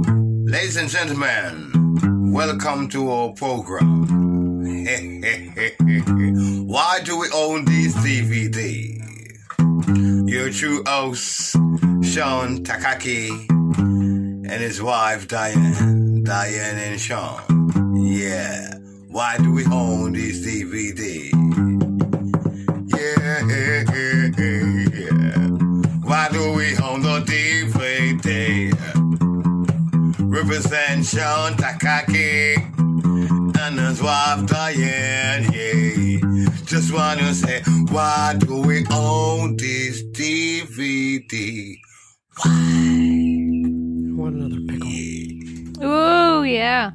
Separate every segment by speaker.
Speaker 1: Ladies and gentlemen, welcome to our program. Why do we own these DVDs? Your true host, Sean Takaki, and his wife, Diane. Diane and Sean. Yeah. Why do we own these DVDs? Yeah. Why do we own the DVD? Represent Sean Takaki and his wife Diane. Yeah. Just wanna say, why do we own this DVD?
Speaker 2: I want another pickle.
Speaker 3: Ooh, yeah.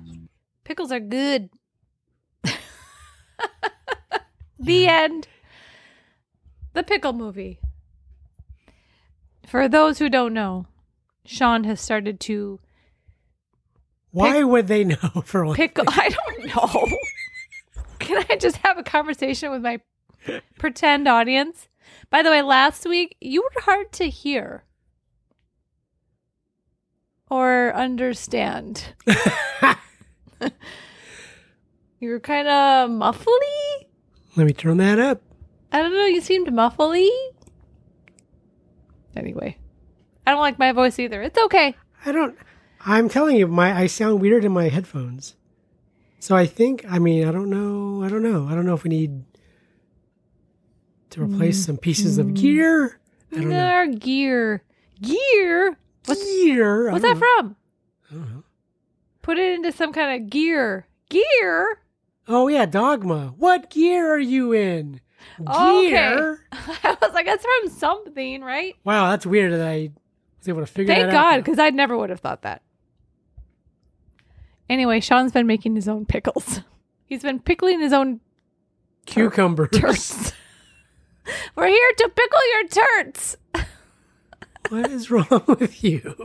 Speaker 3: Pickles are good. the end. The pickle movie. For those who don't know, Sean has started to
Speaker 2: Why would they know for one?
Speaker 3: pickle. I don't know. Can I just have a conversation with my pretend audience? By the way, last week you were hard to hear or understand. you were kind of muffly.
Speaker 2: Let me turn that up.
Speaker 3: I don't know. You seemed muffly. Anyway, I don't like my voice either. It's okay.
Speaker 2: I don't. I'm telling you, my I sound weird in my headphones. So I think. I mean, I don't know. I don't know. I don't know if we need to replace some pieces
Speaker 3: Mm-hmm.
Speaker 2: of gear. I don't know.
Speaker 3: Our gear, gear. What's
Speaker 2: gear? I
Speaker 3: What's that
Speaker 2: don't
Speaker 3: from?
Speaker 2: know. I don't know.
Speaker 3: Put it into some kind of gear. Gear?
Speaker 2: Oh yeah, dogma. What gear are you in?
Speaker 3: Oh, okay.
Speaker 2: Gear.
Speaker 3: I was like, that's from something, right?
Speaker 2: Wow, that's weird that I was able to figure
Speaker 3: Thank
Speaker 2: that out.
Speaker 3: God, because I never would have thought that. Anyway, Sean's been making his own pickles. He's been pickling his own
Speaker 2: Cucumbers.
Speaker 3: turts. We're here to pickle your turts.
Speaker 2: What is wrong with you?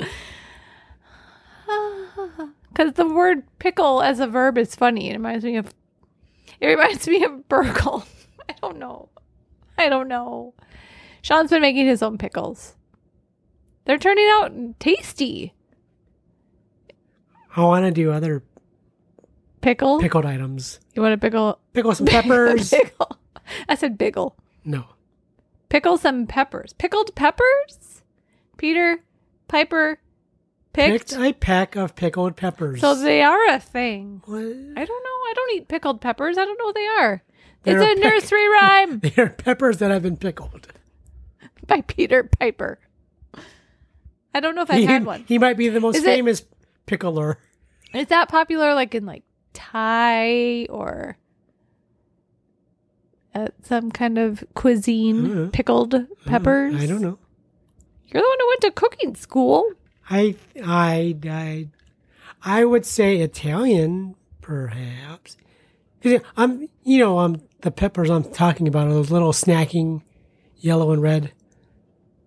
Speaker 3: Because the word pickle as a verb is funny. It reminds me of it reminds me of burgle. I don't know. I don't know. Sean's been making his own pickles. They're turning out tasty
Speaker 2: I want to do other
Speaker 3: pickle.
Speaker 2: pickled items.
Speaker 3: You want to pickle
Speaker 2: Pickle some peppers.
Speaker 3: pickle? I said biggle.
Speaker 2: no.
Speaker 3: Pickle some peppers. Pickled peppers. Peter Piper picked.
Speaker 2: picked a peck of pickled peppers.
Speaker 3: so they are a thing.
Speaker 2: What?
Speaker 3: I don't know. I don't eat pickled peppers. I don't know what they are.
Speaker 2: They're a
Speaker 3: it's a
Speaker 2: pick-
Speaker 3: nursery rhyme.
Speaker 2: They are peppers that have been pickled.
Speaker 3: by Peter Piper. I don't know if I've
Speaker 2: he,
Speaker 3: had one.
Speaker 2: he might be the most
Speaker 3: Is it-
Speaker 2: famous pickler.
Speaker 3: Is that popular like in like Thai or at some kind of cuisine?
Speaker 2: Mm.
Speaker 3: Pickled peppers?
Speaker 2: I don't know.
Speaker 3: You're the one who went to cooking school.
Speaker 2: I I I I would say Italian, perhaps. 'Cause I'm you know I'm the peppers I'm talking about are those little snacking, yellow and red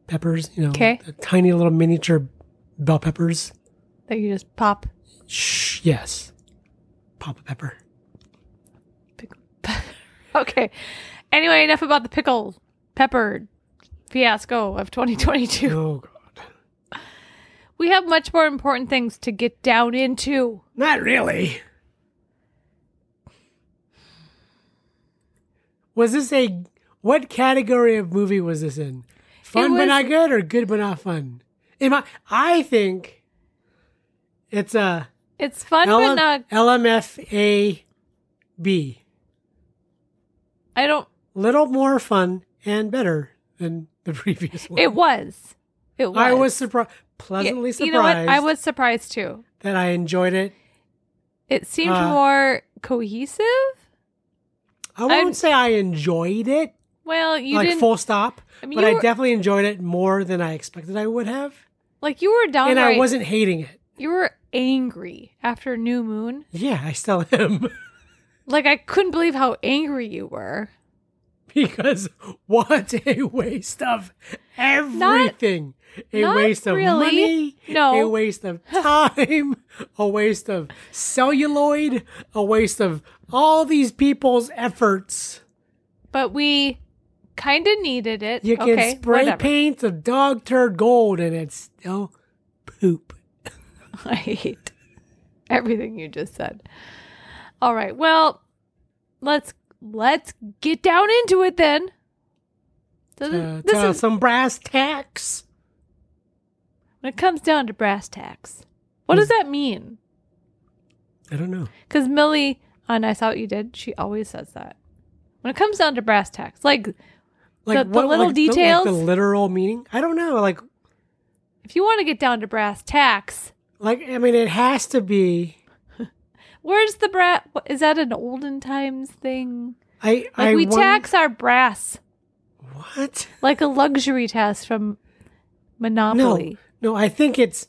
Speaker 2: peppers. You know,
Speaker 3: Okay.
Speaker 2: the tiny little miniature bell peppers.
Speaker 3: That you just pop
Speaker 2: Shh, yes, Papa Pepper.
Speaker 3: pickled pepper. okay. Anyway, enough about the pickle pepper fiasco of 2022.
Speaker 2: Oh God,
Speaker 3: We have much more important things to get down into.
Speaker 2: not really. Was this a what category of movie was this in? Fun but
Speaker 3: was-
Speaker 2: not good, or good but not fun? Am I? I think it's a
Speaker 3: It's fun,
Speaker 2: L-
Speaker 3: but not.
Speaker 2: LMFAB.
Speaker 3: I don't
Speaker 2: Little more fun and better than the previous one.
Speaker 3: It was. It was.
Speaker 2: I was surprised, pleasantly
Speaker 3: You
Speaker 2: surprised.
Speaker 3: know what? I was surprised too.
Speaker 2: that I enjoyed it.
Speaker 3: It seemed
Speaker 2: Uh,
Speaker 3: more cohesive.
Speaker 2: I won't
Speaker 3: I'm-
Speaker 2: say I enjoyed it,
Speaker 3: Well, you
Speaker 2: like
Speaker 3: didn't
Speaker 2: full stop,
Speaker 3: I mean,
Speaker 2: but
Speaker 3: you
Speaker 2: I
Speaker 3: were-
Speaker 2: definitely enjoyed it more than I expected I would have,
Speaker 3: like you were downright.
Speaker 2: and I wasn't hating it.
Speaker 3: You were angry after New Moon.
Speaker 2: Yeah, I still am
Speaker 3: Like I couldn't believe how angry you were.
Speaker 2: because what a waste of everything. a
Speaker 3: not
Speaker 2: waste of
Speaker 3: really.
Speaker 2: money,
Speaker 3: No.
Speaker 2: a waste of time, a waste of celluloid, a waste of all these people's efforts.
Speaker 3: But we kind of needed it.
Speaker 2: You can
Speaker 3: okay,
Speaker 2: spray
Speaker 3: whatever.
Speaker 2: paint a dog turd gold and it's still poop.
Speaker 3: I hate. everything you just said. All right. Well, let's let's get down into it then. So th-
Speaker 2: Uh,
Speaker 3: this
Speaker 2: to
Speaker 3: is
Speaker 2: some brass tacks.
Speaker 3: when it comes down to brass tacks. What does
Speaker 2: Hmm.
Speaker 3: that mean?
Speaker 2: I don't know.
Speaker 3: Because Millie on I Saw What You Did, she always says that. When it comes down to brass tacks, like The- the little
Speaker 2: like, like The,
Speaker 3: details?
Speaker 2: literal meaning. I don't know. Like,
Speaker 3: if you want to get down to brass tacks,
Speaker 2: like I mean, it has to be.
Speaker 3: where's the brass? Is that an olden times thing?
Speaker 2: I
Speaker 3: Like
Speaker 2: I
Speaker 3: we
Speaker 2: won-
Speaker 3: tax our brass
Speaker 2: what?
Speaker 3: like a luxury tax from Monopoly.
Speaker 2: No, no. I think it's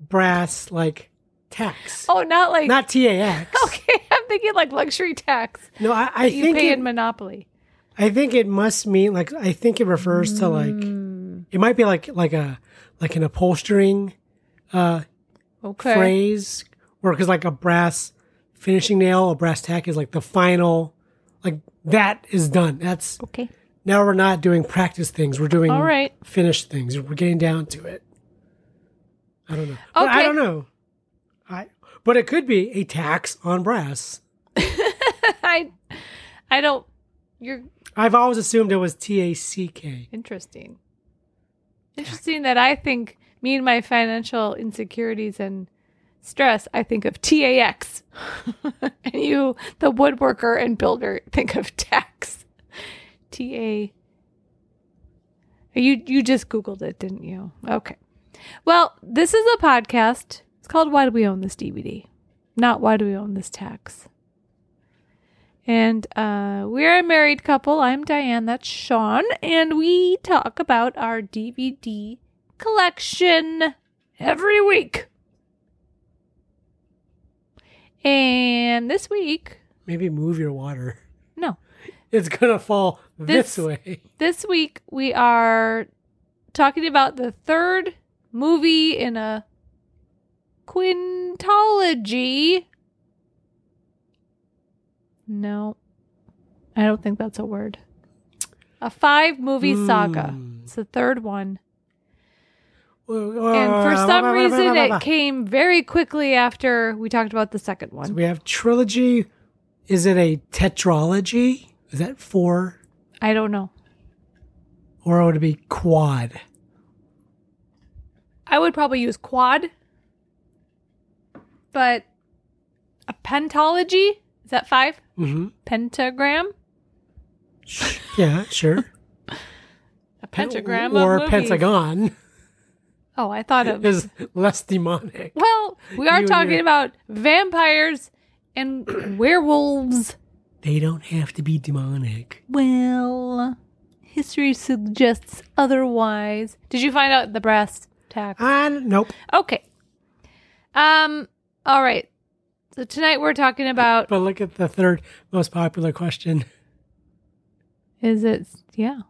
Speaker 2: brass like tax,
Speaker 3: Oh, not like
Speaker 2: not tax.
Speaker 3: okay. I'm thinking like luxury tax
Speaker 2: No, I, I
Speaker 3: that you
Speaker 2: think
Speaker 3: pay
Speaker 2: it,
Speaker 3: in Monopoly.
Speaker 2: I think it must mean like I think it refers to like
Speaker 3: Hmm.
Speaker 2: it might be like like a like an upholstering uh
Speaker 3: Okay.
Speaker 2: phrase or because like a brass finishing nail, a brass tack is like the final like that is done. That's
Speaker 3: Okay.
Speaker 2: now we're not doing practice things. We're doing
Speaker 3: All right.
Speaker 2: finished things. We're getting down to it. I don't know. But I
Speaker 3: Okay.
Speaker 2: don't know. I but it could be a tax on brass.
Speaker 3: I I don't. You're
Speaker 2: I've always assumed it was T A C K.
Speaker 3: interesting. Interesting that I think me and my financial insecurities and stress. I think of tax, and you, the woodworker and builder, think of tax. T A. You you just googled it, didn't you? Okay. Well, this is a podcast. It's called Why Do We Own This DVD? Not Why Do We Own This Tax? And uh, we're a married couple. I'm Diane, that's Sean, and we talk about our DVD collection every week. And this week,
Speaker 2: Maybe move your water.
Speaker 3: no,
Speaker 2: It's gonna fall this,
Speaker 3: This-
Speaker 2: way.
Speaker 3: this week we are talking about the third movie in a quintology. No, I don't think that's a word. A five movie saga.
Speaker 2: Hmm.
Speaker 3: It's the third one. And
Speaker 2: And
Speaker 3: for some reason, it came very quickly after we talked about the second
Speaker 2: So
Speaker 3: one.
Speaker 2: we have trilogy. Is it a tetralogy? Is that four?
Speaker 3: I don't know.
Speaker 2: Or would it be quad?
Speaker 3: I would probably use quad, but a pentology is that five?
Speaker 2: Mm-hmm.
Speaker 3: Pentagram?
Speaker 2: Yeah, sure.
Speaker 3: A pentagram of
Speaker 2: or
Speaker 3: movies.
Speaker 2: pentagon
Speaker 3: Oh, I thought of.
Speaker 2: is less demonic.
Speaker 3: Well, we are
Speaker 2: You and
Speaker 3: talking
Speaker 2: your-
Speaker 3: about vampires and werewolves.
Speaker 2: They don't have to be demonic.
Speaker 3: Well, history suggests otherwise. Did you find out the brass tack?
Speaker 2: Ah, nope.
Speaker 3: Okay. Um. All right. So tonight we're talking about.
Speaker 2: But look at the third most popular question.
Speaker 3: Is it? Yeah.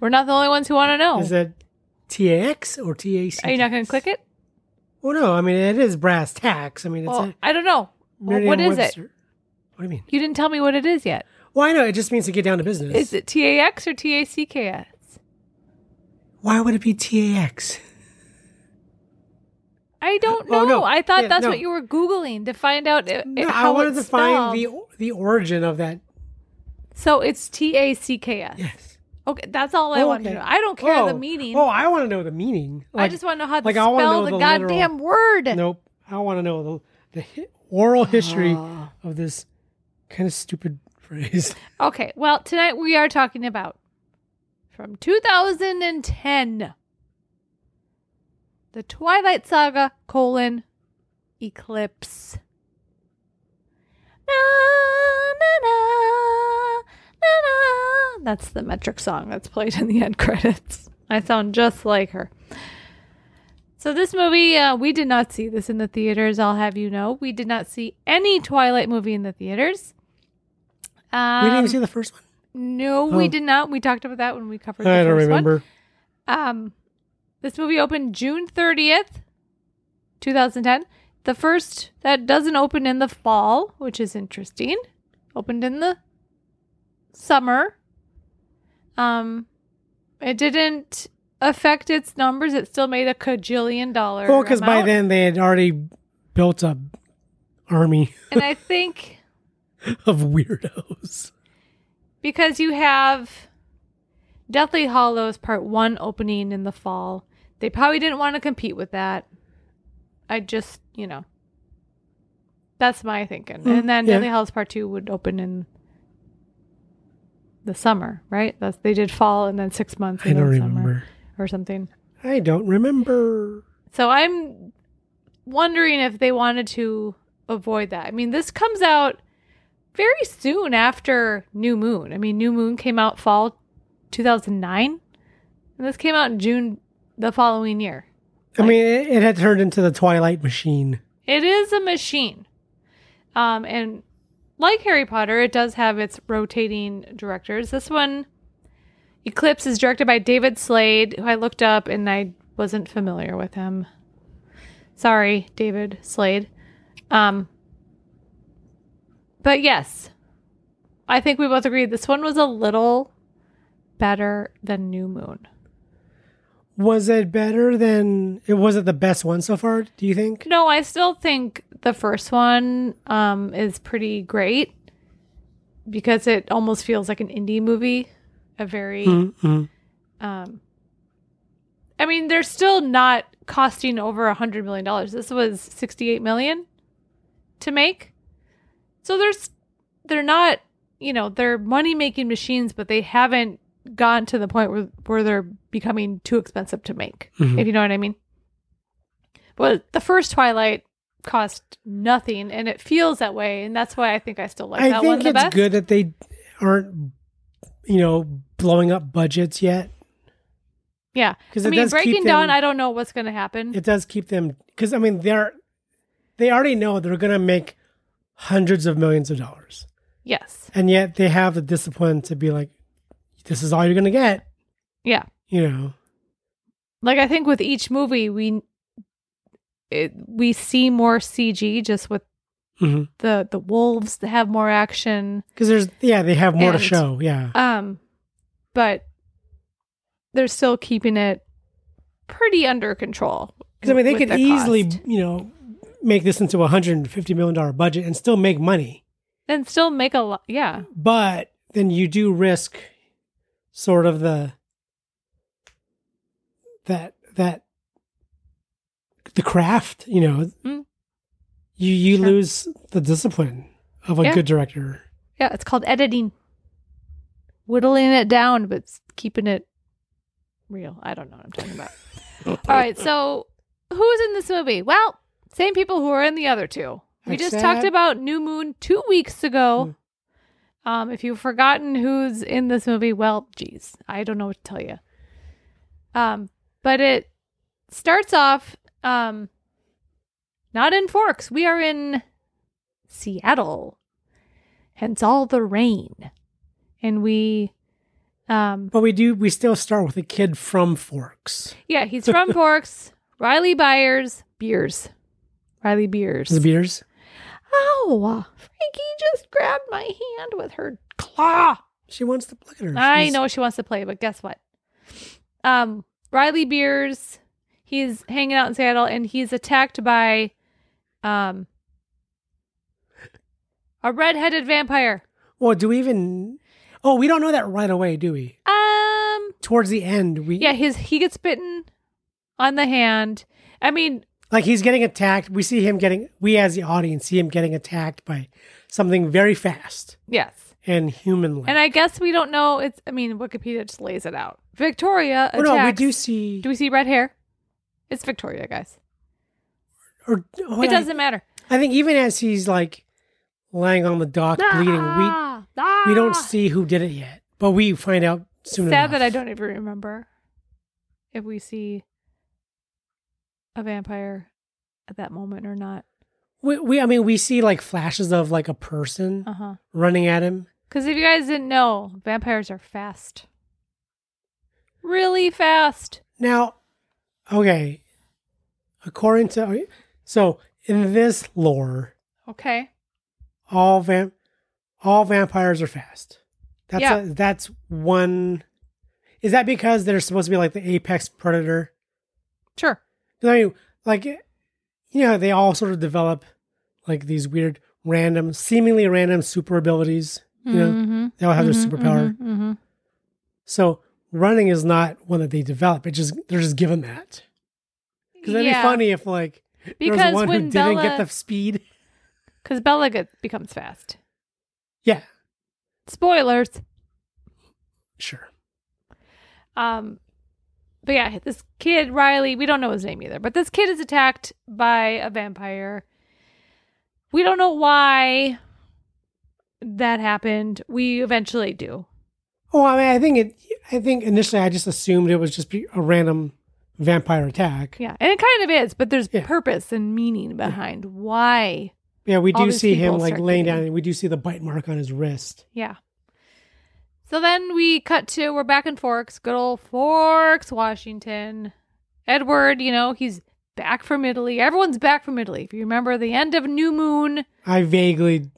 Speaker 3: We're not the only ones who want to know.
Speaker 2: Is it TAX or TAC?
Speaker 3: Oh. Are you not going to click it?
Speaker 2: Well, no. I mean, it is brass tacks. I mean, it's
Speaker 3: Well,
Speaker 2: a
Speaker 3: I don't know. Well, what is it?
Speaker 2: Merriam-Webster. What do you mean?
Speaker 3: You didn't tell me what it is yet.
Speaker 2: Well, I know it just means to get down to business.
Speaker 3: Is it TAX or TACKS?
Speaker 2: Why would it be TAX?
Speaker 3: I don't know.
Speaker 2: Oh, no.
Speaker 3: I thought
Speaker 2: Yeah,
Speaker 3: that's
Speaker 2: no.
Speaker 3: what you were Googling to find out i-
Speaker 2: No,
Speaker 3: i-
Speaker 2: I
Speaker 3: how
Speaker 2: wanted
Speaker 3: it's
Speaker 2: to find
Speaker 3: spelled.
Speaker 2: the the origin of that.
Speaker 3: So it's TACKS.
Speaker 2: Yes.
Speaker 3: Okay, that's all I
Speaker 2: Oh,
Speaker 3: wanted
Speaker 2: okay.
Speaker 3: to know. I don't care
Speaker 2: oh.
Speaker 3: the meaning.
Speaker 2: Oh, I want to know the meaning.
Speaker 3: I
Speaker 2: Like,
Speaker 3: just want to know how to
Speaker 2: like, I wanna
Speaker 3: spell
Speaker 2: know
Speaker 3: the,
Speaker 2: the literal-
Speaker 3: goddamn word.
Speaker 2: Nope. I want to know the, the hi- oral history
Speaker 3: Ah.
Speaker 2: of this kind of stupid phrase.
Speaker 3: Okay, well, tonight we are talking about from 2010 the Twilight Saga colon Eclipse. Na, na, na, na, na. That's the metric song that's played in the end credits. I sound just like her. So this movie, uh, we did not see this in the theaters. I'll have you know, we did not see any Twilight movie in the theaters. Um,
Speaker 2: we didn't even see the first one.
Speaker 3: no, we
Speaker 2: Oh.
Speaker 3: did not. We talked about that when we covered. The
Speaker 2: I don't
Speaker 3: first
Speaker 2: remember.
Speaker 3: One. Um, this movie opened June thirtieth, two thousand ten. The first that doesn't open in the fall, which is interesting. Opened in the summer. Um, it didn't affect its numbers. It still made a cajillion dollars.
Speaker 2: Well, because by then they had already built up army
Speaker 3: and I think
Speaker 2: of weirdos.
Speaker 3: because you have Deathly Hollows Part 1 opening in the fall. They probably didn't want to compete with that. I just, you know, that's my thinking.
Speaker 2: Mm,
Speaker 3: and then
Speaker 2: yeah.
Speaker 3: Deathly Hollows Part 2 would open in the summer, right? That's they did fall and then 6 months
Speaker 2: I
Speaker 3: and
Speaker 2: don't
Speaker 3: then summer
Speaker 2: remember.
Speaker 3: or something.
Speaker 2: I don't remember.
Speaker 3: So I'm wondering if they wanted to avoid that. I mean, this comes out very soon after New Moon. I mean, New Moon came out fall 2009, and this came out in June the following year.
Speaker 2: I mean, it, it had turned into the Twilight Machine.
Speaker 3: It is a machine. Um, and like Harry Potter, it does have its rotating directors. This one, Eclipse, is directed by David Slade, who I looked up and I wasn't familiar with him. Sorry, David Slade. Um, but yes, I think we both agree this one was a little better than New Moon.
Speaker 2: Was it better than it was it the best one so far? Do you think?
Speaker 3: No, I still think the first one um, is pretty great because it almost feels like an indie movie. A very,
Speaker 2: Hmm. Mm-mm.
Speaker 3: um, I mean, they're still not costing over a hundred million dollars. This was sixty-eight million to make, so there's they're not, you know, they're money-making machines, but they haven't gotten to the point where where they're becoming too expensive to make.
Speaker 2: Mhm.
Speaker 3: If you know what I mean. But the first Twilight cost nothing, and it feels that way, and that's why I think I still like
Speaker 2: I
Speaker 3: that one
Speaker 2: think
Speaker 3: the
Speaker 2: it's
Speaker 3: best.
Speaker 2: good that they aren't, you know, blowing up budgets yet.
Speaker 3: Yeah,
Speaker 2: 'Cause
Speaker 3: I
Speaker 2: it
Speaker 3: mean,
Speaker 2: does keep
Speaker 3: Breaking Dawn,
Speaker 2: them-
Speaker 3: I don't know what's going to happen.
Speaker 2: It does keep them because I mean they're they already know they're gonna make hundreds of millions of dollars,
Speaker 3: yes,
Speaker 2: and yet they have the discipline to be like, this is all you're gonna get.
Speaker 3: yeah.
Speaker 2: You know,
Speaker 3: Like I think with each movie, we it, we see more CG just with
Speaker 2: because
Speaker 3: the the wolves that have more action.
Speaker 2: there's yeah they have more
Speaker 3: And-
Speaker 2: to show. Yeah,
Speaker 3: Um, but they're still keeping it pretty under control.
Speaker 2: because I mean they
Speaker 3: with
Speaker 2: could
Speaker 3: the
Speaker 2: easily
Speaker 3: cost.
Speaker 2: you know make this into a hundred and fifty million dollar budget and still make money,
Speaker 3: and still make a lot. Yeah,
Speaker 2: but then you do risk sort of the that that the craft you know
Speaker 3: Mm.
Speaker 2: you you
Speaker 3: Sure.
Speaker 2: lose the discipline of a
Speaker 3: Yeah.
Speaker 2: good director
Speaker 3: yeah. It's called editing, whittling it down, but s- keeping it real. I don't know what I'm talking about. All right, so who's in this movie? Well, same people who are in the other two. We just
Speaker 2: Except-
Speaker 3: talked about New Moon two weeks ago. Um, if you've forgotten who's in this movie, well, geez, I don't know what to tell you. Um, but it starts off um, not in Forks. We are in Seattle, hence all the rain, and we um,
Speaker 2: but we do we still start with a kid from forks
Speaker 3: yeah, he's from Forks. Riley Byers, Beers. Riley Beers.
Speaker 2: the beers
Speaker 3: Ow! Frankie just grabbed my hand with her claw.
Speaker 2: she wants to look at her
Speaker 3: I
Speaker 2: She's-
Speaker 3: know she wants to play, but guess what? Um, Riley Beers, he's hanging out in Seattle and he's attacked by um a redheaded vampire.
Speaker 2: well do we even oh we don't know that right away do we
Speaker 3: Um
Speaker 2: towards the end we
Speaker 3: yeah, his he gets bitten on the hand. I mean,
Speaker 2: like he's getting attacked we see him getting we as the audience see him getting attacked by something very fast
Speaker 3: yes.
Speaker 2: and human like
Speaker 3: And I guess we don't know. It's. I mean, Wikipedia just lays it out. Victoria
Speaker 2: Oh, no, we
Speaker 3: attacks-
Speaker 2: do see.
Speaker 3: Do we see red hair? It's Victoria, guys.
Speaker 2: or, oh,
Speaker 3: it
Speaker 2: I-
Speaker 3: doesn't matter.
Speaker 2: I, think even as he's like lying on the dock bleeding,
Speaker 3: Ah, ah.
Speaker 2: we we don't see who did it yet, but we find out soon
Speaker 3: Sad
Speaker 2: enough.
Speaker 3: that I don't even remember if we see a vampire at that moment or not.
Speaker 2: We, we I mean, we see like flashes of like a person
Speaker 3: Uh huh.
Speaker 2: running at him.
Speaker 3: Because if you guys didn't know, vampires are fast. Really fast.
Speaker 2: Now, okay, according to so in this lore,
Speaker 3: Okay.
Speaker 2: all vamp all vampires are fast. That's
Speaker 3: Yeah.
Speaker 2: a, that's one. Is that because they're supposed to be like the apex predator?
Speaker 3: Sure.
Speaker 2: eh, I mean, like, you know, they all sort of develop like these weird, random, seemingly random super abilities. You know,
Speaker 3: Mhm,
Speaker 2: they all have
Speaker 3: mhm,
Speaker 2: their superpower.
Speaker 3: mhm, mhm.
Speaker 2: So running is not one that they develop. It just they're just given that. Because that'd
Speaker 3: Yeah,
Speaker 2: be funny if like there was
Speaker 3: Because
Speaker 2: one who
Speaker 3: when
Speaker 2: didn't
Speaker 3: Bella,
Speaker 2: get the speed.
Speaker 3: because Bella gets, becomes fast.
Speaker 2: Yeah,
Speaker 3: Spoilers.
Speaker 2: sure.
Speaker 3: Um, but yeah, this kid Riley, we don't know his name either, but this kid is attacked by a vampire. We don't know why that happened. We eventually do.
Speaker 2: Oh, I mean, I think it. I think initially I just assumed it was just be a random vampire attack. Yeah,
Speaker 3: Yeah, and it kind of is, but there's
Speaker 2: Yeah.
Speaker 3: purpose and meaning behind why.
Speaker 2: we
Speaker 3: All
Speaker 2: do
Speaker 3: these
Speaker 2: see him
Speaker 3: people
Speaker 2: like
Speaker 3: start
Speaker 2: laying
Speaker 3: getting-
Speaker 2: down, and we do see the bite mark on his wrist.
Speaker 3: Yeah. So then we cut to we're back in Forks, good old Forks, Washington. Edward, you know, he's back from Italy. Everyone's back from Italy. If you remember the end of New Moon,
Speaker 2: I vaguely,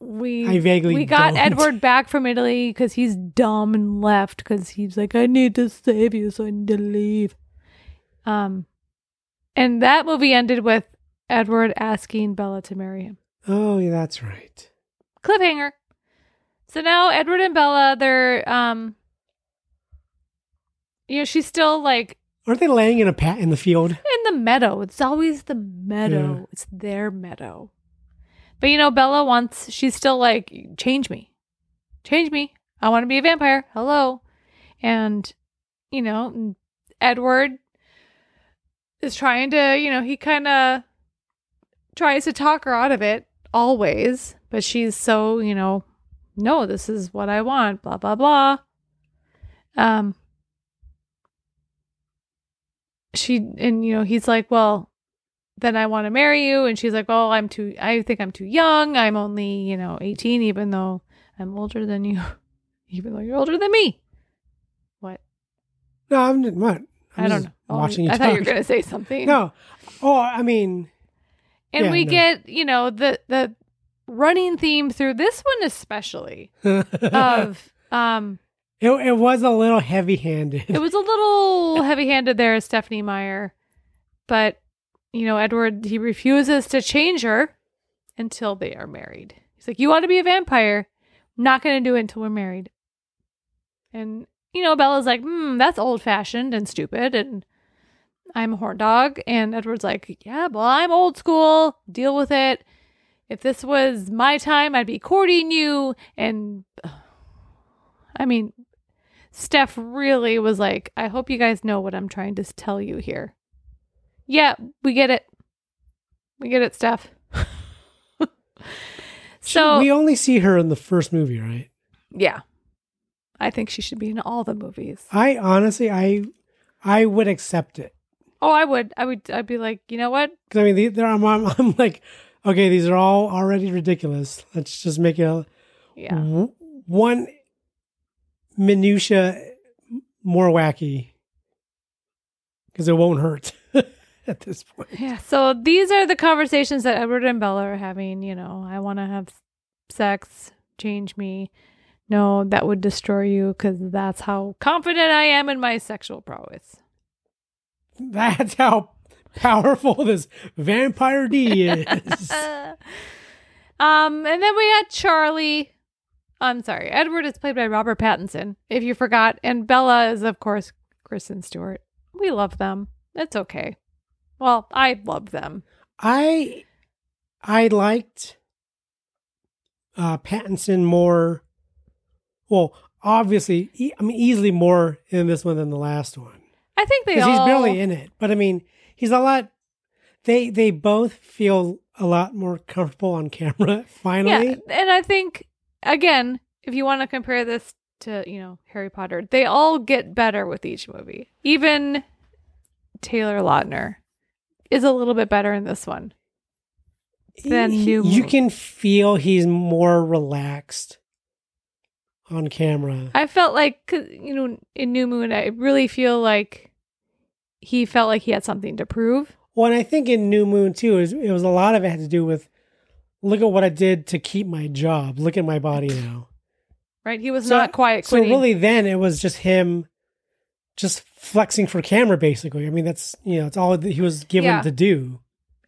Speaker 3: we
Speaker 2: I vaguely.
Speaker 3: we got
Speaker 2: don't.
Speaker 3: Edward back from Italy because he's dumb and left because he's like, I need to save you, so I need to leave. Um, and that movie ended with Edward asking Bella to marry him.
Speaker 2: Oh, yeah, that's right.
Speaker 3: Cliffhanger. So now Edward and Bella, they're um, you know, she's still like
Speaker 2: Aren't they laying in a pat in the field?
Speaker 3: in the meadow. It's always the meadow.
Speaker 2: Yeah.
Speaker 3: It's their meadow. But you know, Bella wants, she's still like, change me. Change me. I want to be a vampire. Hello. And, you know, Edward is trying to, you know, he kind of tries to talk her out of it always. But she's so, you know, no, this is what I want, blah, blah, blah. Um, she and you know he's like well then i want to marry you and she's like oh i'm too i think i'm too young i'm only you know 18 even though i'm older than you even though you're older than me what
Speaker 2: No, I'm not. what?
Speaker 3: I'm i
Speaker 2: I'm
Speaker 3: do not
Speaker 2: just
Speaker 3: know Oh,
Speaker 2: Watching you
Speaker 3: i
Speaker 2: talk.
Speaker 3: thought you were going to say something
Speaker 2: No. Oh, I mean,
Speaker 3: and
Speaker 2: yeah,
Speaker 3: we
Speaker 2: no.
Speaker 3: get you know the the running theme through this one especially of um
Speaker 2: it, it was a little heavy handed.
Speaker 3: it was a little heavy-handed there as stephanie meyer but you know edward he refuses to change her until they are married he's like you want to be a vampire I'm not going to do it until we're married and you know bella's like hmm that's old-fashioned and stupid and i'm a horn dog and edward's like yeah well i'm old school deal with it if this was my time i'd be courting you and i mean Steph really was like, I hope you guys know what I'm trying to tell you here. Yeah, we get it. We get it, Steph. so,
Speaker 2: we only see her in the first movie, right?
Speaker 3: yeah. I think she should be in all the movies.
Speaker 2: I honestly, I, I would accept it
Speaker 3: Oh, I would. I would. I'd be like, you know what?
Speaker 2: because I mean, the- there I'm, I'm, I'm like, okay, these are all already ridiculous. Let's just make it a,
Speaker 3: Yeah.
Speaker 2: w- one minutia more wacky because it won't hurt at this point.
Speaker 3: Yeah. So these are the conversations that Edward and Bella are having. You know, I want to have sex, change me. No, that would destroy you because that's how confident I am in my sexual prowess.
Speaker 2: That's how powerful this vampire D is.
Speaker 3: um, and then we had Charlie. I'm sorry, Edward is played by Robert Pattinson, if you forgot, and Bella is of course Kristen Stewart. We love them. It's okay. Well, I love them.
Speaker 2: I I liked uh Pattinson more well, obviously e- I mean easily more in this one than the last one.
Speaker 3: I think they
Speaker 2: Cuz
Speaker 3: all.
Speaker 2: he's barely in it. But I mean, he's a lot they they both feel a lot more comfortable on camera finally.
Speaker 3: yeah, and I think again, if you want to compare this to you know Harry Potter, they all get better with each movie. Even Taylor Lautner is a little bit better in this one. than
Speaker 2: He-
Speaker 3: new
Speaker 2: You
Speaker 3: mo-
Speaker 2: can feel he's more relaxed on camera.
Speaker 3: I felt like 'cause, you know in New Moon, I really feel like he felt like he had something to prove.
Speaker 2: Well, and I think in New Moon too, is it was a lot of it had to do with look at what I did to keep my job. Look at my body now.
Speaker 3: Right? He was
Speaker 2: So-
Speaker 3: not quiet
Speaker 2: So
Speaker 3: quitting.
Speaker 2: really, then it was just him, just flexing for camera, basically. I mean, that's you know, it's all that he was given
Speaker 3: Yeah.
Speaker 2: to do.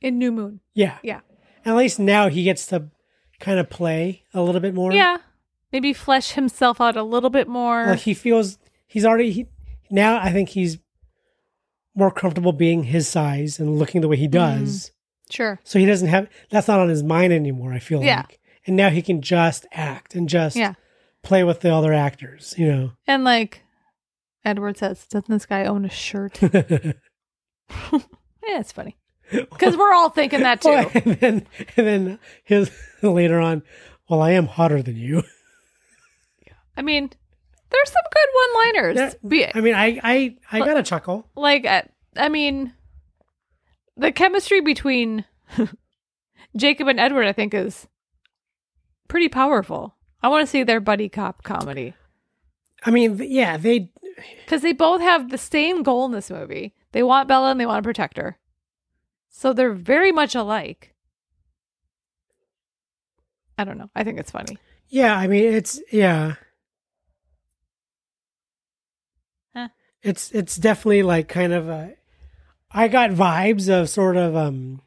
Speaker 3: in New Moon.
Speaker 2: Yeah,
Speaker 3: Yeah.
Speaker 2: At least now he gets to kind of play a little bit more.
Speaker 3: Yeah. Maybe flesh himself out a little bit more.
Speaker 2: Like he feels he's already he, now. I think he's more comfortable being his size and looking the way he
Speaker 3: Mm-hmm.
Speaker 2: does.
Speaker 3: sure.
Speaker 2: So he doesn't have that's not on his mind anymore, I feel
Speaker 3: Yeah.
Speaker 2: like. And now he can just act and just
Speaker 3: Yeah.
Speaker 2: play with the other actors, you know.
Speaker 3: And like Edward says, doesn't this guy own a shirt? yeah, it's funny. Because we're all thinking that too.
Speaker 2: Well, and then and then his later on, well, I am hotter than you.
Speaker 3: I mean, there's some good one liners.
Speaker 2: Yeah.
Speaker 3: Be it.
Speaker 2: I mean, I I I
Speaker 3: But-
Speaker 2: got a chuckle.
Speaker 3: like I, I mean the chemistry between Jacob and Edward I think is pretty powerful. I want to see their buddy cop comedy
Speaker 2: I mean, th- yeah, they
Speaker 3: cuz they both have the same goal in this movie. They want Bella and they want to protect her. So they're very much alike. I don't know. I think it's funny.
Speaker 2: yeah, I mean, it's yeah.
Speaker 3: Huh.
Speaker 2: It's it's definitely like kind of a I got vibes of sort of um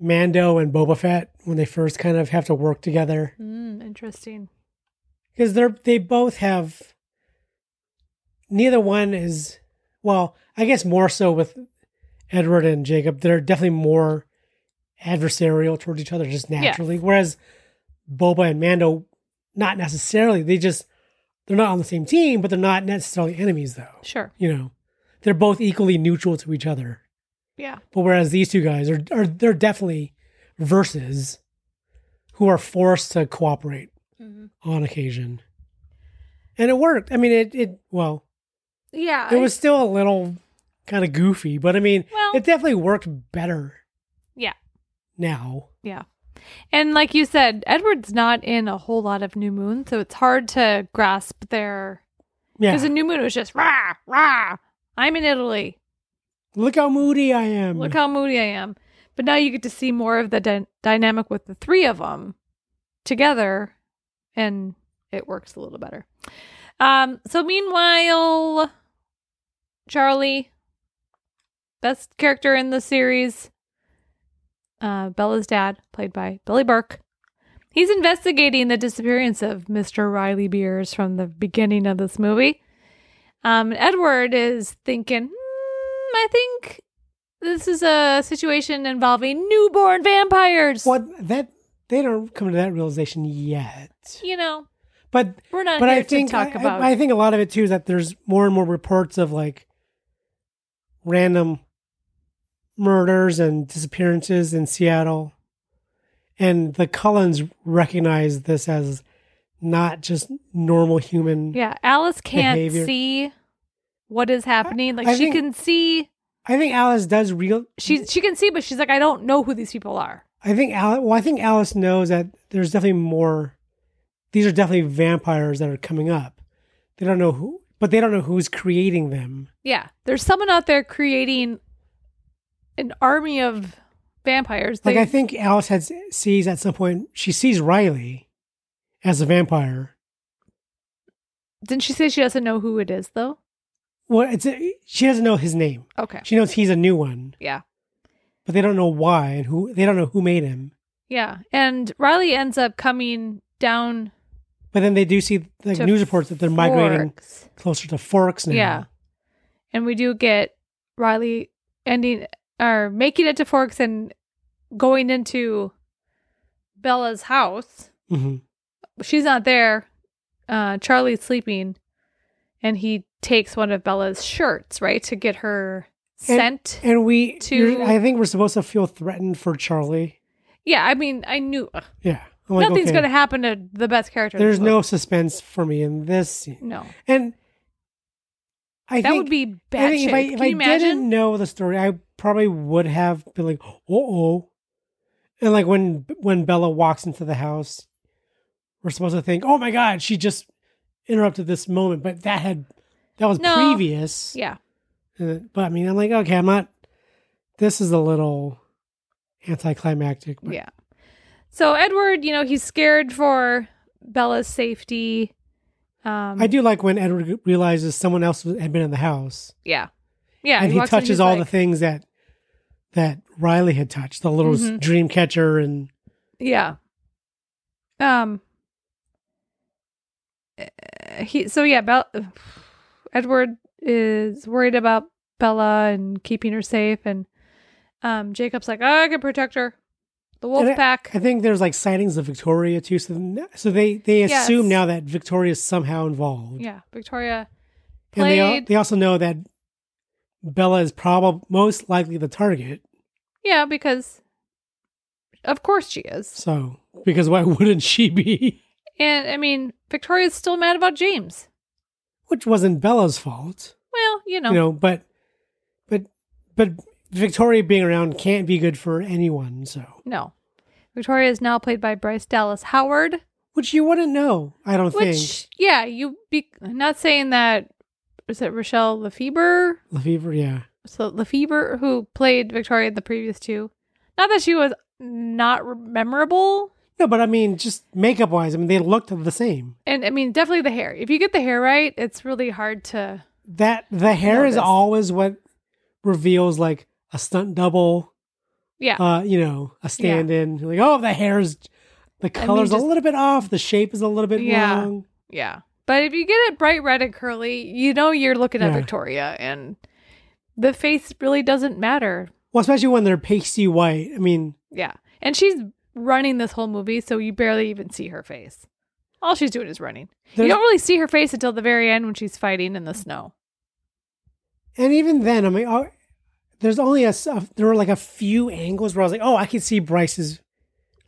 Speaker 2: Mando and Boba Fett when they first kind of have to work together.
Speaker 3: Mm, interesting.
Speaker 2: because they're they both have neither one is well i guess more so with edward and jacob they're definitely more adversarial towards each other just naturally whereas boba and mando not necessarily they just they're not on the same team but they're not necessarily enemies though
Speaker 3: Sure.
Speaker 2: you know they're both equally neutral to each other
Speaker 3: Yeah.
Speaker 2: but whereas these two guys are are they're definitely versus who are forced to cooperate
Speaker 3: Mm-hmm.
Speaker 2: on occasion. And it worked. I mean, it, it well,
Speaker 3: Yeah.
Speaker 2: it was still a little kind of goofy, but I mean,
Speaker 3: Well-
Speaker 2: it definitely worked better
Speaker 3: yeah.
Speaker 2: now.
Speaker 3: Yeah. And like you said, Edward's not in a whole lot of New Moon, so it's hard to grasp their.
Speaker 2: Yeah.
Speaker 3: Because the New Moon was just rah, rah. I'm in Italy.
Speaker 2: Look how moody I am.
Speaker 3: Look how moody I am. But now you get to see more of the dy- dynamic with the three of them together, and it works a little better. Um, so meanwhile, Charlie, best character in the series, uh, Bella's dad, played by Billy Burke. He's investigating the disappearance of Mr. Riley Beers from the beginning of this movie. Um, Edward is thinking, "Hmm, I think this is a situation involving newborn vampires.
Speaker 2: what that they don't come to that realization yet.
Speaker 3: You know,
Speaker 2: But
Speaker 3: we're not
Speaker 2: but
Speaker 3: here
Speaker 2: I think
Speaker 3: to talk
Speaker 2: I,
Speaker 3: about.
Speaker 2: I, I think a lot of it too is that there's more and more reports of like random murders and disappearances in Seattle, and the Cullens recognize this as not just normal human.
Speaker 3: yeah, Alice can't
Speaker 2: behavior.
Speaker 3: see what is happening. Like
Speaker 2: I
Speaker 3: she
Speaker 2: think-
Speaker 3: can see,
Speaker 2: I think Alice does real.
Speaker 3: she she can see, but she's like, I don't know who these people are.
Speaker 2: I think Alice. Well, I think Alice knows that there's definitely more. These are definitely vampires that are coming up. They don't know who, but they don't know who's creating them.
Speaker 3: Yeah, there's someone out there creating an army of vampires.
Speaker 2: Like
Speaker 3: They-
Speaker 2: I think Alice has sees at some point she sees Riley as a vampire.
Speaker 3: didn't she say she doesn't know who it is though?
Speaker 2: Well, it's she doesn't know his name.
Speaker 3: Okay,
Speaker 2: She knows he's a new one,
Speaker 3: yeah,
Speaker 2: but they don't know why and who. They don't know who made him.
Speaker 3: yeah. And Riley ends up coming down
Speaker 2: But then they do see like
Speaker 3: To
Speaker 2: news reports that they're migrating
Speaker 3: Forks.
Speaker 2: closer to Forks now.
Speaker 3: Yeah. And we do get Riley ending or making it to Forks and going into Bella's house.
Speaker 2: hmm
Speaker 3: She's not there. Uh, Charlie's sleeping, and he takes one of Bella's shirts, right, to get her
Speaker 2: And-
Speaker 3: scent.
Speaker 2: And we,
Speaker 3: To-
Speaker 2: you're- I think we're supposed to feel threatened for Charlie.
Speaker 3: yeah, I mean, I knew ugh,
Speaker 2: Yeah, I'm like,
Speaker 3: nothing's
Speaker 2: okay,
Speaker 3: going to happen to the best character. in
Speaker 2: There's
Speaker 3: the
Speaker 2: no
Speaker 3: movie.
Speaker 2: suspense for me in this scene,
Speaker 3: no.
Speaker 2: and I
Speaker 3: that
Speaker 2: think
Speaker 3: would be
Speaker 2: I
Speaker 3: bad.
Speaker 2: think if I, if
Speaker 3: Can
Speaker 2: I
Speaker 3: you imagine?
Speaker 2: didn't know the story, I probably would have been like, "Uh oh," and like when when Bella walks into the house, we're supposed to think, "Oh my god, she just interrupted this moment," but that had that was
Speaker 3: No.
Speaker 2: previous.
Speaker 3: Yeah,
Speaker 2: Uh, But I mean, I'm like, okay, I'm not. This is a little anticlimactic. But
Speaker 3: Yeah. So Edward, you know, he's scared for Bella's safety. Um,
Speaker 2: I do like when Edward realizes someone else had been in the house,
Speaker 3: Yeah. Yeah.
Speaker 2: and he
Speaker 3: walks in,
Speaker 2: touches
Speaker 3: he's
Speaker 2: all
Speaker 3: like-
Speaker 2: the things that that Riley had touched, the little
Speaker 3: Mhm.
Speaker 2: dream catcher and
Speaker 3: Yeah. Um. uh, He so yeah, Bel- Edward is worried about Bella and keeping her safe, and um, Jacob's like, "I can protect her." The wolf
Speaker 2: And I-
Speaker 3: pack.
Speaker 2: I think there's like sightings of Victoria too. So, n- so they they assume
Speaker 3: Yes.
Speaker 2: now that Victoria's somehow involved.
Speaker 3: Yeah, Victoria
Speaker 2: and they al-
Speaker 3: played.
Speaker 2: they also know that Bella is probably most likely the target.
Speaker 3: yeah, because of course she is,
Speaker 2: So because why wouldn't she be?
Speaker 3: and I mean Victoria's still mad about James.
Speaker 2: Which wasn't Bella's fault,
Speaker 3: Well, you know,
Speaker 2: you know. But but but Victoria being around can't be good for anyone. So
Speaker 3: no. Victoria is now played by Bryce Dallas Howard.
Speaker 2: which you wouldn't know, I don't think.
Speaker 3: Which, yeah, you be not saying that. Is it Rochelle Lefebvre?
Speaker 2: Lefevre, yeah.
Speaker 3: So Lefebvre, who played Victoria in the previous two, not that she was not re- memorable,
Speaker 2: No, but I mean, just makeup wise, I mean, they looked the same.
Speaker 3: and I mean definitely the hair. If you get the hair right, it's really hard to.
Speaker 2: That the hair is
Speaker 3: Notice.
Speaker 2: always what reveals like a stunt double,
Speaker 3: Yeah,
Speaker 2: uh, you know, a stand in. Like, oh, the hair's the
Speaker 3: mean,
Speaker 2: color's
Speaker 3: just-
Speaker 2: a little bit off, the shape is a little bit
Speaker 3: Yeah.
Speaker 2: wrong.
Speaker 3: yeah. But if you get it bright red and curly, you know you're looking at
Speaker 2: Yeah.
Speaker 3: Victoria, and the face really doesn't matter.
Speaker 2: Well, especially when they're pasty white. I mean,
Speaker 3: Yeah, and she's running this whole movie, so you barely even see her face. All she's doing is running.
Speaker 2: there's,
Speaker 3: you don't really see her face until the very end when she's fighting in the snow.
Speaker 2: and even then, I mean, oh, there's only a s- a- there were like a few angles where I was like, oh, I can see Bryce's,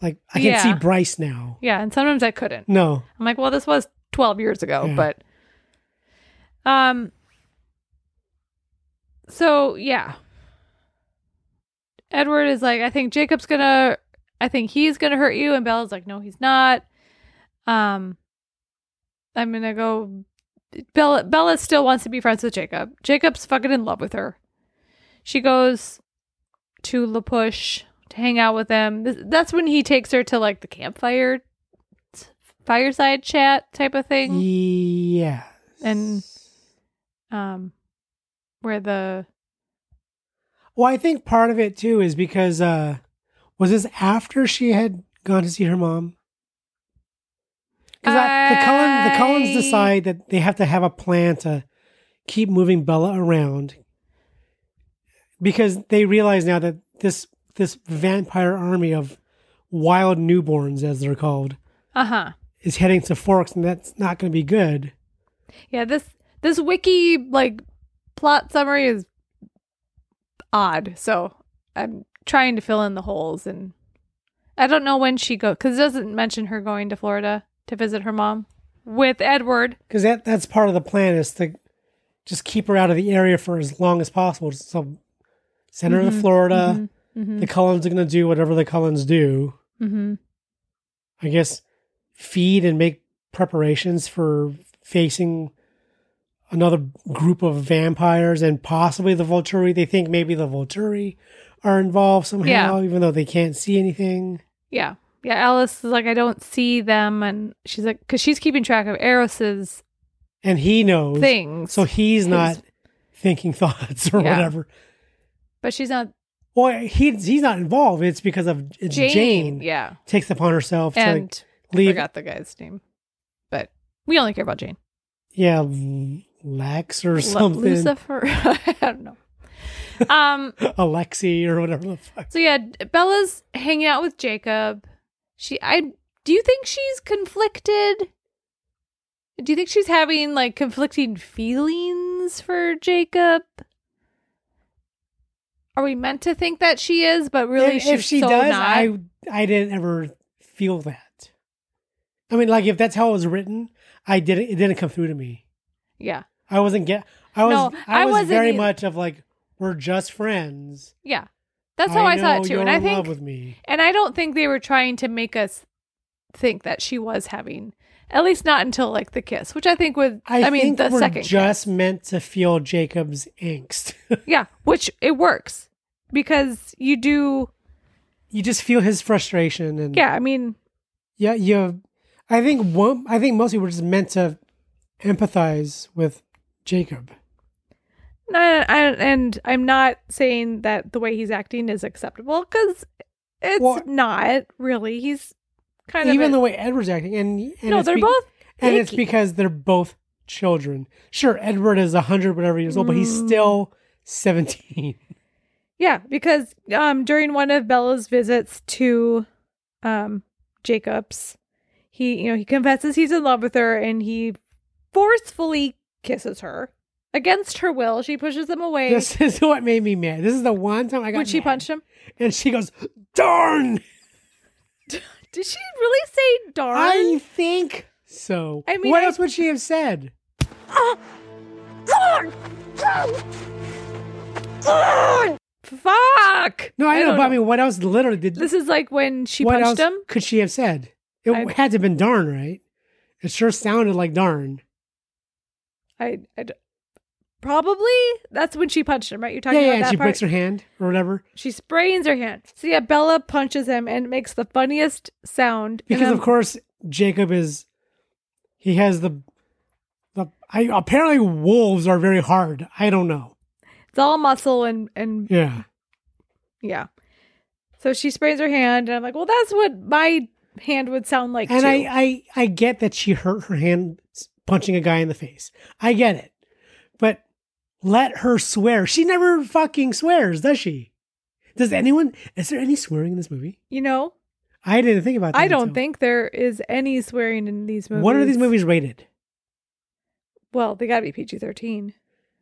Speaker 2: like I can see
Speaker 3: Yeah.
Speaker 2: Bryce now.
Speaker 3: Yeah, and sometimes I couldn't.
Speaker 2: No,
Speaker 3: I'm like, well, this was 12 years ago,
Speaker 2: Yeah.
Speaker 3: but um so yeah. Edward is like, I think Jacob's going to I think he's going to hurt you and Bella's like, no, he's not. Um I'm going to go Bella Bella still wants to be friends with Jacob. Jacob's fucking in love with her. She goes to La Push to hang out with him. This- That's when he takes her to like the campfire fireside chat type of thing
Speaker 2: yeah,
Speaker 3: and um where the
Speaker 2: Well, I think part of it too is because uh was this after she had gone to see her mom? Because the Cullen, the Cullens
Speaker 3: I-
Speaker 2: decide that they have to have a plan to keep moving Bella around because they realize now that this this vampire army of wild newborns, as they're called,
Speaker 3: uh-huh
Speaker 2: is heading to Forks, and that's not going to be good.
Speaker 3: yeah this this wiki like plot summary is odd so i'm trying to fill in the holes and i don't know when she go because it doesn't mention her going to florida to visit her mom with edward
Speaker 2: Because that that's part of the plan is to just keep her out of the area for as long as possible. So send her to
Speaker 3: Mhm,
Speaker 2: Florida.
Speaker 3: mm-hmm,
Speaker 2: The Cullens are going to do whatever the Cullens do.
Speaker 3: mm-hmm.
Speaker 2: I guess feed and make preparations for facing another group of vampires and possibly the Volturi. They think maybe the Volturi are involved somehow, even though they can't see anything.
Speaker 3: Yeah. Yeah. Alice is like, I don't see them. And she's like, because she's keeping track of Eros's
Speaker 2: And he knows.
Speaker 3: things.
Speaker 2: so he's
Speaker 3: his-
Speaker 2: not thinking thoughts or
Speaker 3: Yeah.
Speaker 2: whatever.
Speaker 3: but she's not
Speaker 2: Well, he, he's not involved. It's because of it's
Speaker 3: Jane.
Speaker 2: Jane,
Speaker 3: Yeah.
Speaker 2: takes upon herself
Speaker 3: And
Speaker 2: to
Speaker 3: I
Speaker 2: leave.
Speaker 3: forgot the guy's name. But we only care about Jane.
Speaker 2: Yeah, L- Lex or
Speaker 3: Lu-
Speaker 2: something.
Speaker 3: Lucifer. I don't know. Um,
Speaker 2: Alexi or whatever the fuck.
Speaker 3: so yeah, Bella's hanging out with Jacob. She, I, do you think she's conflicted? Do you think she's having like conflicting feelings for Jacob? Are we meant to think that she is, but really
Speaker 2: if,
Speaker 3: she's
Speaker 2: if she
Speaker 3: so
Speaker 2: does,
Speaker 3: not?
Speaker 2: I I didn't ever feel that. I mean, like if that's how it was written, I didn't. It didn't come through to me.
Speaker 3: yeah,
Speaker 2: I wasn't get. I was.
Speaker 3: No,
Speaker 2: I,
Speaker 3: I
Speaker 2: was
Speaker 3: wasn't e-,
Speaker 2: very
Speaker 3: ei-
Speaker 2: much of like we're just friends.
Speaker 3: yeah, that's how I, saw
Speaker 2: know
Speaker 3: it too,
Speaker 2: You're
Speaker 3: and I
Speaker 2: in love
Speaker 3: think,
Speaker 2: with me.
Speaker 3: and I don't think they were trying to make us think that she was having, at least not until like the kiss, which I think was, I, mean,
Speaker 2: think
Speaker 3: the
Speaker 2: we're
Speaker 3: second,
Speaker 2: just meant to feel Jacob's angst.
Speaker 3: kiss. yeah, which it works because you do,
Speaker 2: you just feel his frustration and
Speaker 3: yeah, I mean,
Speaker 2: yeah, you. I think one. I think mostly we're just meant to empathize with Jacob.
Speaker 3: No, I, and I'm not saying that the way he's acting is acceptable because it's
Speaker 2: Well-
Speaker 3: not really. He's kind of
Speaker 2: Even
Speaker 3: a-
Speaker 2: the way Edward's acting, and, and
Speaker 3: no,
Speaker 2: it's
Speaker 3: they're
Speaker 2: be-
Speaker 3: both
Speaker 2: and it's
Speaker 3: icky.
Speaker 2: because they're both children. Sure, Edward is hundred whatever years old, but he's
Speaker 3: Mm.
Speaker 2: still seventeen.
Speaker 3: yeah because um during one of Bella's visits to um Jacob's, he you know he confesses he's in love with her and he forcefully kisses her against her will. She pushes him away
Speaker 2: This is what made me mad. This is the one time I got
Speaker 3: when she
Speaker 2: mad.
Speaker 3: punched him.
Speaker 2: and she goes, "Darn!"
Speaker 3: Did she really say darn?
Speaker 2: I think so.
Speaker 3: I mean,
Speaker 2: what
Speaker 3: I-
Speaker 2: else would she have said?
Speaker 3: Fuck!
Speaker 2: No, I, know,
Speaker 3: don't
Speaker 2: but I mean, what else? Literally, did
Speaker 3: This is like when she
Speaker 2: what
Speaker 3: punched
Speaker 2: else
Speaker 3: him.
Speaker 2: could she have said? It
Speaker 3: I-
Speaker 2: had to have been darn, right? It sure sounded like darn.
Speaker 3: I, I d- probably that's when she punched him, right? You're talking
Speaker 2: Yeah, yeah.
Speaker 3: about
Speaker 2: And
Speaker 3: that
Speaker 2: she
Speaker 3: part.
Speaker 2: breaks her hand or whatever
Speaker 3: She sprains her hand. So yeah, Bella punches him and makes the funniest sound. and
Speaker 2: because,
Speaker 3: I'm-
Speaker 2: of course, Jacob is. He has the, the. I apparently wolves are very hard. I don't know.
Speaker 3: it's all muscle and and
Speaker 2: Yeah.
Speaker 3: yeah. So she sprains her hand, and I'm like, well, that's what my hand would sound like.
Speaker 2: And
Speaker 3: too.
Speaker 2: I, I, I get that she hurt her hand s- punching a guy in the face. I get it. But let her swear. She never fucking swears, does she? Does anyone, is there any swearing in this movie?
Speaker 3: you know,
Speaker 2: I didn't think about that.
Speaker 3: I don't
Speaker 2: until-
Speaker 3: think there is any swearing in these movies.
Speaker 2: What are these movies rated?
Speaker 3: Well, they got to be PG-13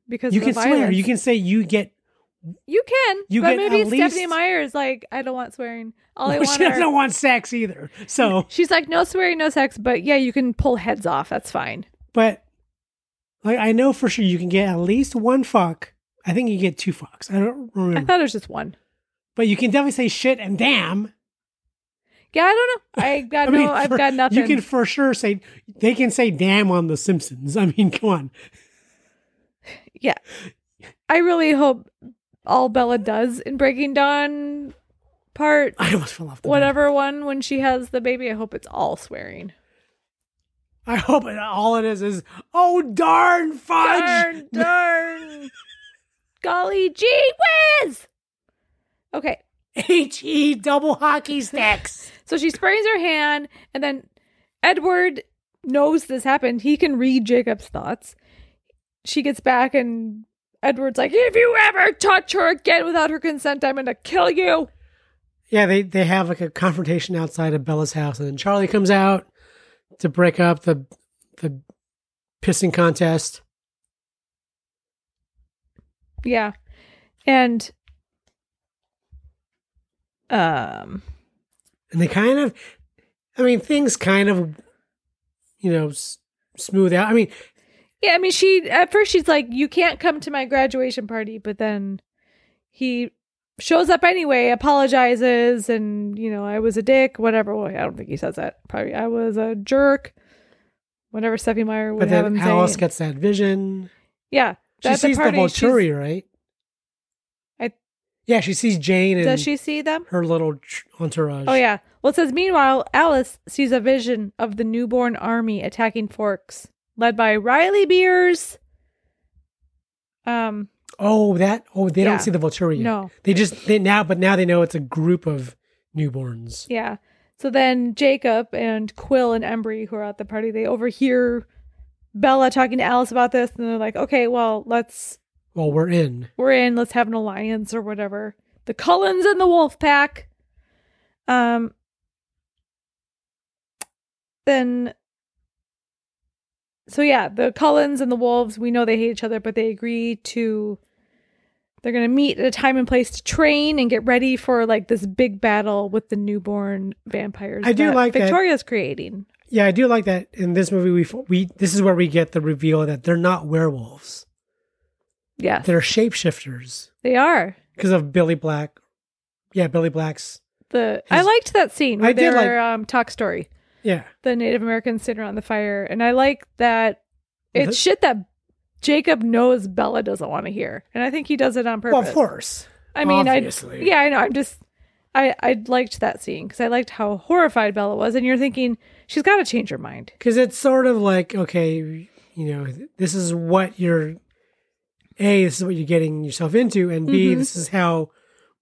Speaker 3: because
Speaker 2: You
Speaker 3: of
Speaker 2: can
Speaker 3: the
Speaker 2: swear.
Speaker 3: violence.
Speaker 2: You can say you get.
Speaker 3: You can.
Speaker 2: You
Speaker 3: but
Speaker 2: get
Speaker 3: maybe
Speaker 2: at
Speaker 3: Stephanie
Speaker 2: least-
Speaker 3: Meyer's like, I don't want swearing. All I
Speaker 2: Well,
Speaker 3: want
Speaker 2: she doesn't
Speaker 3: are...
Speaker 2: want sex either. So,
Speaker 3: She's like, no swearing, no sex, but yeah, you can pull heads off. That's fine.
Speaker 2: but like I know for sure you can get at least one fuck. I think you get two fucks. I don't remember.
Speaker 3: I thought it was just one.
Speaker 2: but you can definitely say shit and damn.
Speaker 3: Yeah, I don't know. I got no. I've
Speaker 2: for-
Speaker 3: got nothing.
Speaker 2: You can for sure say they can say "damn" on The Simpsons. I mean, come on.
Speaker 3: Yeah, I really hope all Bella does in Breaking Dawn part,
Speaker 2: I almost fell off. The bed.
Speaker 3: whatever one when she has the baby. I hope it's all swearing.
Speaker 2: I hope it, all it is is oh darn fudge.
Speaker 3: Darn, darn, golly gee whiz. Okay,
Speaker 2: H E double hockey sticks.
Speaker 3: So she sprains her hand, and then Edward knows this happened. He can read Jacob's thoughts. She gets back, and Edward's like, If you ever touch her again without her consent, I'm going to kill you.
Speaker 2: yeah, they they have like a confrontation outside of Bella's house, and then Charlie comes out to break up the the pissing contest.
Speaker 3: Yeah. And, um,
Speaker 2: and they kind of i mean things kind of you know s- smooth out i mean
Speaker 3: yeah, I mean, she, at first, she's like, You can't come to my graduation party, but then he shows up anyway, apologizes, and, you know, I was a dick, whatever. Well, I don't think he says that. Probably, I was a jerk, whatever Steffi Meyer would
Speaker 2: but
Speaker 3: have him
Speaker 2: then alice
Speaker 3: say.
Speaker 2: gets that vision
Speaker 3: yeah.
Speaker 2: she
Speaker 3: that's
Speaker 2: sees the,
Speaker 3: party, she's-
Speaker 2: volturi right
Speaker 3: I-
Speaker 2: yeah she sees jane and
Speaker 3: Does she see them?
Speaker 2: her little tr- entourage
Speaker 3: Oh, yeah. Well, it says, meanwhile, Alice sees a vision of the newborn army attacking Forks, led by Riley Beers. Um,
Speaker 2: oh that oh they
Speaker 3: Yeah.
Speaker 2: don't see the volturi yet.
Speaker 3: No.
Speaker 2: they just they now but now they know it's a group of newborns
Speaker 3: Yeah. So then Jacob and Quill and Embry, who are at the party, they overhear Bella talking to Alice about this, and they're like, "Okay, well, let's
Speaker 2: well we're in
Speaker 3: we're in. Let's have an alliance or whatever." The Cullens and the Wolf Pack. Um. Then. So yeah, the Cullens and the Wolves. We know they hate each other, but they agree to. They're gonna meet at a time and place to train and get ready for like this big battle with the newborn vampires.
Speaker 2: I do like that-
Speaker 3: Victoria's creating.
Speaker 2: yeah i do like that in this movie we f- we this is where we get the reveal that they're not werewolves
Speaker 3: Yes,
Speaker 2: they're shapeshifters
Speaker 3: they are.
Speaker 2: because of Billy Black. Yeah, Billy Black's.
Speaker 3: The I
Speaker 2: His-
Speaker 3: liked that scene where
Speaker 2: I
Speaker 3: they
Speaker 2: did
Speaker 3: were
Speaker 2: like-
Speaker 3: um, talk story.
Speaker 2: Yeah,
Speaker 3: the Native Americans sitting around the fire. And I like that it's
Speaker 2: Mhm.
Speaker 3: shit that Jacob knows Bella doesn't want to hear. And I think he does it on purpose.
Speaker 2: well, of course.
Speaker 3: I mean, I,
Speaker 2: obviously.
Speaker 3: yeah, I know. I'm just, I, I liked that scene because I liked how horrified Bella was. And you're thinking, she's got to change her mind.
Speaker 2: Because it's sort of like okay, you know, this is what your A, this is what you're getting yourself into, and B,
Speaker 3: Mm-hmm.
Speaker 2: this is how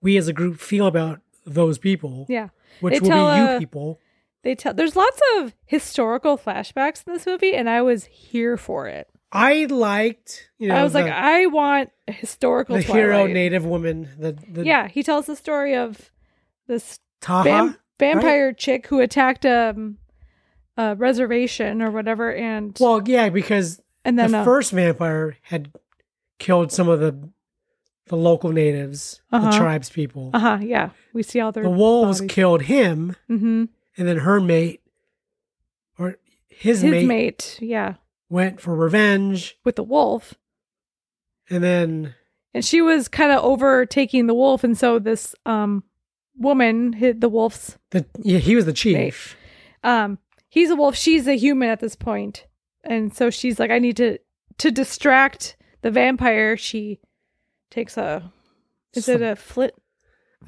Speaker 2: we as a group feel about those people,
Speaker 3: Yeah.
Speaker 2: which
Speaker 3: They
Speaker 2: will
Speaker 3: tell,
Speaker 2: be you
Speaker 3: uh,
Speaker 2: people.
Speaker 3: They tell there's lots of historical flashbacks in this movie, and I was here for it.
Speaker 2: I liked, you know,
Speaker 3: I was
Speaker 2: the,
Speaker 3: like, I want a historical
Speaker 2: the hero
Speaker 3: Twilight.
Speaker 2: native woman, the, the
Speaker 3: Yeah, he tells the story of this
Speaker 2: Taha.
Speaker 3: vam- vampire chick who attacked um, a reservation or whatever, and
Speaker 2: Well, yeah, because
Speaker 3: and then
Speaker 2: the
Speaker 3: uh,
Speaker 2: first vampire had killed some of the the local natives, the
Speaker 3: Uh-huh.
Speaker 2: tribes people.
Speaker 3: uh huh, yeah, we see all their
Speaker 2: The wolves
Speaker 3: bodies.
Speaker 2: killed him,
Speaker 3: Mhm.
Speaker 2: and then her mate, or his,
Speaker 3: His
Speaker 2: mate,
Speaker 3: mate. yeah,
Speaker 2: went for revenge,
Speaker 3: with the wolf,
Speaker 2: and then
Speaker 3: and she was kind of overtaking the wolf, and so this um woman hit the wolf's
Speaker 2: the yeah, he was the chief.
Speaker 3: um he's a wolf she's a human at this point and so she's like i need to to distract the vampire she takes a is
Speaker 2: Some-
Speaker 3: it a flit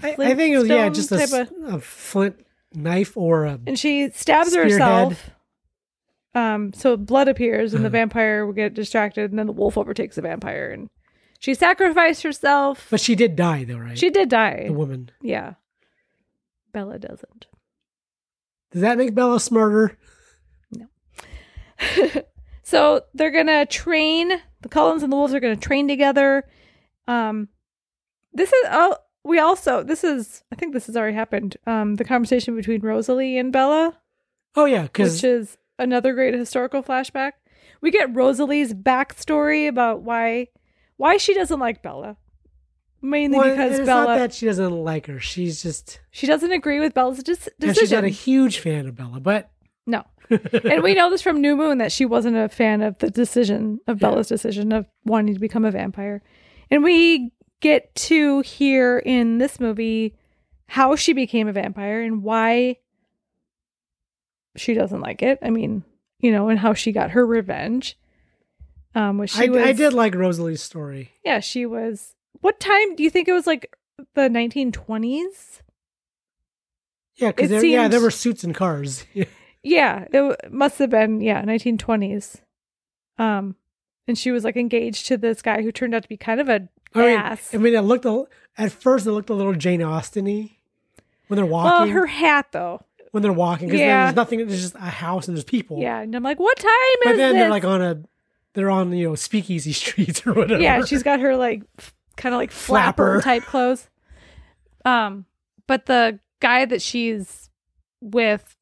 Speaker 2: I, I think it was yeah,
Speaker 3: flintstone
Speaker 2: just a,
Speaker 3: type
Speaker 2: s- a flint knife or a
Speaker 3: and she stabs
Speaker 2: Spearhead.
Speaker 3: herself um so blood appears and the
Speaker 2: Uh.
Speaker 3: vampire will get distracted and then the wolf overtakes the vampire and she sacrificed herself
Speaker 2: but she did die though, right?
Speaker 3: she did die
Speaker 2: the woman.
Speaker 3: yeah bella doesn't
Speaker 2: Does that make Bella smarter?
Speaker 3: So they're gonna train. The Cullens and the Wolves are gonna train together. Um, this is oh, we also this is I think this has already happened. Um, the conversation between Rosalie and Bella,
Speaker 2: Oh yeah, because
Speaker 3: which is another great historical flashback. We get Rosalie's backstory about why why she doesn't like Bella, mainly because
Speaker 2: it's
Speaker 3: Bella
Speaker 2: not that she doesn't like her. She's just
Speaker 3: she doesn't agree with Bella's dis-
Speaker 2: now, she's
Speaker 3: decision.
Speaker 2: not a huge fan of Bella, but
Speaker 3: No. and we know this from New Moon that she wasn't a fan of the decision of Bella's decision of wanting to become a vampire. And we get to hear in this movie how she became a vampire and why she doesn't like it. I mean, you know, and how she got her revenge. Um, which she
Speaker 2: I,
Speaker 3: was,
Speaker 2: I did like Rosalie's story.
Speaker 3: Yeah, she was. What time do you think it was? Like the 1920s?
Speaker 2: Yeah, because
Speaker 3: It
Speaker 2: there, yeah, there
Speaker 3: seemed-
Speaker 2: were suits and cars.
Speaker 3: Yeah, it w- must have been yeah, 1920s. Um and she was like engaged to this guy who turned out to be kind of a
Speaker 2: I mean,
Speaker 3: ass.
Speaker 2: I mean, it looked a, at first it looked a little Jane Austeny when they're
Speaker 3: well,
Speaker 2: walking.
Speaker 3: her hat though.
Speaker 2: when they're walking, because
Speaker 3: Yeah.
Speaker 2: there's nothing. There's just a house and there's people.
Speaker 3: Yeah, and I'm like, "What time
Speaker 2: but
Speaker 3: is
Speaker 2: then
Speaker 3: this?"
Speaker 2: they're like on a, they're on you know speakeasy streets or whatever.
Speaker 3: yeah, she's got her like kind of like flapper
Speaker 2: Flapper.
Speaker 3: type clothes. Um but the guy that she's with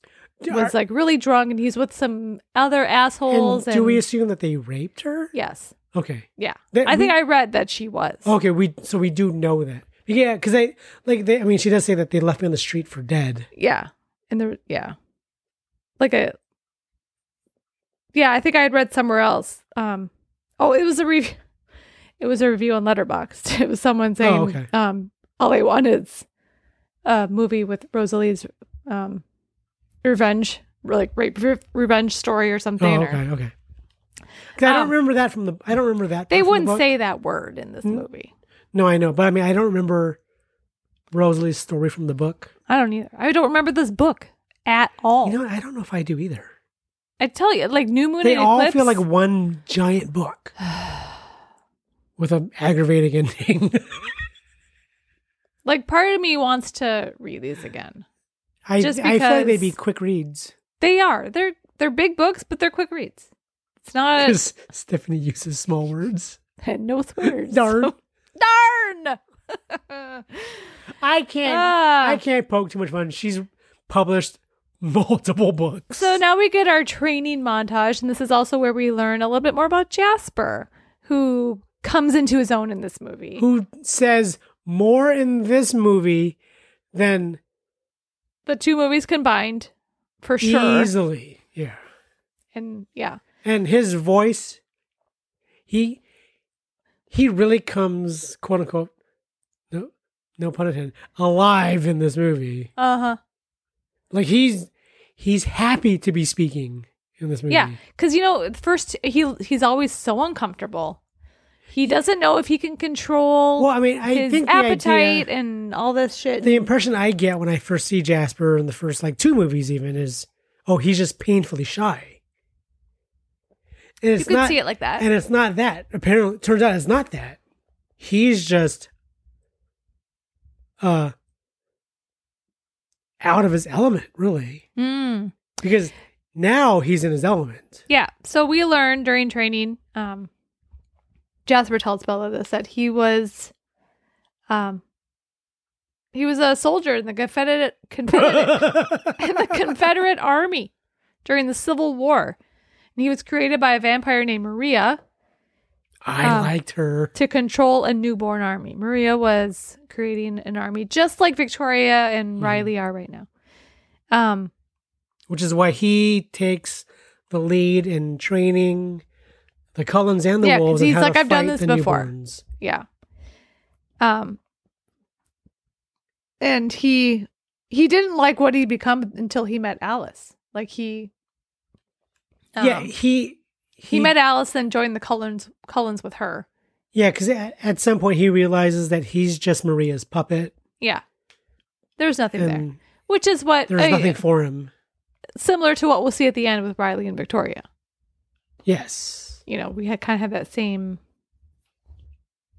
Speaker 3: was like really drunk and he's with some other
Speaker 2: and
Speaker 3: assholes and,
Speaker 2: do we assume that they raped her?
Speaker 3: Yes.
Speaker 2: Okay.
Speaker 3: Yeah.
Speaker 2: That
Speaker 3: I think
Speaker 2: we-
Speaker 3: I read that she was.
Speaker 2: Okay. We so we do know that. Yeah, because they like they. I mean, she does say that they left me on the street for dead.
Speaker 3: Yeah. And there yeah. Like a Yeah, I think I had read somewhere else. Um oh, it was a review it was a review on Letterboxd. It was someone saying
Speaker 2: Oh, okay.
Speaker 3: um all I want is a movie with Rosalie's um revenge like rape re- revenge story or something.
Speaker 2: Oh,
Speaker 3: or-
Speaker 2: okay. Okay. 'Cause I don't
Speaker 3: Um,
Speaker 2: remember that from the. I don't remember that. part
Speaker 3: They
Speaker 2: from the
Speaker 3: wouldn't
Speaker 2: book. Hmm?
Speaker 3: say that word in this movie.
Speaker 2: No, I know, but I mean, I don't remember Rosalie's story from the book.
Speaker 3: I don't either. I don't remember this book at all.
Speaker 2: You know, I don't know if I do either.
Speaker 3: I tell you, like New Moon
Speaker 2: they
Speaker 3: and
Speaker 2: all
Speaker 3: Eclipse,
Speaker 2: feel like one giant book with an aggravating ending.
Speaker 3: like part of me wants to read these again.
Speaker 2: I
Speaker 3: Just
Speaker 2: I feel like they'd be
Speaker 3: because-
Speaker 2: quick reads
Speaker 3: They are. They're they're big books, but they're quick reads. It's not
Speaker 2: because Stephanie uses small words.
Speaker 3: no words.
Speaker 2: Darn,
Speaker 3: Darn.
Speaker 2: I can't.
Speaker 3: Ah.
Speaker 2: I can't poke too much fun. She's published multiple books.
Speaker 3: so now we get our training montage, and this is also where we learn a little bit more about Jasper, who comes into his own in this movie.
Speaker 2: who says more in this movie than
Speaker 3: The two movies combined, for sure.
Speaker 2: easily? Yeah.
Speaker 3: And yeah,
Speaker 2: and his voice he he really comes quote unquote no no pun intended alive in this movie
Speaker 3: uh huh.
Speaker 2: like he's he's happy to be speaking in this movie
Speaker 3: Yeah, because you know, at first he he's always so uncomfortable. He doesn't know if he can control
Speaker 2: well i mean i
Speaker 3: his
Speaker 2: think the,
Speaker 3: appetite
Speaker 2: idea,
Speaker 3: and all this shit.
Speaker 2: the impression i get when i first see jasper in the first like two movies even is oh he's just painfully shy And it's
Speaker 3: You could
Speaker 2: not,
Speaker 3: see it like that.
Speaker 2: and it's not that. Apparently, it turns out it's not that. He's just uh out of his element, really,
Speaker 3: Mm.
Speaker 2: because now he's in his element.
Speaker 3: Yeah. So we learned during training, um, Jasper tells Bella this that he was, um, he was a soldier in the Confederate Confederate in the Confederate Army during the Civil War, and he was created by a vampire named Maria
Speaker 2: I
Speaker 3: Um,
Speaker 2: liked her.
Speaker 3: to control a newborn army. Maria was creating an army just like Victoria and
Speaker 2: Mhm.
Speaker 3: Riley are right now. Um,
Speaker 2: which is why he takes the lead in training the Cullens and the
Speaker 3: Yeah, 'cause
Speaker 2: wolves. and
Speaker 3: he's
Speaker 2: how to
Speaker 3: like, "I've done
Speaker 2: fight
Speaker 3: this
Speaker 2: the
Speaker 3: before."
Speaker 2: newborns.
Speaker 3: yeah um and he he didn't like what he'd become until he met alice like he um,
Speaker 2: yeah,
Speaker 3: he,
Speaker 2: he he,
Speaker 3: met alice and joined the cullens cullens with her
Speaker 2: Yeah, because at, at some point he realizes that he's just Maria's puppet,
Speaker 3: yeah there's nothing there Oh,
Speaker 2: and
Speaker 3: which is what
Speaker 2: there's
Speaker 3: I mean,
Speaker 2: nothing for him.
Speaker 3: similar to what we'll see at the end with riley and victoria
Speaker 2: Yes,
Speaker 3: you know we had kind of have that same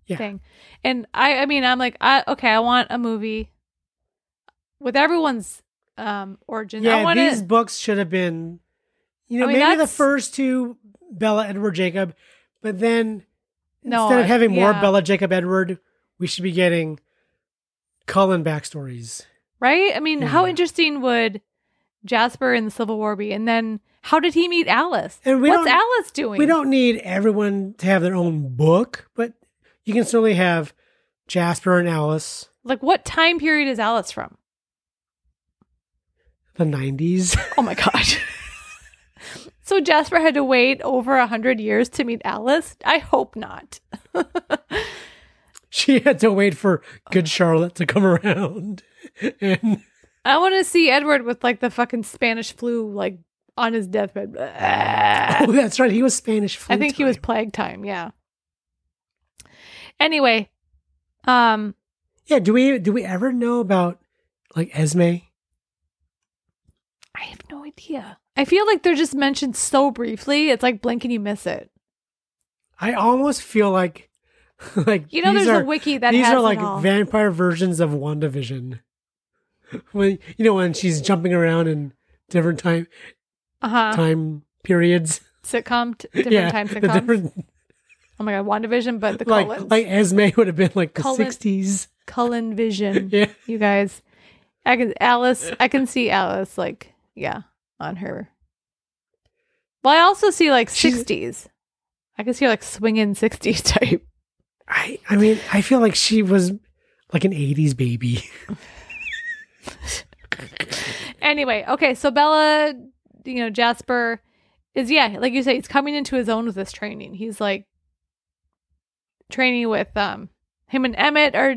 Speaker 2: Yeah.
Speaker 3: thing and i i mean i'm like I, okay i want a movie with everyone's um origin i
Speaker 2: yeah.
Speaker 3: want
Speaker 2: these
Speaker 3: to
Speaker 2: books should have been, you know,
Speaker 3: I mean,
Speaker 2: maybe the
Speaker 3: that's-
Speaker 2: first two Bella Edward Jacob, but then
Speaker 3: No,
Speaker 2: instead of
Speaker 3: I-
Speaker 2: having more
Speaker 3: yeah.
Speaker 2: Bella Jacob Edward, we should be getting Cullen backstories.
Speaker 3: right? I mean, how
Speaker 2: Yeah.
Speaker 3: interesting would Jasper in the Civil War be? And then how did he meet Alice?
Speaker 2: And we
Speaker 3: What's
Speaker 2: don't-
Speaker 3: Alice doing?
Speaker 2: We don't need everyone to have their own book, but you can certainly have Jasper and Alice,
Speaker 3: like what time period is Alice from?
Speaker 2: the '90s.
Speaker 3: Oh my god. so Jasper had to wait over a hundred years to meet Alice? I hope not.
Speaker 2: she had to wait for
Speaker 3: Uh-huh.
Speaker 2: good Charlotte to come around. and
Speaker 3: I want to see Edward with like the fucking Spanish flu, like on his deathbed.
Speaker 2: oh, that's right. He was Spanish flu.
Speaker 3: I think he was
Speaker 2: time.
Speaker 3: plague time. Yeah. Anyway, um,
Speaker 2: Yeah. Do we do we ever know about like Esme?
Speaker 3: I have no idea. I feel like they're just mentioned so briefly. It's like blink and you miss it.
Speaker 2: I almost feel like like
Speaker 3: You know,
Speaker 2: these
Speaker 3: there's
Speaker 2: are-
Speaker 3: a wiki that
Speaker 2: these
Speaker 3: has
Speaker 2: are like
Speaker 3: it all.
Speaker 2: vampire versions of WandaVision. when you know when she's jumping around in different time
Speaker 3: uh-huh.
Speaker 2: time periods.
Speaker 3: sitcom, t- different
Speaker 2: yeah,
Speaker 3: time
Speaker 2: the
Speaker 3: sitcoms.
Speaker 2: different-
Speaker 3: oh my god, WandaVision, but the
Speaker 2: like
Speaker 3: Cullen,
Speaker 2: like Esme would have been like the
Speaker 3: Cullen-
Speaker 2: sixties.
Speaker 3: Cullen Vision.
Speaker 2: Yeah.
Speaker 3: You guys, I can Alice. I can see Alice like yeah on her. Well, I also see like
Speaker 2: She's-
Speaker 3: sixties. I can see her like swinging sixties type.
Speaker 2: I I mean I feel like she was like an eighties baby.
Speaker 3: Anyway, okay, so Bella, you know Jasper is yeah, like you say, he's coming into his own with this training. He's like training with um him and Emmett are.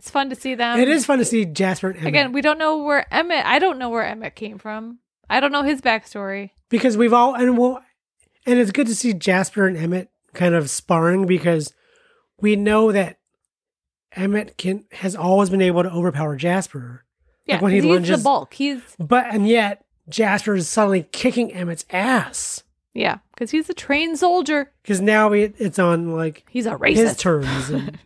Speaker 3: It's fun to see them.
Speaker 2: it is fun to see Jasper and Emmett
Speaker 3: Um, Again, we don't know where Emmett. I don't know where Emmett came from. I don't know his backstory.
Speaker 2: because we've all and we'll, and it's good to see Jasper and Emmett kind of sparring because we know that Emmett can has always been able to overpower Jasper,
Speaker 3: Yeah,
Speaker 2: when he
Speaker 3: 'cause he's
Speaker 2: lunges-
Speaker 3: the bulk. He's
Speaker 2: but and yet Jasper is suddenly kicking Emmett's ass
Speaker 3: yeah, because he's a trained soldier.
Speaker 2: because now it, it's on like
Speaker 3: He's a
Speaker 2: his
Speaker 3: racist.
Speaker 2: terms. And,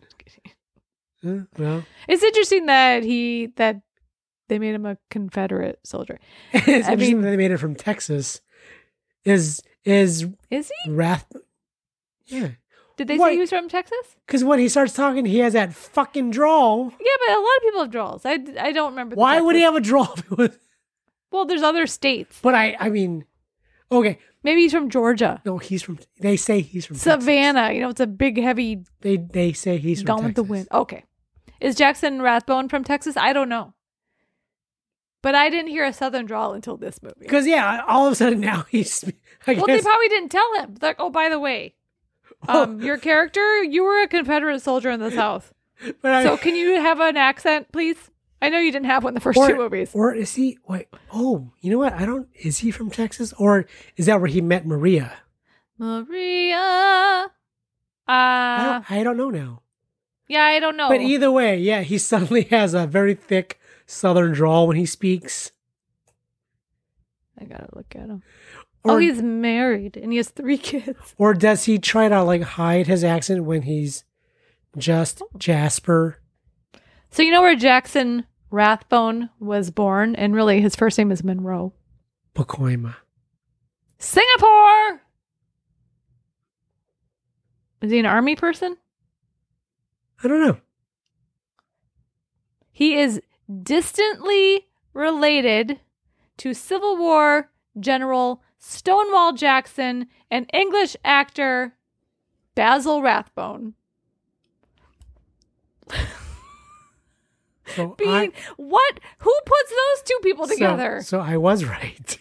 Speaker 2: Eh, well,
Speaker 3: it's interesting that he that they made him a Confederate soldier.
Speaker 2: it's interesting
Speaker 3: mean-
Speaker 2: that they made it from Texas. Is is
Speaker 3: Is he?
Speaker 2: Rath? Yeah,
Speaker 3: Did they
Speaker 2: Wait.
Speaker 3: say he was from Texas?
Speaker 2: because when he starts talking, he has that fucking drawl.
Speaker 3: Yeah, but a lot of people have draws. I, I don't remember. the
Speaker 2: Why would he
Speaker 3: Texas-
Speaker 2: have a drawl? if it was-
Speaker 3: Well, there's other states.
Speaker 2: But I, I mean, okay,
Speaker 3: Maybe he's from Georgia,
Speaker 2: no, he's from. They say he's from Texas.
Speaker 3: Savannah. You know, it's a big, heavy
Speaker 2: They they say he's from
Speaker 3: Gone with the
Speaker 2: Texas.
Speaker 3: Wind. Okay. Is Jackson Rathbone from Texas? I don't know. But I didn't hear a Southern drawl until this movie.
Speaker 2: Because yeah, all of a sudden now he's. I
Speaker 3: Well, they
Speaker 2: guess. Oh.
Speaker 3: probably didn't tell him. Like, oh, by the way, um, your character, you were a Confederate soldier in the South.
Speaker 2: but I,
Speaker 3: So can you have an accent, please? I know you didn't have one the first
Speaker 2: or,
Speaker 3: two movies.
Speaker 2: or is he? Wait, oh, you know what? I don't. Is he from Texas, or is that where he met Maria?
Speaker 3: Maria.
Speaker 2: I,
Speaker 3: Uh, oh.
Speaker 2: don't, I don't know now.
Speaker 3: yeah, I don't know.
Speaker 2: But either way, yeah, he suddenly has a very thick Southern drawl when he speaks.
Speaker 3: I gotta look at him. oh,
Speaker 2: Or-
Speaker 3: he's married and he has three kids.
Speaker 2: Or does he try to like hide his accent when he's
Speaker 3: Oh.
Speaker 2: just Jasper?
Speaker 3: So you know where Jackson Rathbone was born, and really his first name is Monroe.
Speaker 2: Pacoima.
Speaker 3: Singapore. Is he an army person?
Speaker 2: I don't know.
Speaker 3: He is distantly related to Civil War General Stonewall Jackson and English actor Basil Rathbone.
Speaker 2: So
Speaker 3: Being what? Who puts those two people
Speaker 2: so-
Speaker 3: together?
Speaker 2: So, I was right.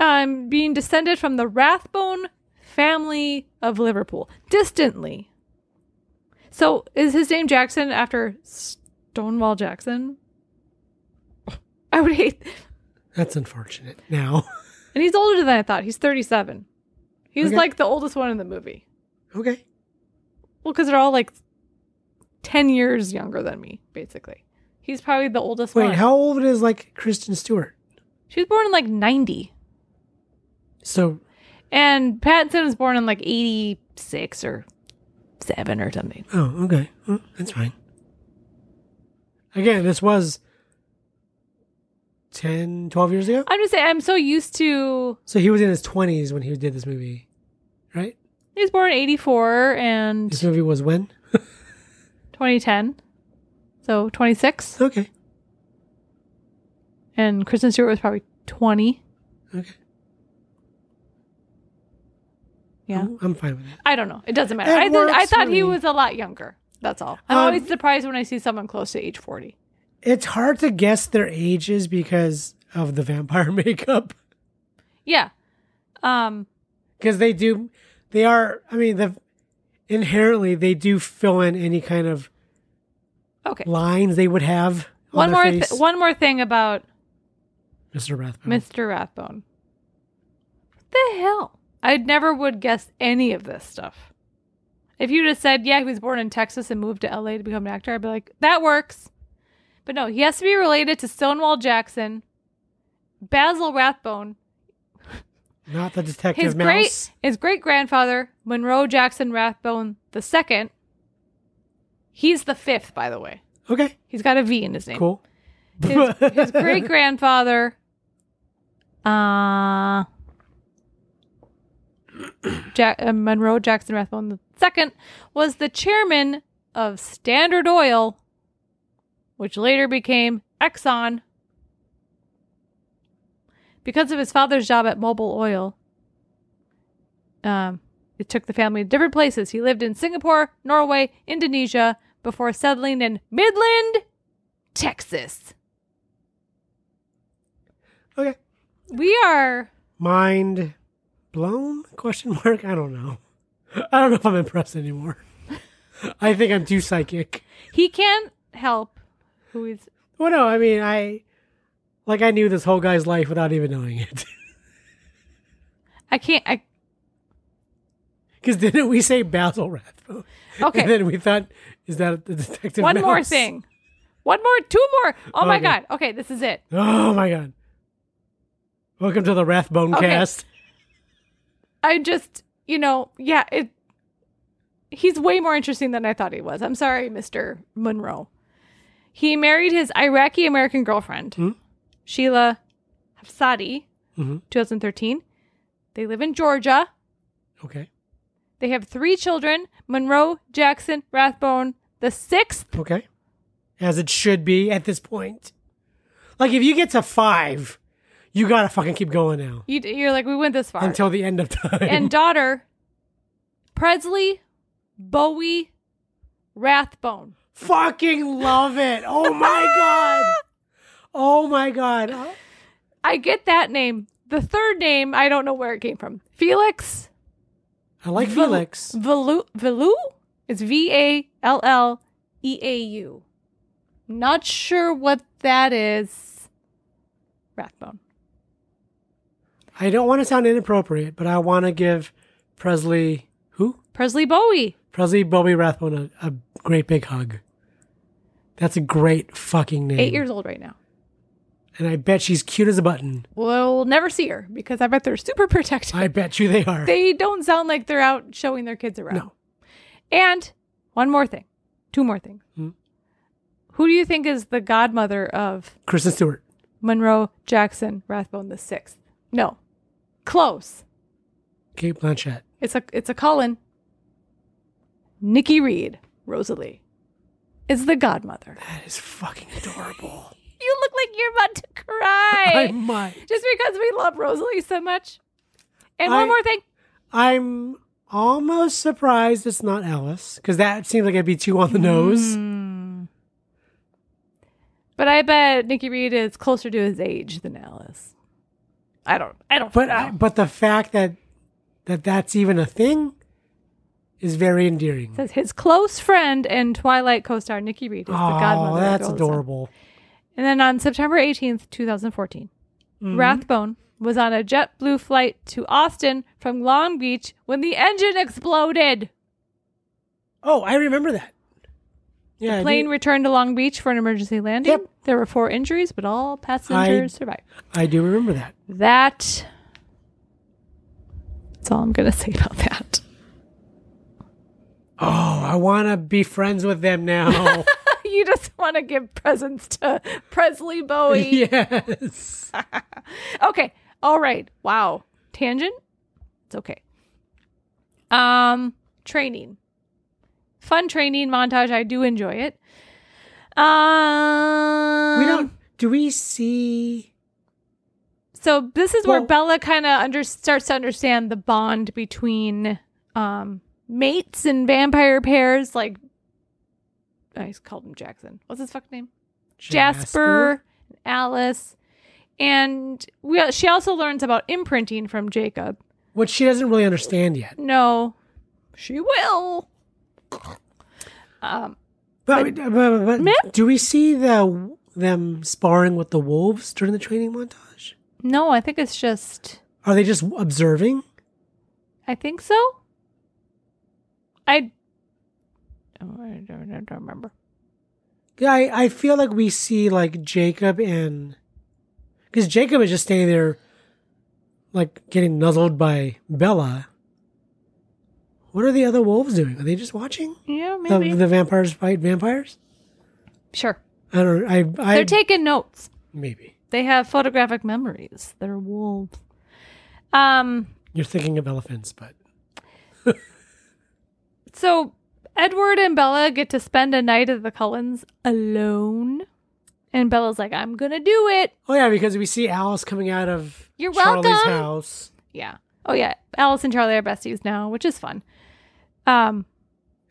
Speaker 3: um, being descended from the Rathbone family of Liverpool, distantly. So is his name Jackson after Stonewall Jackson? I would hate.
Speaker 2: That's unfortunate. Now,
Speaker 3: And he's older than I thought. He's 37. He's
Speaker 2: Okay.
Speaker 3: like the oldest one in the movie.
Speaker 2: okay.
Speaker 3: Well, because they're all like 10 years younger than me, basically. He's probably the oldest
Speaker 2: Wait,
Speaker 3: one.
Speaker 2: how old is like Kristen Stewart?
Speaker 3: She was born in like 90.
Speaker 2: So
Speaker 3: And Pattinson was born in like 86 or 7 or something.
Speaker 2: Oh, okay. Mm, That's fine. Again, this was 10, 12 years ago.
Speaker 3: I'm just saying, I'm so used to.
Speaker 2: So he was in his 20s when he did this movie, right?
Speaker 3: He was born in 84 and
Speaker 2: This movie was when?
Speaker 3: 2010. So 26.
Speaker 2: Okay.
Speaker 3: And Kristen Stewart was probably 20.
Speaker 2: Okay.
Speaker 3: Yeah.
Speaker 2: I'm- I'm fine with that.
Speaker 3: I don't know. It doesn't matter.
Speaker 2: It
Speaker 3: I, th- I
Speaker 2: works
Speaker 3: thought
Speaker 2: for
Speaker 3: he
Speaker 2: me.
Speaker 3: was a lot younger. That's all. I'm
Speaker 2: Um,
Speaker 3: always surprised when I see someone close to age 40.
Speaker 2: It's hard to guess their ages because of the vampire makeup.
Speaker 3: Yeah. Um,
Speaker 2: Because they do, they are, I mean, the inherently they do fill in any kind of
Speaker 3: okay.
Speaker 2: lines they would have.
Speaker 3: One
Speaker 2: on their
Speaker 3: more th-
Speaker 2: face.
Speaker 3: one more thing about
Speaker 2: Mr. Rathbone.
Speaker 3: Mr. Rathbone. What the hell? I never would guess any of this stuff. If you just said, yeah, he was born in Texas and moved to LA to become an actor, I'd be like, that works. But no, he has to be related to Stonewall Jackson, Basil Rathbone,
Speaker 2: Not the detective
Speaker 3: his
Speaker 2: mouse.
Speaker 3: great his great grandfather, Monroe Jackson Rathbone II. He's the fifth, by the way.
Speaker 2: Okay.
Speaker 3: He's got a V in his name.
Speaker 2: Cool.
Speaker 3: His, his great grandfather, uh, Jack, uh, Monroe Jackson Rathbone II, was the chairman of Standard Oil, which later became Exxon. Because of his father's job at Mobil Oil, um, it took the family to different places. He lived in Singapore, Norway, Indonesia, before settling in Midland, Texas.
Speaker 2: Okay.
Speaker 3: We are.
Speaker 2: Mind blown? Question mark. I don't know. I don't know if I'm impressed anymore. I think I'm too psychic.
Speaker 3: He can help. Who is?
Speaker 2: Well, no, I mean, I like I knew this whole guy's life without even knowing it.
Speaker 3: I can't. I
Speaker 2: Because didn't we say Basil Rathbone?
Speaker 3: okay.
Speaker 2: And then we thought, is that the detective?
Speaker 3: One more
Speaker 2: Mouse?
Speaker 3: thing. One more. Two more. Oh my
Speaker 2: Okay.
Speaker 3: god. Okay, this is it.
Speaker 2: Oh my god! Welcome to the Rathbone
Speaker 3: Okay.
Speaker 2: cast.
Speaker 3: I just, you know, yeah. It. He's way more interesting than I thought he was. I'm sorry, Mister Monroe. He married his Iraqi American girlfriend,
Speaker 2: Hmm?
Speaker 3: Sheila Hafsadi,
Speaker 2: Mhm.
Speaker 3: 2013. They live in Georgia.
Speaker 2: Okay.
Speaker 3: They have three children: Monroe, Jackson, Rathbone, the sixth.
Speaker 2: Okay. As it should be at this point. Like if you get to five, you gotta fucking keep going now
Speaker 3: You, you're like, we went this far.
Speaker 2: until the end of time.
Speaker 3: and daughter, Presley Bowie Rathbone.
Speaker 2: fucking love it. Oh my god. Oh my god.
Speaker 3: I get that name. The third name, I don't know where it came from. Felix
Speaker 2: I like Felix.
Speaker 3: Velu Velu? It's V A L L E A U. Not sure what that is. Rathbone.
Speaker 2: I don't want to sound inappropriate, but I want to give Presley who?
Speaker 3: Presley Bowie.
Speaker 2: Presley Bobby Rathbone a, a great big hug. That's a great fucking name.
Speaker 3: Eight years old right now.
Speaker 2: And I bet she's cute as a button.
Speaker 3: We'll never see her because I bet they're super protective.
Speaker 2: I bet you they are.
Speaker 3: they don't sound like they're out showing their kids around.
Speaker 2: No.
Speaker 3: And one more thing, two more things.
Speaker 2: Hmm?
Speaker 3: Who do you think is the godmother of
Speaker 2: Kristen Stewart.
Speaker 3: Monroe Jackson Rathbone the sixth? No, close.
Speaker 2: Kate Blanchett.
Speaker 3: It's a it's a Colin. Nikki Reed, Rosalie, is the godmother.
Speaker 2: That is fucking adorable.
Speaker 3: You look like you're about to cry.
Speaker 2: I might.
Speaker 3: Just because we love Rosalie so much. And
Speaker 2: I-
Speaker 3: one more thing.
Speaker 2: I'm almost surprised it's not Alice because that seems like it'd be too on the nose.
Speaker 3: Hmm. But I bet Nikki Reed is closer to his age than Alice. I don't. I don't.
Speaker 2: But
Speaker 3: know.
Speaker 2: I, but the fact that that that's even a thing is very endearing.
Speaker 3: says his close friend and Twilight co-star Nikki Reed is the
Speaker 2: Oh,
Speaker 3: godmother. of
Speaker 2: that's
Speaker 3: Rosa.
Speaker 2: adorable.
Speaker 3: And then on September eighteenth, two thousand fourteen,
Speaker 2: Mm-hmm.
Speaker 3: Rathbone was on a JetBlue flight to Austin from Long Beach when the engine exploded.
Speaker 2: Oh, I remember that. Yeah, I,
Speaker 3: Plane
Speaker 2: do,
Speaker 3: returned to Long Beach for an emergency landing.
Speaker 2: Yep.
Speaker 3: There were four injuries, but all passengers survived.
Speaker 2: I do remember that.
Speaker 3: That. That's all I'm gonna say about that.
Speaker 2: Oh, I want to be friends with them now.
Speaker 3: you just want to give presents to Presley Bowie.
Speaker 2: yes.
Speaker 3: Um. Okay. All right. Wow. Tangent? It's okay. Um, training. Fun training montage. I do enjoy it. Um,
Speaker 2: we don't. Do we see?
Speaker 3: So this is where
Speaker 2: Well-
Speaker 3: Bella kind of under, starts to understand the bond between um, mates and vampire pairs. Like, I just called him Jackson. What's his fucking name? Jasper, and Alice, and we, she also learns about imprinting from Jacob.
Speaker 2: Which she doesn't really understand yet.
Speaker 3: No, she will. Um,
Speaker 2: But, but, but,
Speaker 3: Meh.
Speaker 2: do we see the them sparring with the wolves during the training montage?
Speaker 3: no, I think it's just.
Speaker 2: Are they just observing?
Speaker 3: I think so. I. Oh, I don't, I don't remember.
Speaker 2: Yeah, I, I feel like we see like Jacob and because Jacob is just standing there, like getting nuzzled by Bella. What are the other wolves doing? Are they just watching
Speaker 3: Yeah,
Speaker 2: the,
Speaker 3: maybe.
Speaker 2: the vampires fight vampires?
Speaker 3: sure.
Speaker 2: I don't. I. I
Speaker 3: They're taking notes.
Speaker 2: maybe
Speaker 3: They have photographic memories. They're wolves. Um.
Speaker 2: you're thinking of elephants, but
Speaker 3: So Edward and Bella get to spend a night at the Cullens alone. And Bella's like, I'm going to do it.
Speaker 2: oh yeah, because we see Alice coming out of
Speaker 3: You're
Speaker 2: Charlie's
Speaker 3: welcome.
Speaker 2: house.
Speaker 3: Yeah. Oh, yeah. Alice and Charlie are besties now, which is fun. Um,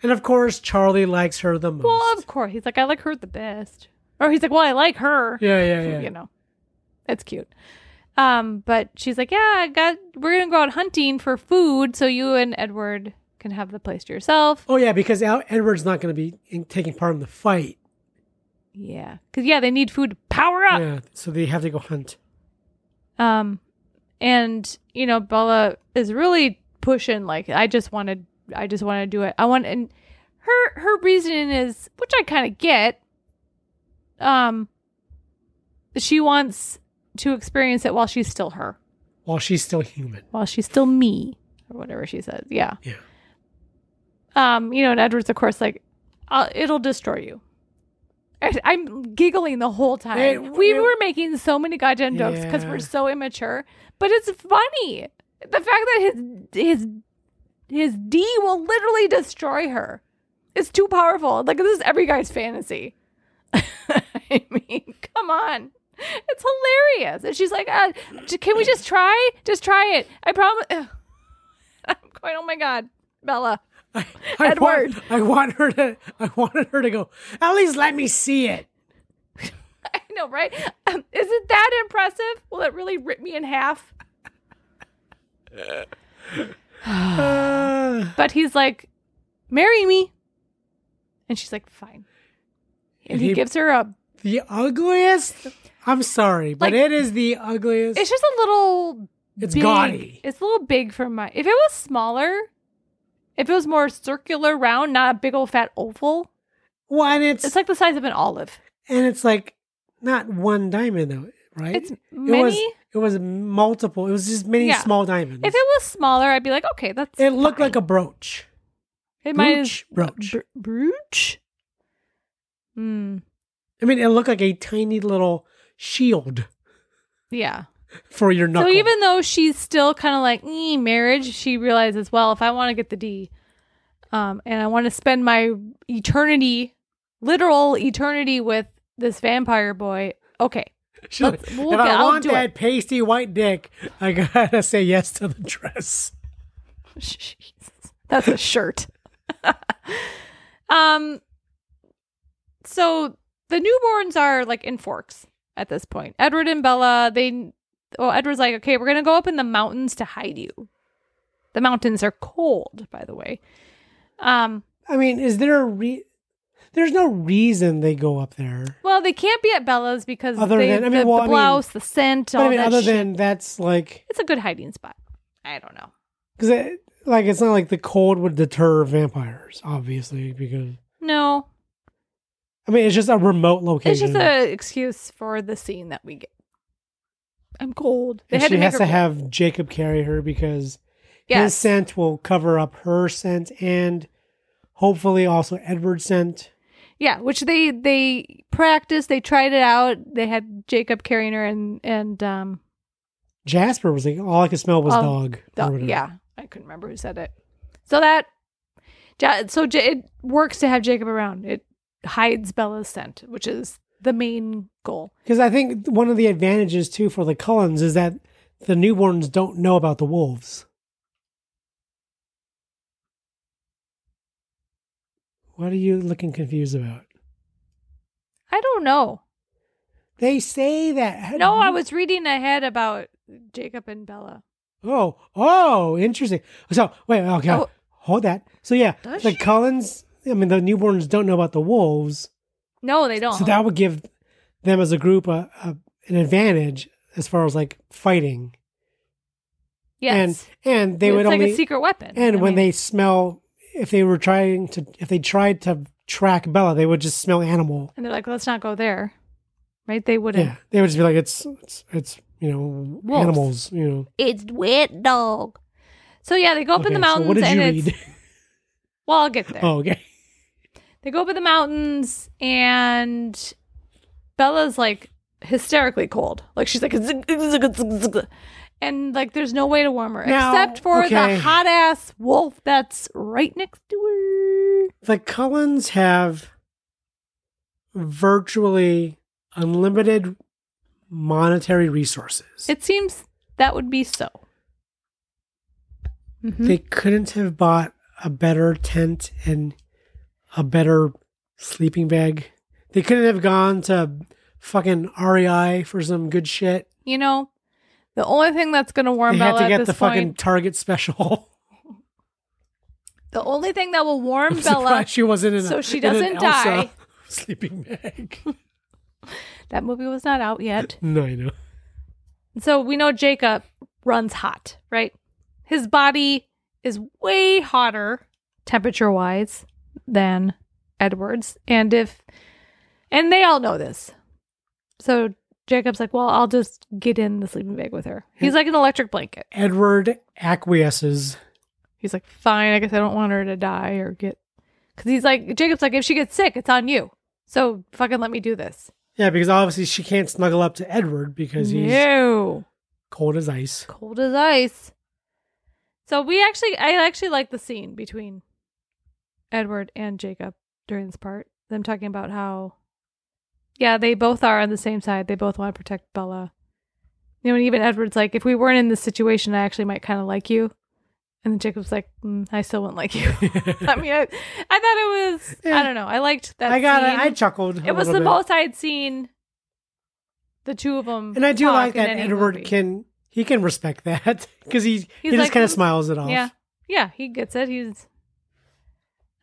Speaker 2: And of course, Charlie likes her the most.
Speaker 3: well, um, of course. He's like, I like her the best. Or he's like, Well, I like her.
Speaker 2: yeah, yeah, yeah.
Speaker 3: You know, that's cute. Um, but she's like, Yeah, I got, we're going to go out hunting for food so you and Edward can have the place to yourself.
Speaker 2: Oh yeah, because Al- Edward's not going to be in- taking part in the fight.
Speaker 3: Yeah. Cause, yeah, they need food to power up.
Speaker 2: Yeah, so they have to go hunt.
Speaker 3: Um, and you know, Bella is really pushing. Like, I just want to, I just want to do it. I want, and her her reasoning is, which I kind of get. Um, she wants to experience it while she's still her,
Speaker 2: while she's still human.
Speaker 3: while she's still me, or whatever she says. Yeah.
Speaker 2: Yeah.
Speaker 3: Um, you know, and Edward's of course like, I'll, it'll destroy you. And I'm giggling the whole time.
Speaker 2: It-
Speaker 3: we
Speaker 2: it-
Speaker 3: were making so many goddamn jokes because
Speaker 2: Yeah.
Speaker 3: we're so immature, but it's funny. The fact that his his his D will literally destroy her. It's too powerful. Like this is every guy's fantasy. I mean, come on. It's hilarious. And she's like, uh, j- can we just try? Just try it. I promise. I'm going, oh my God, Bella.
Speaker 2: I, I
Speaker 3: Edward.
Speaker 2: Want, I want her to. I wanted her to go. At least let me see it.
Speaker 3: I know, right? Um, isn't that impressive? Will it really rip me in half?
Speaker 2: Uh,
Speaker 3: But he's like, marry me. And she's like, fine. And
Speaker 2: And
Speaker 3: he,
Speaker 2: he-
Speaker 3: gives her a,
Speaker 2: the ugliest. I'm sorry, but
Speaker 3: Like-
Speaker 2: it is the ugliest.
Speaker 3: it's just a little
Speaker 2: It's
Speaker 3: big.
Speaker 2: gaudy.
Speaker 3: It's a little big for my, if it was smaller, if it was more circular, round, not a big old fat oval,
Speaker 2: Well, and it's,
Speaker 3: it's like the size of an olive.
Speaker 2: and it's like not one diamond though. right?
Speaker 3: It's
Speaker 2: It was,
Speaker 3: many.
Speaker 2: it was multiple. It was just many
Speaker 3: Yeah.
Speaker 2: small diamonds.
Speaker 3: If it was smaller, I'd be like, okay, that's.
Speaker 2: it looked like a
Speaker 3: fine.
Speaker 2: brooch.
Speaker 3: It might as
Speaker 2: brooch.
Speaker 3: br- brooch. Hmm.
Speaker 2: I mean, it looked like a tiny little shield
Speaker 3: Yeah.
Speaker 2: for your knuckle.
Speaker 3: So even though she's still kind of like "Eh, marriage, she realizes, well, if I want to get the D, um, and I want to spend my eternity, literal eternity with this vampire boy, okay,
Speaker 2: She's like,
Speaker 3: let's- we'll
Speaker 2: if
Speaker 3: get-
Speaker 2: I
Speaker 3: I'll
Speaker 2: want
Speaker 3: do
Speaker 2: that
Speaker 3: it."
Speaker 2: pasty white dick, I gotta say yes to the dress.
Speaker 3: Jesus. That's a shirt. um so the newborns are like in forks at this point. Edward and Bella, they well, Edward's like, okay, we're gonna go up in the mountains to hide you. The mountains are cold, by the way. Um,
Speaker 2: I mean, is there a re? There's no reason they go up there.
Speaker 3: well, they can't be at Bella's because
Speaker 2: Other
Speaker 3: they,
Speaker 2: than- I mean,
Speaker 3: the,
Speaker 2: well, I
Speaker 3: the
Speaker 2: mean-
Speaker 3: blouse, the scent, all
Speaker 2: But I mean,
Speaker 3: that
Speaker 2: other
Speaker 3: shit.
Speaker 2: than that's like
Speaker 3: it's a good hiding spot. I don't know.
Speaker 2: because it, like it's not like the cold would deter vampires, obviously. Because
Speaker 3: No,
Speaker 2: I mean, it's just a remote location.
Speaker 3: It's just an excuse for the scene that we get. I'm cold. They
Speaker 2: And
Speaker 3: had
Speaker 2: she
Speaker 3: to make
Speaker 2: has
Speaker 3: her
Speaker 2: to
Speaker 3: cold.
Speaker 2: have Jacob carry her because his
Speaker 3: Yes.
Speaker 2: scent will cover up her scent and hopefully also Edward's scent.
Speaker 3: yeah, which they they practiced. They tried it out. They had Jacob carrying her and and um
Speaker 2: Jasper was like all I could smell was
Speaker 3: Oh,
Speaker 2: dog. or
Speaker 3: the-
Speaker 2: whatever.
Speaker 3: yeah, I couldn't remember who said it. So that Ja- so J- it works to have Jacob around. It hides Bella's scent, which is the main goal.
Speaker 2: Because I think one of the advantages too for the Cullens is that the newborns don't know about the wolves. What are you looking confused about?
Speaker 3: I don't know.
Speaker 2: They say that.
Speaker 3: No, I was reading ahead about Jacob and Bella.
Speaker 2: Oh, oh, interesting. So wait, okay,
Speaker 3: Oh.
Speaker 2: hold that. So yeah,
Speaker 3: Does
Speaker 2: the
Speaker 3: she?
Speaker 2: Cullens. I mean, the newborns don't know about the wolves,
Speaker 3: No, they don't.
Speaker 2: so that would give them as a group a, a an advantage as far as like fighting.
Speaker 3: yes,
Speaker 2: And and they
Speaker 3: it's
Speaker 2: would
Speaker 3: like
Speaker 2: only
Speaker 3: a secret weapon.
Speaker 2: And
Speaker 3: I
Speaker 2: when
Speaker 3: mean-
Speaker 2: they smell, if they were trying to, if they tried to track Bella, they would just smell animal.
Speaker 3: And they're like, let's not go there. Right? They wouldn't.
Speaker 2: Yeah, they would just be like, it's it's it's you know
Speaker 3: Wolves.
Speaker 2: animals. You know.
Speaker 3: It's wet dog. So yeah, they go up in the
Speaker 2: Okay, so
Speaker 3: mountains
Speaker 2: what did
Speaker 3: and
Speaker 2: you
Speaker 3: it's
Speaker 2: read?
Speaker 3: well, I'll get there.
Speaker 2: Oh, okay.
Speaker 3: They go up in the mountains and Bella's like hysterically cold. Like she's like "Zig, zig, zig, zig, zig," and like there's no way to warm her
Speaker 2: Now,
Speaker 3: except for
Speaker 2: okay.
Speaker 3: the hot ass wolf that's right next to her.
Speaker 2: The Cullens have virtually unlimited monetary resources.
Speaker 3: It seems that would be so. Mhm.
Speaker 2: They couldn't have bought a better tent and a better sleeping bag. They couldn't have gone to fucking REI for some good shit.
Speaker 3: You know, the only thing that's going to warm
Speaker 2: they had
Speaker 3: Bella
Speaker 2: to get
Speaker 3: at
Speaker 2: the
Speaker 3: this point
Speaker 2: fucking Target special.
Speaker 3: The only thing that will warm
Speaker 2: I'm
Speaker 3: Bella.
Speaker 2: surprised she wasn't in a,
Speaker 3: so she
Speaker 2: in an
Speaker 3: doesn't
Speaker 2: Elsa
Speaker 3: die.
Speaker 2: sleeping bag.
Speaker 3: That movie was not out yet.
Speaker 2: no, I know.
Speaker 3: So we know Jacob runs hot, right? His body is way hotter temperature wise than Edward's. And if, and they all know this. So Jacob's like, well, I'll just get in the sleeping bag with her. He's like an electric blanket.
Speaker 2: Edward acquiesces.
Speaker 3: He's like, fine, I guess I don't want her to die or get, because he's like, Jacob's like, if she gets sick, it's on you. So fucking let me do this.
Speaker 2: Yeah, because obviously she can't snuggle up to Edward because he's
Speaker 3: No.
Speaker 2: cold as ice.
Speaker 3: cold as ice. So we actually, I actually like the scene between Edward and Jacob during this part. Them talking about how, yeah, they both are on the same side. They both want to protect Bella. You know, and even Edward's like, if we weren't in this situation, I actually might kind of like you. And then Jacob's like, mm, I still wouldn't like you. I mean, I, I thought it was, I
Speaker 2: Yeah.
Speaker 3: don't know. I liked that.
Speaker 2: I got it.
Speaker 3: scene.
Speaker 2: I chuckled. a
Speaker 3: it was the
Speaker 2: little bit.
Speaker 3: most I'd seen the two of them.
Speaker 2: and I do
Speaker 3: talk
Speaker 2: like
Speaker 3: in
Speaker 2: that
Speaker 3: any
Speaker 2: Edward
Speaker 3: movie.
Speaker 2: can he can respect that because he he
Speaker 3: He's
Speaker 2: just
Speaker 3: like,
Speaker 2: kind
Speaker 3: "Mm,
Speaker 2: of smiles it off.
Speaker 3: Yeah. Yeah, he gets it. He's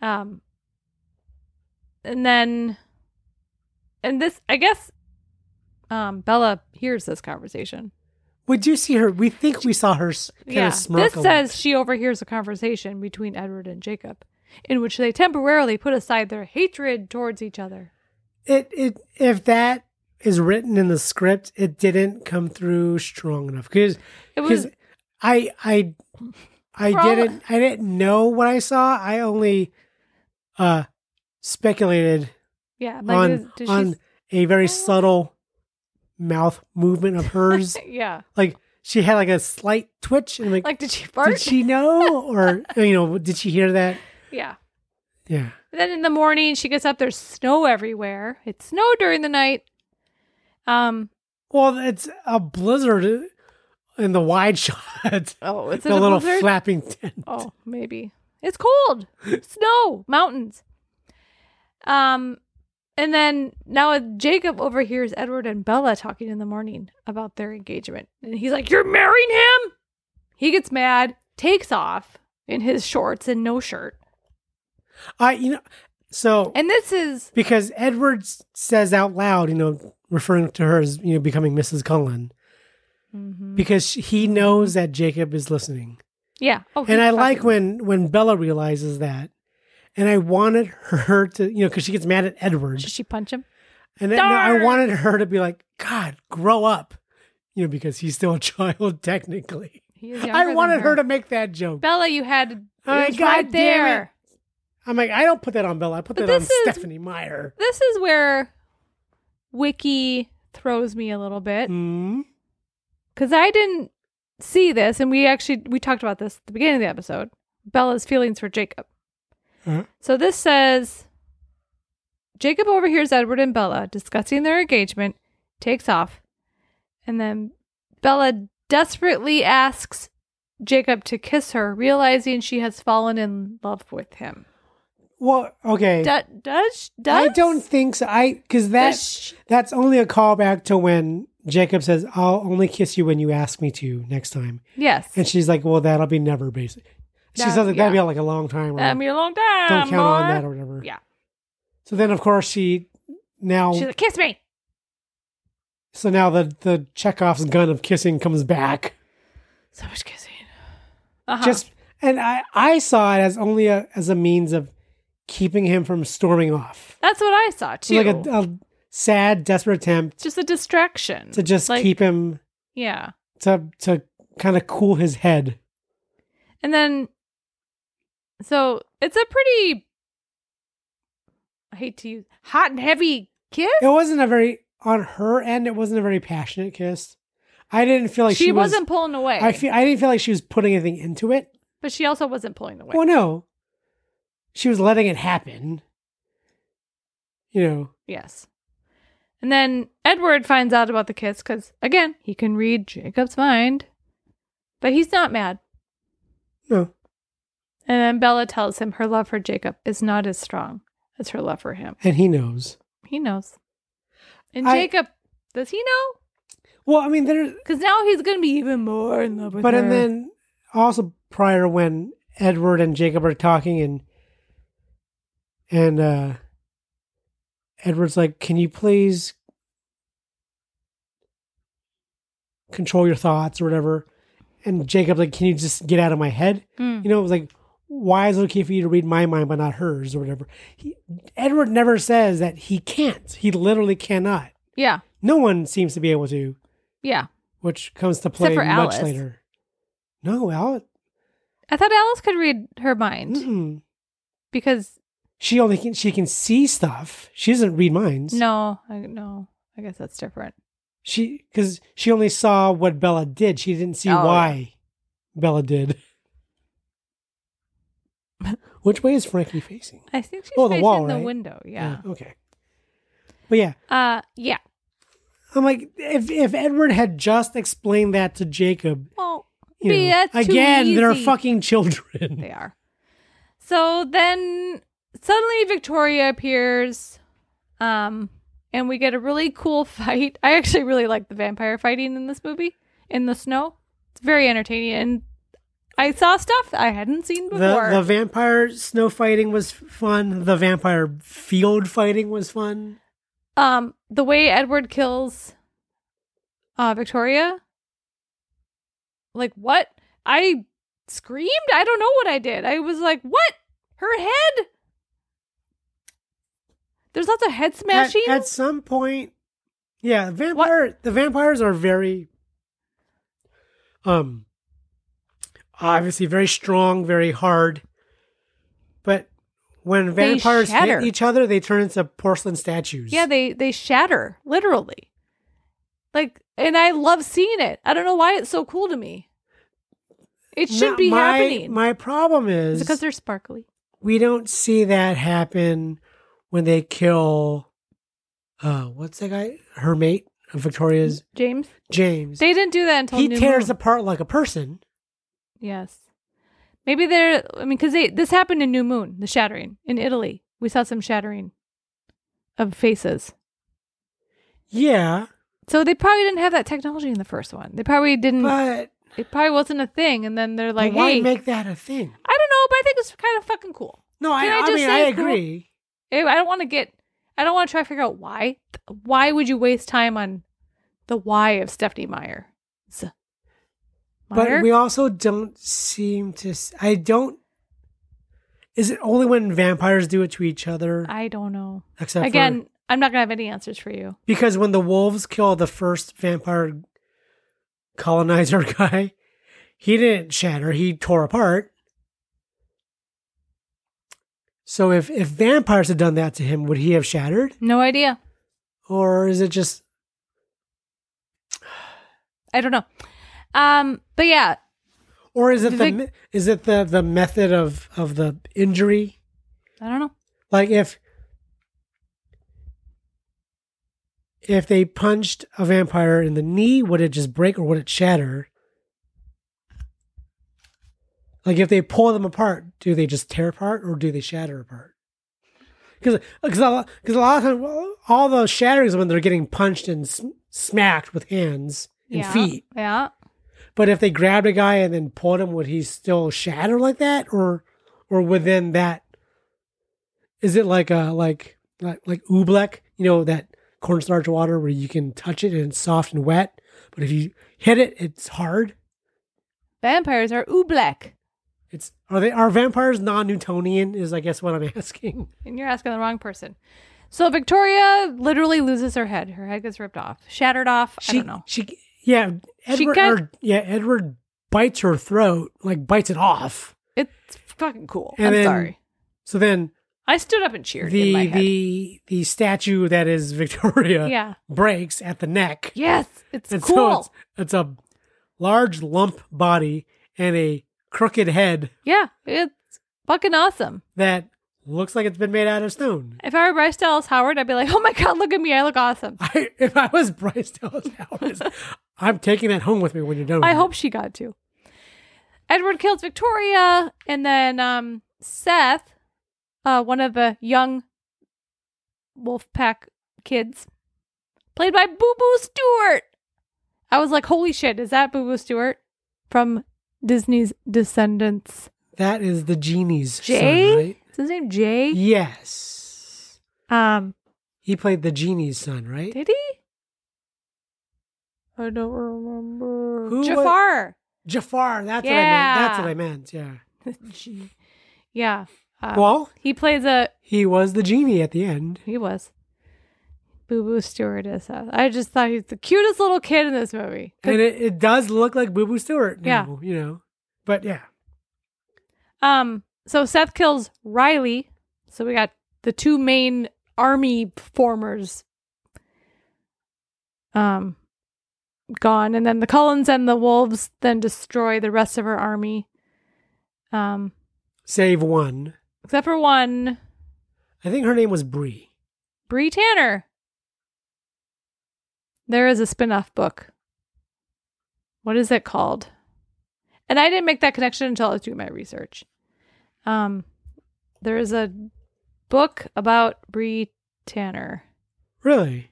Speaker 3: um and then and this I guess um Bella hears this conversation.
Speaker 2: we do see her. We think we saw her kind
Speaker 3: yeah.
Speaker 2: of smirk.
Speaker 3: this
Speaker 2: a
Speaker 3: says she overhears a conversation between Edward and Jacob in which they temporarily put aside their hatred towards each other.
Speaker 2: it it if that is written in the script, it didn't come through strong enough because
Speaker 3: It was-
Speaker 2: I I I
Speaker 3: For all-
Speaker 2: didn't I didn't know what I saw. I only uh speculated
Speaker 3: Yeah. Like,
Speaker 2: on
Speaker 3: does, does Oh.
Speaker 2: on a very subtle mouth movement of hers.
Speaker 3: she, yeah.
Speaker 2: like she had like a slight twitch and like,
Speaker 3: Like, did she fart?
Speaker 2: did she know or you know did she hear that?
Speaker 3: yeah.
Speaker 2: Yeah.
Speaker 3: Then in the morning, she gets up. There's snow everywhere. It snowed during the night. Um.
Speaker 2: Well, it's a blizzard in the wide shot.
Speaker 3: Oh, it's
Speaker 2: the
Speaker 3: in a
Speaker 2: little
Speaker 3: blizzard?
Speaker 2: flapping tent.
Speaker 3: Oh, maybe. It's cold. Snow, mountains. Um and then now Jacob overhears Edward and Bella talking in the morning about their engagement. And he's like, "You're marrying him?" He gets mad, takes off in his shorts and no shirt.
Speaker 2: I you know so
Speaker 3: And this is
Speaker 2: because Edward s- says out loud, you know, referring to her as you know becoming Mrs. Cullen
Speaker 3: Mm-hmm.
Speaker 2: because she, he knows that Jacob is listening.
Speaker 3: yeah. Oh,
Speaker 2: And
Speaker 3: he's
Speaker 2: I like
Speaker 3: fucking-
Speaker 2: when when Bella realizes that. And I wanted her to, you know, because she gets mad at Edward.
Speaker 3: Should she punch him?
Speaker 2: And then, no, I
Speaker 3: Darn.
Speaker 2: wanted her to be like, God, grow up. You know, because he's still a child technically.
Speaker 3: He is younger
Speaker 2: I
Speaker 3: than
Speaker 2: wanted her to make that joke.
Speaker 3: Bella, you had it
Speaker 2: I-
Speaker 3: was
Speaker 2: God
Speaker 3: right
Speaker 2: damn it.
Speaker 3: there.
Speaker 2: I'm like, I don't put that on Bella. I put
Speaker 3: But
Speaker 2: that on
Speaker 3: this is-
Speaker 2: Stephanie Meyer.
Speaker 3: This is where Wiki throws me a little bit.
Speaker 2: Hmm.
Speaker 3: because I didn't see this, and we actually we talked about this at the beginning of the episode. Bella's feelings for Jacob.
Speaker 2: Huh?
Speaker 3: So this says Jacob overhears Edward and Bella discussing their engagement, takes off, and then Bella desperately asks Jacob to kiss her, realizing she has fallen in love with him.
Speaker 2: Well, okay.
Speaker 3: Do- does does
Speaker 2: I don't think so. I because that
Speaker 3: Does she-
Speaker 2: that's only a callback to when Jacob says, "I'll only kiss you when you ask me to next time,"
Speaker 3: yes?
Speaker 2: and she's like, "Well, that'll be never." Basically, she
Speaker 3: That-
Speaker 2: says like, that'll be
Speaker 3: yeah.
Speaker 2: like a long time. Or,
Speaker 3: That'll be a long time.
Speaker 2: don't count on
Speaker 3: boy.
Speaker 2: that or whatever.
Speaker 3: Yeah,
Speaker 2: So then, of course, she now
Speaker 3: she's like, kiss me.
Speaker 2: so now the the Chekhov's gun of kissing comes back.
Speaker 3: So much kissing. Uh-huh.
Speaker 2: Just and I I saw it as only a as a means of keeping him from storming off.
Speaker 3: That's what I saw
Speaker 2: It's
Speaker 3: too.
Speaker 2: like a, uh, a sad, desperate attempt
Speaker 3: just a distraction
Speaker 2: to just
Speaker 3: Like,
Speaker 2: keep him
Speaker 3: Yeah,
Speaker 2: to to kind of cool his head.
Speaker 3: and then so it's a pretty. I hate to use hot and heavy kiss.
Speaker 2: it wasn't a very on her end it wasn't a very passionate kiss i didn't feel like she,
Speaker 3: she,
Speaker 2: was,
Speaker 3: wasn't pulling away,
Speaker 2: i feel i didn't feel like she was putting anything into it
Speaker 3: but she also wasn't pulling away.
Speaker 2: well no she was letting it happen you know
Speaker 3: Yes. And then Edward finds out about the kiss because again he can read Jacob's mind, but he's not mad.
Speaker 2: no
Speaker 3: And then Bella tells him her love for Jacob is not as strong as her love for him.
Speaker 2: and he knows
Speaker 3: He knows. And
Speaker 2: I-
Speaker 3: Jacob, does he know?
Speaker 2: well i mean there
Speaker 3: Because now he's gonna be even more in love with
Speaker 2: but
Speaker 3: her.
Speaker 2: and then also prior when edward and jacob are talking and and uh edward's like can you please control your thoughts or whatever and jacob's like can you just get out of my head
Speaker 3: Mm.
Speaker 2: you know it was like why is it okay for you to read my mind but not hers or whatever he, edward never says that he can't he literally cannot
Speaker 3: yeah,
Speaker 2: no one seems to be able to
Speaker 3: yeah.
Speaker 2: which comes to
Speaker 3: Except
Speaker 2: play
Speaker 3: for
Speaker 2: much
Speaker 3: Alice.
Speaker 2: later. No, Alice.
Speaker 3: I thought Alice could read her mind
Speaker 2: mm-mm.
Speaker 3: because
Speaker 2: She only can she can see stuff. She doesn't read minds.
Speaker 3: no, I, no, I guess that's different.
Speaker 2: she because she only saw what Bella did. She didn't see
Speaker 3: Oh,
Speaker 2: why Bella did. Which way is Frankie facing?
Speaker 3: I think she's
Speaker 2: Oh, the
Speaker 3: facing
Speaker 2: wall,
Speaker 3: the
Speaker 2: right?
Speaker 3: window. Yeah.
Speaker 2: Okay. But yeah,
Speaker 3: Uh, yeah.
Speaker 2: I'm like if if Edward had just explained that to Jacob,
Speaker 3: Well,
Speaker 2: you
Speaker 3: Be
Speaker 2: know,
Speaker 3: that too
Speaker 2: again they're
Speaker 3: easy.
Speaker 2: fucking children.
Speaker 3: they are. So then suddenly Victoria appears, um, and we get a really cool fight. I actually really like the vampire fighting in this movie in the snow. It's very entertaining, and I saw stuff I hadn't seen
Speaker 2: The,
Speaker 3: before.
Speaker 2: the vampire snow fighting was fun. The vampire field fighting was fun.
Speaker 3: um the way edward kills uh victoria like what i screamed i don't know what i did i was like what her head there's lots of head
Speaker 2: At-
Speaker 3: smashing
Speaker 2: At, some point, Yeah, vampire. The vampires are very, um, obviously very strong, very hard. But when
Speaker 3: They
Speaker 2: vampires
Speaker 3: shatter.
Speaker 2: hit each other, they turn into porcelain statues.
Speaker 3: Yeah, they they shatter literally. Like, and I love seeing it. I don't know why it's so cool to me. It should
Speaker 2: Now,
Speaker 3: be
Speaker 2: my,
Speaker 3: happening
Speaker 2: My problem
Speaker 3: It's
Speaker 2: is
Speaker 3: because they're sparkly.
Speaker 2: we don't see that happen when they kill. Uh, what's that guy? Her mate, Victoria's
Speaker 3: James,
Speaker 2: James.
Speaker 3: they didn't do that until
Speaker 2: he
Speaker 3: New
Speaker 2: tears
Speaker 3: Moon.
Speaker 2: apart like a person.
Speaker 3: Yes, maybe they're. I mean, because they this happened in New Moon, the shattering in Italy. We saw some shattering of faces.
Speaker 2: Yeah,
Speaker 3: So they probably didn't have that technology in the first one. They probably didn't.
Speaker 2: but
Speaker 3: it probably wasn't a thing. And then they're
Speaker 2: but
Speaker 3: Mm. like,
Speaker 2: why
Speaker 3: "Hey,
Speaker 2: make that a thing?
Speaker 3: I don't know, but I think it's kind of fucking cool."
Speaker 2: No, I,
Speaker 3: Can I
Speaker 2: I,
Speaker 3: just
Speaker 2: mean I
Speaker 3: say cool?
Speaker 2: agree.
Speaker 3: I I don't want to get. I don't want to try to figure out why. Why would you waste time on the why of Stephanie Meyer? Z- Meyer?
Speaker 2: But we also don't seem to. s- I don't. Is it only when vampires do it to each other?
Speaker 3: I don't know.
Speaker 2: except for-
Speaker 3: Again, I'm not gonna have any answers for you.
Speaker 2: because when the wolves kill the first vampire colonizer guy, he didn't shatter; he tore apart. So if if vampires had done that to him, would he have shattered,
Speaker 3: No idea.
Speaker 2: or is it just
Speaker 3: I don't know. Um, but yeah,
Speaker 2: or is it the
Speaker 3: Vic-
Speaker 2: me- is it the the method of of the injury?
Speaker 3: I don't know.
Speaker 2: Like if if they punched a vampire in the knee, would it just break or would it shatter? Like if they pull them apart, do they just tear apart or do they shatter apart? Because because a, lot- 'cause a lot of times well, all those shatterings when they're getting punched and sm- smacked with hands and
Speaker 3: yeah,
Speaker 2: feet.
Speaker 3: Yeah.
Speaker 2: But if they grabbed a guy and then pulled him, would he still shatter like that, or or within that? Is it like a like like like oobleck? You know that cornstarch water where you can touch it and it's soft and wet, but if you hit it, it's hard.
Speaker 3: Vampires are oobleck.
Speaker 2: It's are they are vampires non-Newtonian? Is I guess what I'm asking.
Speaker 3: And you're asking the wrong person. So Victoria literally loses her head. Her head gets ripped off, shattered off. I don't know.
Speaker 2: She yeah
Speaker 3: She
Speaker 2: Edward
Speaker 3: got-
Speaker 2: or- yeah Edward bites her throat like bites it off.
Speaker 3: It's fucking cool.
Speaker 2: And
Speaker 3: I'm
Speaker 2: then-
Speaker 3: sorry.
Speaker 2: So then
Speaker 3: I stood up and cheered in my
Speaker 2: the
Speaker 3: head.
Speaker 2: the the statue that is Victoria
Speaker 3: Yeah.
Speaker 2: breaks at the neck.
Speaker 3: Yes, it's
Speaker 2: And
Speaker 3: cool.
Speaker 2: so it's, it's a large lump body and a crooked head
Speaker 3: yeah, it's fucking awesome.
Speaker 2: that looks like it's been made out of stone.
Speaker 3: If I were Bryce Dallas Howard, I'd be like, "Oh my god, look at me! I look awesome."
Speaker 2: I, if I was Bryce Dallas Howard, I'm taking that home with me when you're done. With
Speaker 3: I
Speaker 2: it.
Speaker 3: hope she got to. Edward kills Victoria, and then um, Seth, uh, one of the young Wolfpack kids, played by Boo Boo Stewart. I was like, "Holy shit! Is that Boo Boo Stewart from Disney's Descendants?"
Speaker 2: that is the genie's
Speaker 3: Jay?
Speaker 2: son, right?
Speaker 3: Is his name Jay?
Speaker 2: Yes,
Speaker 3: Um,
Speaker 2: he played the genie's son, right?
Speaker 3: Did he? I don't remember.
Speaker 2: Who wa-
Speaker 3: Jafar.
Speaker 2: Jafar. That's
Speaker 3: Yeah.
Speaker 2: what I meant. That's what I meant.
Speaker 3: Gee. yeah. Uh,
Speaker 2: Yeah. Well,
Speaker 3: he plays a.
Speaker 2: he was the genie at the end.
Speaker 3: He was. Boo Boo Stewardess. Uh, I just thought he's the cutest little kid in this movie.
Speaker 2: And it, it does look like Boo Boo Stewart.
Speaker 3: Yeah.
Speaker 2: now, You know, but yeah.
Speaker 3: Um. So Seth kills Riley. So we got the two main army formers. Um. Gone, and then the Cullens and the Wolves then destroy the rest of her army. Um.
Speaker 2: Save one.
Speaker 3: except for one
Speaker 2: I think her name was Bree.
Speaker 3: Bree Tanner. There is a spin-off book. What is it called? And I didn't make that connection until I was doing my research. Um, there is a book about Bree Tanner.
Speaker 2: Really?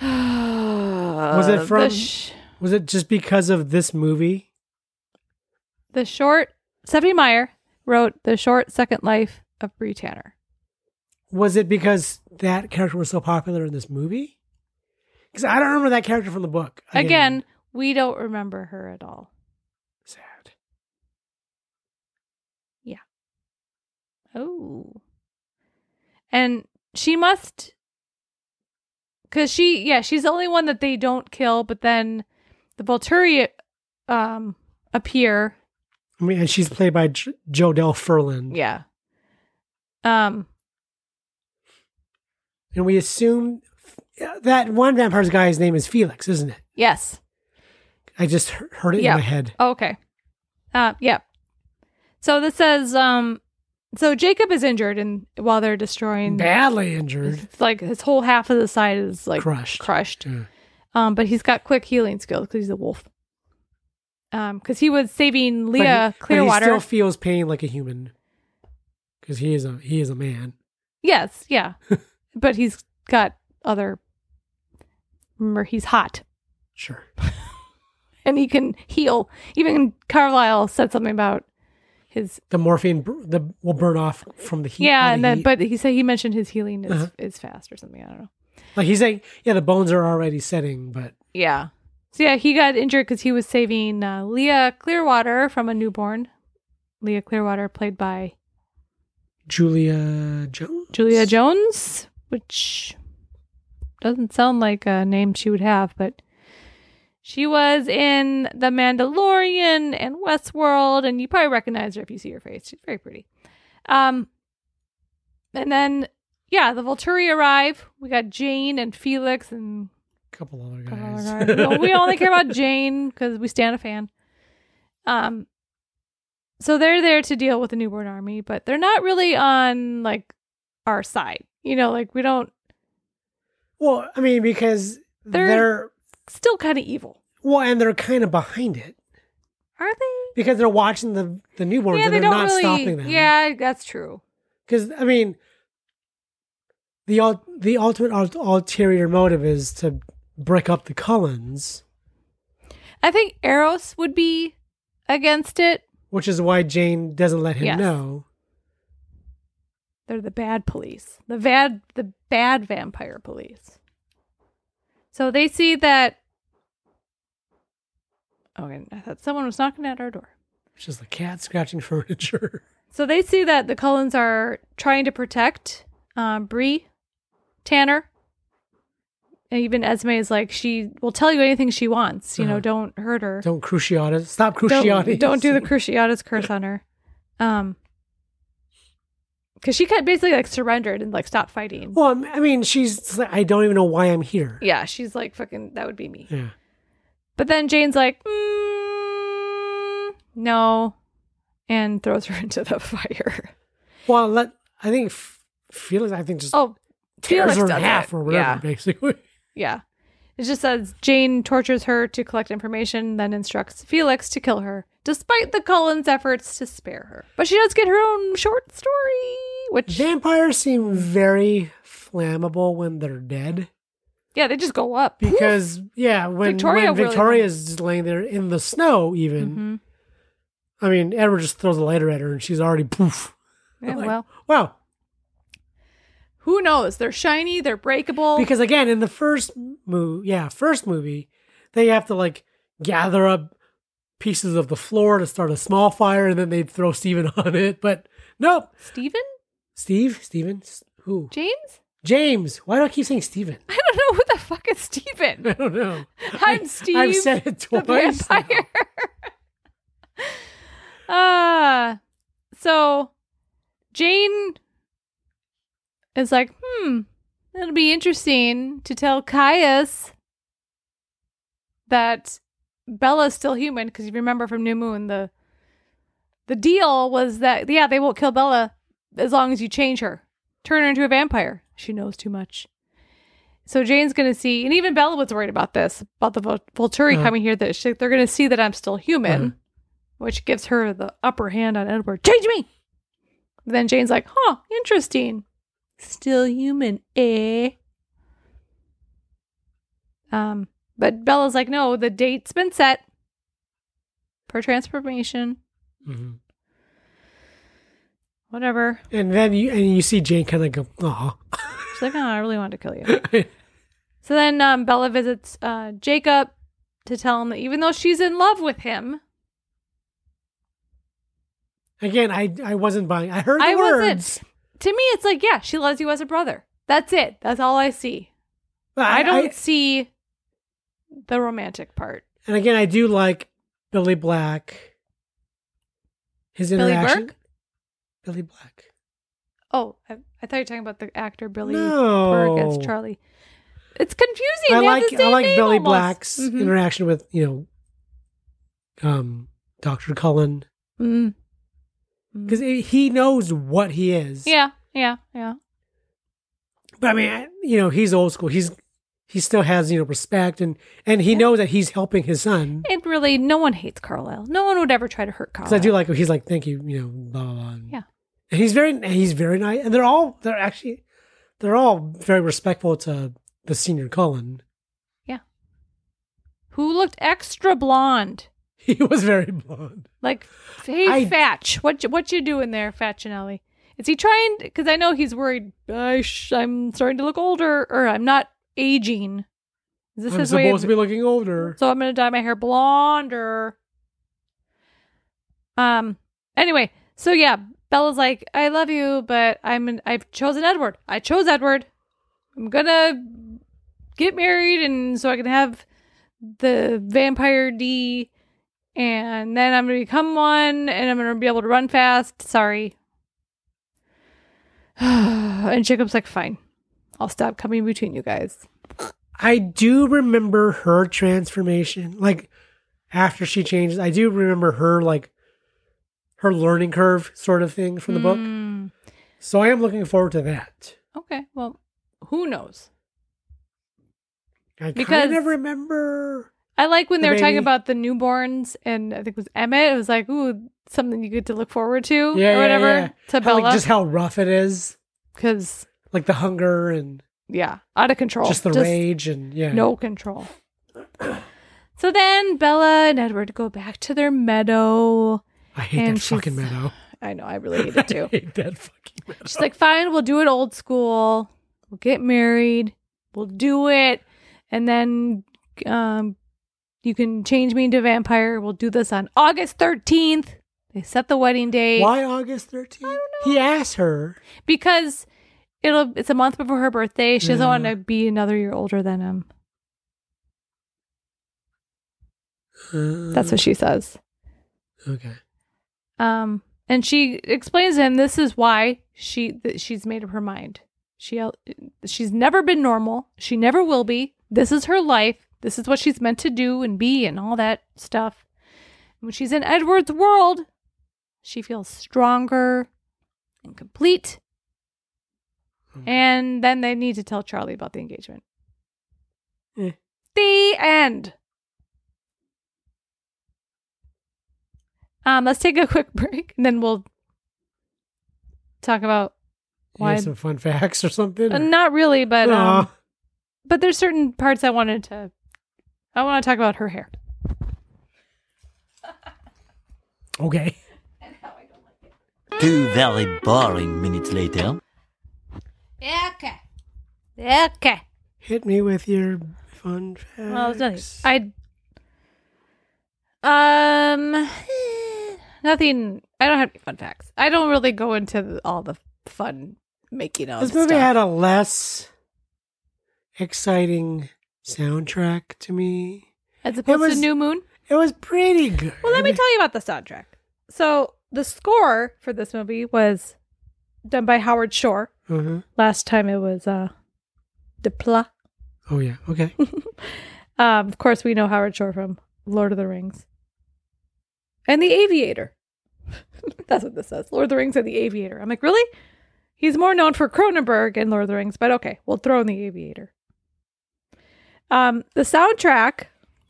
Speaker 3: was
Speaker 2: it
Speaker 3: the,
Speaker 2: from-
Speaker 3: sh-
Speaker 2: Was it just because of this movie?
Speaker 3: the short? Stephanie Meyer wrote the short Second Life of Bree Tanner.
Speaker 2: Was it because that character was so popular in this movie? Because I don't remember that character from the book.
Speaker 3: Again, we don't remember her at all.
Speaker 2: sad.
Speaker 3: Oh. And she must because she, yeah, she's the only one that they don't kill. But then the Volturi um, appear.
Speaker 2: I mean, and she's played by J- Jodelle Ferland.
Speaker 3: Yeah. Um.
Speaker 2: And we assume that one vampire's guy's name is Felix, isn't it?
Speaker 3: Yes.
Speaker 2: I just he- heard it
Speaker 3: Yeah.
Speaker 2: in my head.
Speaker 3: Oh, okay. Uh, yeah. So this says, um, so Jacob is injured, and while they're destroying,
Speaker 2: Badly injured.
Speaker 3: it's like his whole half of the side is like
Speaker 2: Crushed.
Speaker 3: crushed.
Speaker 2: Yeah.
Speaker 3: Um, but he's got quick healing skills because he's a wolf. Um, because he was saving
Speaker 2: But he-
Speaker 3: Leah
Speaker 2: but He
Speaker 3: Clearwater.
Speaker 2: still feels pain like a human because he is a he is a man.
Speaker 3: yes, yeah. but he's got other. Remember, he's hot,
Speaker 2: Sure.
Speaker 3: and he can heal. Even Carlisle said something about his
Speaker 2: The morphine bur- the will burn off from the heat. all
Speaker 3: yeah,
Speaker 2: the
Speaker 3: and then
Speaker 2: heat.
Speaker 3: but he said he mentioned his healing is
Speaker 2: Uh-huh.
Speaker 3: is fast or something. I don't know.
Speaker 2: like he's saying, yeah, the bones are already setting, but
Speaker 3: Yeah. So yeah, he got injured because he was saving uh, Leah Clearwater from a newborn. Leah Clearwater, played by
Speaker 2: Julia Jones.
Speaker 3: Julia Jones, which doesn't sound like a name she would have, but she was in The Mandalorian and Westworld, and you probably recognize her if you see her face. She's very pretty. Um, and then yeah, the Volturi arrive. We got Jane and Felix and
Speaker 2: couple other
Speaker 3: Come on,
Speaker 2: guys.
Speaker 3: Bernard. Oh, No, we only care about Jane because we stand a fan. Um, so they're there to deal with the newborn army, but they're not really on like our side. You know, like we don't.
Speaker 2: well, I mean, because
Speaker 3: They're-
Speaker 2: they're,
Speaker 3: Still kind of evil,
Speaker 2: well, and they're kind of behind it
Speaker 3: are they?
Speaker 2: because they're watching the the newborns
Speaker 3: yeah,
Speaker 2: and
Speaker 3: they don't
Speaker 2: they're not
Speaker 3: really.
Speaker 2: stopping them.
Speaker 3: Yeah, that's true.
Speaker 2: because I mean, the ul- the ultimate ul- ulterior motive is to break up the Cullens,
Speaker 3: I think Eros would be against it.
Speaker 2: which is why Jane doesn't let him
Speaker 3: Yes.
Speaker 2: know.
Speaker 3: They're the bad police. The bad the bad vampire police. So they see that Okay, I thought someone was knocking at our door.
Speaker 2: It's just the cat scratching furniture.
Speaker 3: So they see that the Cullens are trying to protect um, Bree, Tanner, and even Esme is like she will tell you anything she wants. You know,
Speaker 2: Uh-huh.
Speaker 3: don't hurt her.
Speaker 2: Don't cruciatus. Stop
Speaker 3: Don't,
Speaker 2: cruciatus.
Speaker 3: don't do the Cruciatus curse on her. Um, because she kind of basically like surrendered and like stopped fighting.
Speaker 2: Well, I'm- I mean, she's just like, I don't even know why I'm here.
Speaker 3: Yeah, she's like, fucking, that would be me.
Speaker 2: Yeah.
Speaker 3: But then Jane's like, mm, no, and throws her into the fire.
Speaker 2: Well, let I think F- Felix. I think just
Speaker 3: Oh,
Speaker 2: tears
Speaker 3: Felix
Speaker 2: her
Speaker 3: does
Speaker 2: in half
Speaker 3: it.
Speaker 2: or whatever,
Speaker 3: Yeah.
Speaker 2: basically.
Speaker 3: Yeah. It just says Jane tortures her to collect information, then instructs Felix to kill her, despite the Cullens' efforts to spare her. But she does get her own short story, which,
Speaker 2: Vampires seem very flammable when they're dead.
Speaker 3: yeah, they just go up.
Speaker 2: because yeah, when
Speaker 3: Victoria
Speaker 2: when
Speaker 3: really-
Speaker 2: Victoria's just laying there in the snow, even
Speaker 3: Mhm.
Speaker 2: I mean, Edward just throws a lighter at her, and she's already poof.
Speaker 3: Yeah,
Speaker 2: Like,
Speaker 3: well,
Speaker 2: wow.
Speaker 3: who knows? They're shiny, they're breakable.
Speaker 2: Because again, in the first movie, yeah, first movie, they have to like gather up pieces of the floor to start a small fire, and then they throw Steven on it. But nope,
Speaker 3: Steven?
Speaker 2: Steve, Steven, S- who?
Speaker 3: James?
Speaker 2: James. Why do I keep saying Steven?
Speaker 3: I don't know who the fuck is
Speaker 2: I
Speaker 3: Steven.
Speaker 2: don't know.
Speaker 3: I'm Steve.
Speaker 2: I've said it
Speaker 3: the
Speaker 2: twice. now.
Speaker 3: vampire. uh so Jane is like, hmm, it'll be interesting to tell Caius that Bella's still human because you remember from New Moon the the deal was that yeah they won't kill Bella as long as you change her, turn her into a vampire. She knows too much. So Jane's gonna see, and even Bella was worried about this, about the Vol- Volturi
Speaker 2: Uh-huh.
Speaker 3: coming here. That she, they're gonna see that I'm still human,
Speaker 2: Uh-huh.
Speaker 3: which gives her the upper hand on Edward. Change me. Then Jane's like, "Huh, interesting. Still human, eh?" Um, but Bella's like, "No, the date's been set for transformation.
Speaker 2: Mhm.
Speaker 3: Whatever."
Speaker 2: And then you and you see Jane kind of go, oh.
Speaker 3: She's like, "Oh, I really wanted to kill you." So then um, Bella visits uh, Jacob to tell him that even though she's in love with him,
Speaker 2: Again, I I wasn't buying. I heard the
Speaker 3: I
Speaker 2: words.
Speaker 3: wasn't. To me, it's like, yeah, she loves you as a brother. That's it. That's all I see.
Speaker 2: But
Speaker 3: I don't see the romantic part.
Speaker 2: and again, I do like Billy Black. His
Speaker 3: Billy
Speaker 2: interaction.
Speaker 3: Burke?
Speaker 2: Billy Black.
Speaker 3: Oh, I, I thought you were talking about the actor Billy
Speaker 2: No.
Speaker 3: Burke as Charlie. It's confusing. They
Speaker 2: I
Speaker 3: have the
Speaker 2: like I
Speaker 3: same
Speaker 2: like
Speaker 3: name
Speaker 2: Billy
Speaker 3: almost.
Speaker 2: Black's
Speaker 3: Mhm.
Speaker 2: interaction with you know, um, Doctor Cullen
Speaker 3: Mm.
Speaker 2: because he knows what he is.
Speaker 3: Yeah, yeah, yeah.
Speaker 2: but I mean, I- you know, he's old school. He's he still has you know respect and and he knows that he's helping his son.
Speaker 3: It really, no one hates Carlisle. No one would ever try to hurt Carlisle.
Speaker 2: Because I do like he's like thank you you know blah blah. blah. And-
Speaker 3: Yeah.
Speaker 2: and he's very and he's very nice, and they're all they're actually they're all very respectful to the senior Cullen.
Speaker 3: Who looked extra blonde?
Speaker 2: He was very blonde.
Speaker 3: Like, hey,
Speaker 2: I-
Speaker 3: Fatch, what you, what you doing there, Fatchinelli? Is he trying? Because I know he's worried. I sh- I'm starting to look older, or I'm not aging. Is this
Speaker 2: I'm
Speaker 3: his
Speaker 2: supposed
Speaker 3: way? Of,
Speaker 2: to be looking older.
Speaker 3: so I'm gonna dye my hair blonde, or um. Anyway, so yeah, Bella's like, I love you, but I'm an, I've chosen Edward. I chose Edward. I'm gonna get married, and so I can have the vampire D, and then I'm gonna become one, and I'm gonna be able to run fast. Sorry. and Jacob's like, fine, I'll stop coming between you guys.
Speaker 2: I do remember her transformation, like after she changes. I do remember her like her learning curve sort of thing from the book.
Speaker 3: Mm,
Speaker 2: So I am looking forward to that.
Speaker 3: Okay, well, who knows?
Speaker 2: I
Speaker 3: Because-
Speaker 2: kind of remember.
Speaker 3: I like when
Speaker 2: The
Speaker 3: they were talking
Speaker 2: baby.
Speaker 3: about the newborns, and I think it was Emmett. It was like, ooh, something you get to look forward to,
Speaker 2: Yeah, yeah,
Speaker 3: or whatever,
Speaker 2: yeah.
Speaker 3: to
Speaker 2: How, like,
Speaker 3: Bella,
Speaker 2: just how rough it is,
Speaker 3: because
Speaker 2: like the hunger and
Speaker 3: yeah, out of control,
Speaker 2: just the rage and yeah.
Speaker 3: no control. So then Bella and Edward go back to their meadow.
Speaker 2: I hate
Speaker 3: and
Speaker 2: that fucking
Speaker 3: she's-
Speaker 2: meadow.
Speaker 3: I know, I really hate it
Speaker 2: I
Speaker 3: too.
Speaker 2: hate that fucking meadow.
Speaker 3: She's like, fine, we'll do it old school. We'll get married. We'll do it. And then um, you can change me into a vampire. We'll do this on August 13th. They set the wedding date
Speaker 2: Why August thirteenth? He asked her.
Speaker 3: because it'll it's a month before her birthday. She doesn't
Speaker 2: Yeah.
Speaker 3: want to be another year older than him. That's what she says.
Speaker 2: Uh, Okay.
Speaker 3: Um, and she explains to him this is why she that she's made up her mind. She she's never been normal. She never will be. This is her life. This is what she's meant to do and be and all that stuff. When she's in Edward's world, she feels stronger and complete.
Speaker 2: Hmm.
Speaker 3: And then they need to tell Charlie about the engagement.
Speaker 2: Eh.
Speaker 3: The end. Um, let's take a quick break and then we'll talk about
Speaker 2: You have
Speaker 3: Why-
Speaker 2: some fun facts or something?
Speaker 3: uh, not really, but um,
Speaker 2: Aw.
Speaker 3: but there's certain parts I wanted to I want to talk about her hair.
Speaker 2: okay.
Speaker 4: Two very boring minutes later.
Speaker 3: Okay. Okay.
Speaker 2: Hit me with your fun facts.
Speaker 3: Well, it's nothing. I um nothing. I don't have any fun facts. I don't really go into the, all the fun making of
Speaker 2: this movie
Speaker 3: stuff.
Speaker 2: had a less exciting soundtrack to me.
Speaker 3: as opposed
Speaker 2: was-
Speaker 3: to New Moon.
Speaker 2: It was pretty good.
Speaker 3: Well, let me tell you about the soundtrack. So the score for this movie was done by Howard Shore.
Speaker 2: Uh-huh.
Speaker 3: Last time it was uh Dipla.
Speaker 2: Oh yeah. Okay.
Speaker 3: Um, of course, we know Howard Shore from Lord of the Rings and The Aviator. That's what this says Lord of the Rings and The Aviator. I'm like, really? He's more known for Cronenberg and Lord of the Rings, but okay, we'll throw in The Aviator. Um, the soundtrack,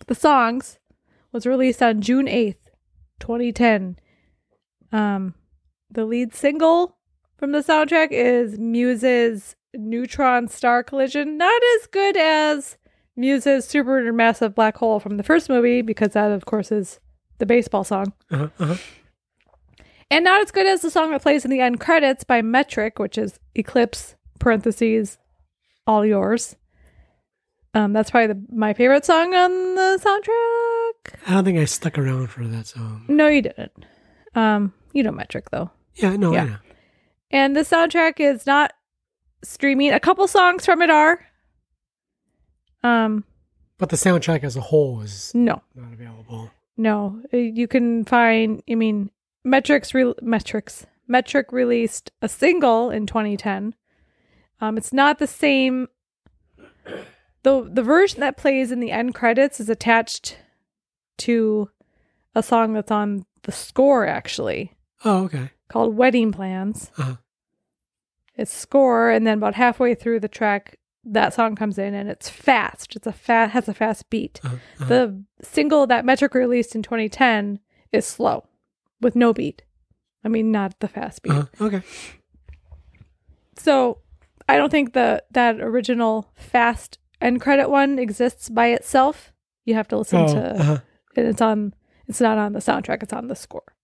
Speaker 3: the songs, was released on June 8th, 2010. Um, the lead single from the soundtrack is Muse's Neutron Star Collision. Not as good as Muse's super massive black hole from the first movie because that, of course, is the baseball song,
Speaker 2: Uh-huh. uh-huh.
Speaker 3: and not as good as the song that plays in the end credits by Metric, which is Eclipse parentheses all yours. Um, that's probably the, my favorite song on the soundtrack.
Speaker 2: I don't think I stuck around for that song.
Speaker 3: No, you didn't. Um, you know Metric though.
Speaker 2: Yeah. No.
Speaker 3: Yeah.
Speaker 2: Yeah.
Speaker 3: And the soundtrack is not streaming. A couple songs from it are. Um,
Speaker 2: But the soundtrack as a whole is
Speaker 3: no,
Speaker 2: not available.
Speaker 3: no. Uh, You can find. I mean, Metrics re- Metrics Metric released a single in 2010. Um, it's not the same. the The version that plays in the end credits is attached to a song that's on the score, actually
Speaker 2: Oh, okay.
Speaker 3: called Wedding Plans.
Speaker 2: Uh-huh.
Speaker 3: It's score, and then about halfway through the track, that song comes in, and it's fast. It's a fat has a fast beat.
Speaker 2: Uh-huh. uh-huh.
Speaker 3: The single that Metric released in 2010 is slow, with no beat. I mean, not the fast beat.
Speaker 2: Uh-huh. Okay.
Speaker 3: So, I don't think the that original fast end credit one exists by itself. You have to listen
Speaker 2: Oh,
Speaker 3: to
Speaker 2: uh-huh.
Speaker 3: and it's on it's not on the soundtrack it's on the score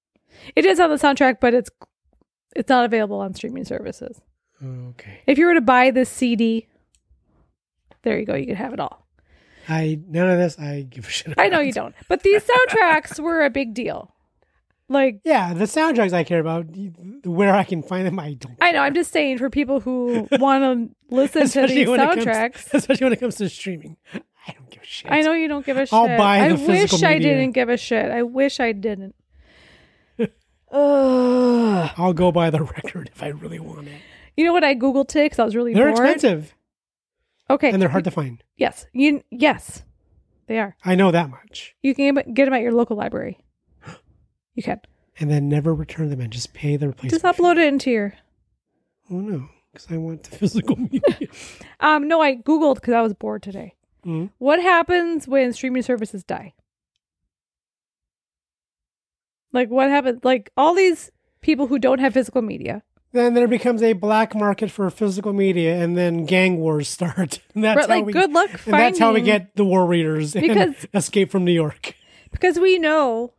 Speaker 3: it is on the soundtrack but it's it's not available on streaming services
Speaker 2: Okay.
Speaker 3: if you were to buy this cd there you go you could have it all
Speaker 2: I none of this I give a shit. About.
Speaker 3: i know you don't but these soundtracks were a big deal like
Speaker 2: Yeah, the soundtracks I care about, where I can find them, I don't.
Speaker 3: i know i'm just saying for people who want to listen to
Speaker 2: especially
Speaker 3: these
Speaker 2: when it comes-
Speaker 3: soundtracks
Speaker 2: especially when it comes to streaming, I don't give a shit.
Speaker 3: I know you don't give a shit.
Speaker 2: I'll buy
Speaker 3: I
Speaker 2: the
Speaker 3: wish
Speaker 2: physical
Speaker 3: I
Speaker 2: media.
Speaker 3: didn't give a shit. I wish I didn't. Ugh.
Speaker 2: I'll go buy the record if I really want it.
Speaker 3: You know what I googled today because I was really
Speaker 2: They're
Speaker 3: bored.
Speaker 2: expensive
Speaker 3: Okay,
Speaker 2: and they're hard to find.
Speaker 3: Yes. You yes. They are.
Speaker 2: I know that much.
Speaker 3: You can get them at your local library. You can.
Speaker 2: And then never return them and just pay the replacement.
Speaker 3: Just upload it into your
Speaker 2: fee. Oh no, because I want the physical media.
Speaker 3: Um no, I googled cuz I was bored today.
Speaker 2: Mhm.
Speaker 3: What happens when streaming services die? Like what happens like all these people who don't have physical media.
Speaker 2: then there becomes a black market for physical media, and then gang wars start. And that's
Speaker 3: Right,
Speaker 2: how
Speaker 3: like,
Speaker 2: we,
Speaker 3: good luck
Speaker 2: and that's how we
Speaker 3: finding-
Speaker 2: get the war readers and
Speaker 3: Because-
Speaker 2: escape from New York.
Speaker 3: Because we know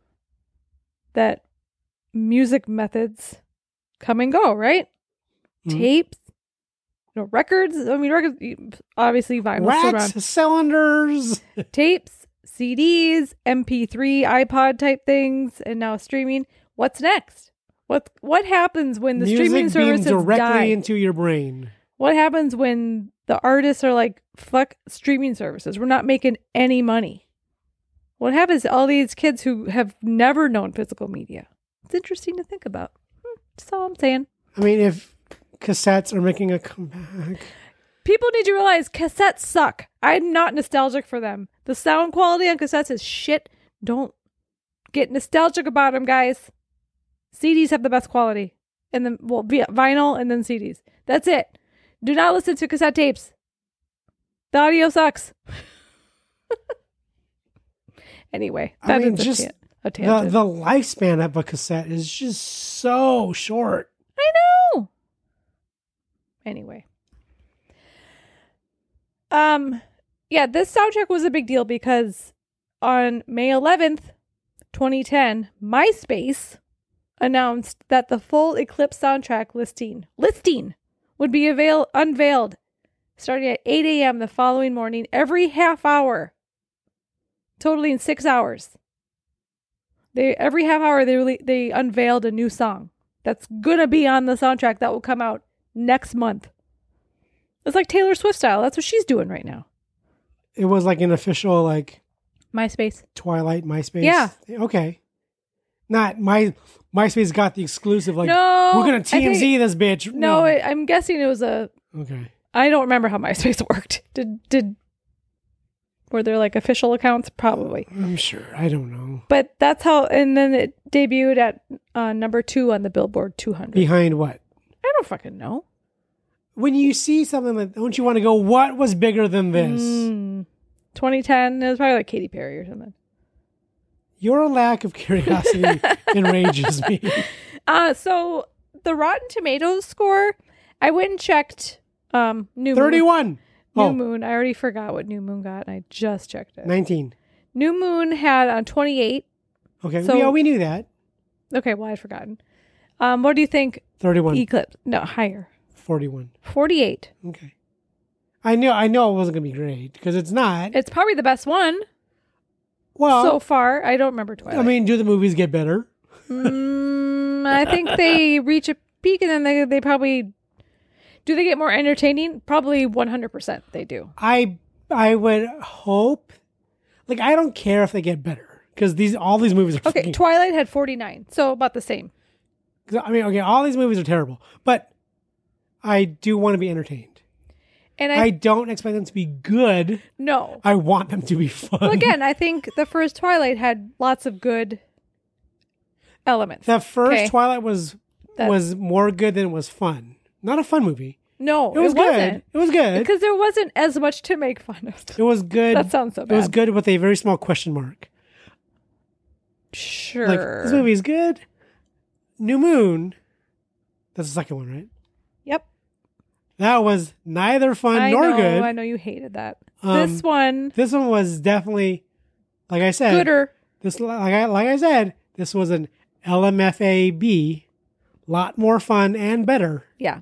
Speaker 3: that music methods come and go, right?
Speaker 2: Mhm.
Speaker 3: Tapes, you know, records. I mean, records you- obviously vinyl. still around.
Speaker 2: Wax cylinders.
Speaker 3: tapes, CDs, MP3, iPod type things, and now streaming. What's next? What what happens when the
Speaker 2: Music
Speaker 3: streaming
Speaker 2: beamed
Speaker 3: services
Speaker 2: directly
Speaker 3: die?
Speaker 2: into your brain.
Speaker 3: what happens when the artists are like, "Fuck streaming services. We're not making any money." What happens to all these kids who have never known physical media? It's interesting to think about. Hmm, That's all I'm saying.
Speaker 2: I mean, if cassettes are making a comeback,
Speaker 3: People need to realize cassettes suck. I'm not nostalgic for them. The sound quality on cassettes is shit. Don't get nostalgic about them, guys. CDs have the best quality, and then well, vi- vinyl and then CDs. That's it. Do not listen to cassette tapes. The audio sucks. anyway,
Speaker 2: I
Speaker 3: that is
Speaker 2: mean,
Speaker 3: a,
Speaker 2: just
Speaker 3: tan- a
Speaker 2: the,
Speaker 3: tangent.
Speaker 2: the lifespan of a cassette is just so short.
Speaker 3: I know. Anyway. Um yeah, this soundtrack was a big deal because on May 11th, 2010, MySpace announced that the full Eclipse soundtrack listing listing would be avail- unveiled starting at 8 a.m. the following morning every half hour, totaling six hours. They every half hour they really, they unveiled a new song that's gonna be on the soundtrack that will come out next month. It's like Taylor Swift style. That's what she's doing right now.
Speaker 2: It was like an official like
Speaker 3: MySpace.
Speaker 2: Twilight MySpace.
Speaker 3: Yeah.
Speaker 2: Okay. Not my MySpace got the exclusive. Like
Speaker 3: No,
Speaker 2: we're
Speaker 3: I
Speaker 2: gonna
Speaker 3: think-
Speaker 2: TMZ this bitch.
Speaker 3: No, I I'm guessing it was a.
Speaker 2: okay.
Speaker 3: I don't remember how MySpace worked. Did did were there like official accounts? Probably.
Speaker 2: I'm sure. I don't know.
Speaker 3: But that's how. And then it debuted at uh, number two on the Billboard 200.
Speaker 2: Behind what?
Speaker 3: I don't fucking know.
Speaker 2: When you see something like, don't you want to go? What was bigger than this?
Speaker 3: Mm, 2010. It was probably like Katy Perry or something.
Speaker 2: Your lack of curiosity enrages me.
Speaker 3: Uh so the Rotten Tomatoes score, I went and checked um New Moon.
Speaker 2: Thirty-one.
Speaker 3: New
Speaker 2: Oh,
Speaker 3: Moon. I already forgot what New Moon got and I just checked it.
Speaker 2: 19.
Speaker 3: New Moon had uh, on 28.
Speaker 2: Okay.
Speaker 3: So-
Speaker 2: yeah, we knew that.
Speaker 3: Okay, well I'd forgotten. Um what do you think
Speaker 2: 31.
Speaker 3: Eclipse? No, higher.
Speaker 2: 41.
Speaker 3: 48.
Speaker 2: Okay. I knew I know it wasn't gonna be great because it's not.
Speaker 3: It's probably the best one so
Speaker 2: well,
Speaker 3: far. I don't remember Twilight.
Speaker 2: I mean, do the movies get better?
Speaker 3: Mm, I think they reach a peak and then they they probably do they get more entertaining? Probably 100% they do.
Speaker 2: I I would hope. Like I don't care if they get better because these all these movies are.
Speaker 3: Okay,
Speaker 2: fucking-
Speaker 3: Twilight had 49, so about the same.
Speaker 2: 'cause, I mean, okay, all these movies are terrible, but I do want to be entertained.
Speaker 3: And I,
Speaker 2: I don't expect them to be good.
Speaker 3: no.
Speaker 2: I want them to be fun.
Speaker 3: Well, again, I think the first Twilight had lots of good elements.
Speaker 2: the first
Speaker 3: Okay.
Speaker 2: Twilight was
Speaker 3: That-
Speaker 2: was more good than it was fun. Not a fun movie.
Speaker 3: no,
Speaker 2: It was good.
Speaker 3: wasn't.
Speaker 2: It was good.
Speaker 3: Because there wasn't as much to make fun of.
Speaker 2: It was good.
Speaker 3: That sounds so
Speaker 2: It was
Speaker 3: bad.
Speaker 2: good with a very small question mark.
Speaker 3: Sure.
Speaker 2: Like this movie is good. New Moon. That's the second one, right?
Speaker 3: Yep.
Speaker 2: That was neither fun
Speaker 3: I
Speaker 2: nor
Speaker 3: know.
Speaker 2: good.
Speaker 3: I know you hated that.
Speaker 2: Um,
Speaker 3: this one
Speaker 2: This one was definitely, like I said,
Speaker 3: gooder.
Speaker 2: this like I, like I said, this was an LMFAB, lot more fun and better.
Speaker 3: Yeah.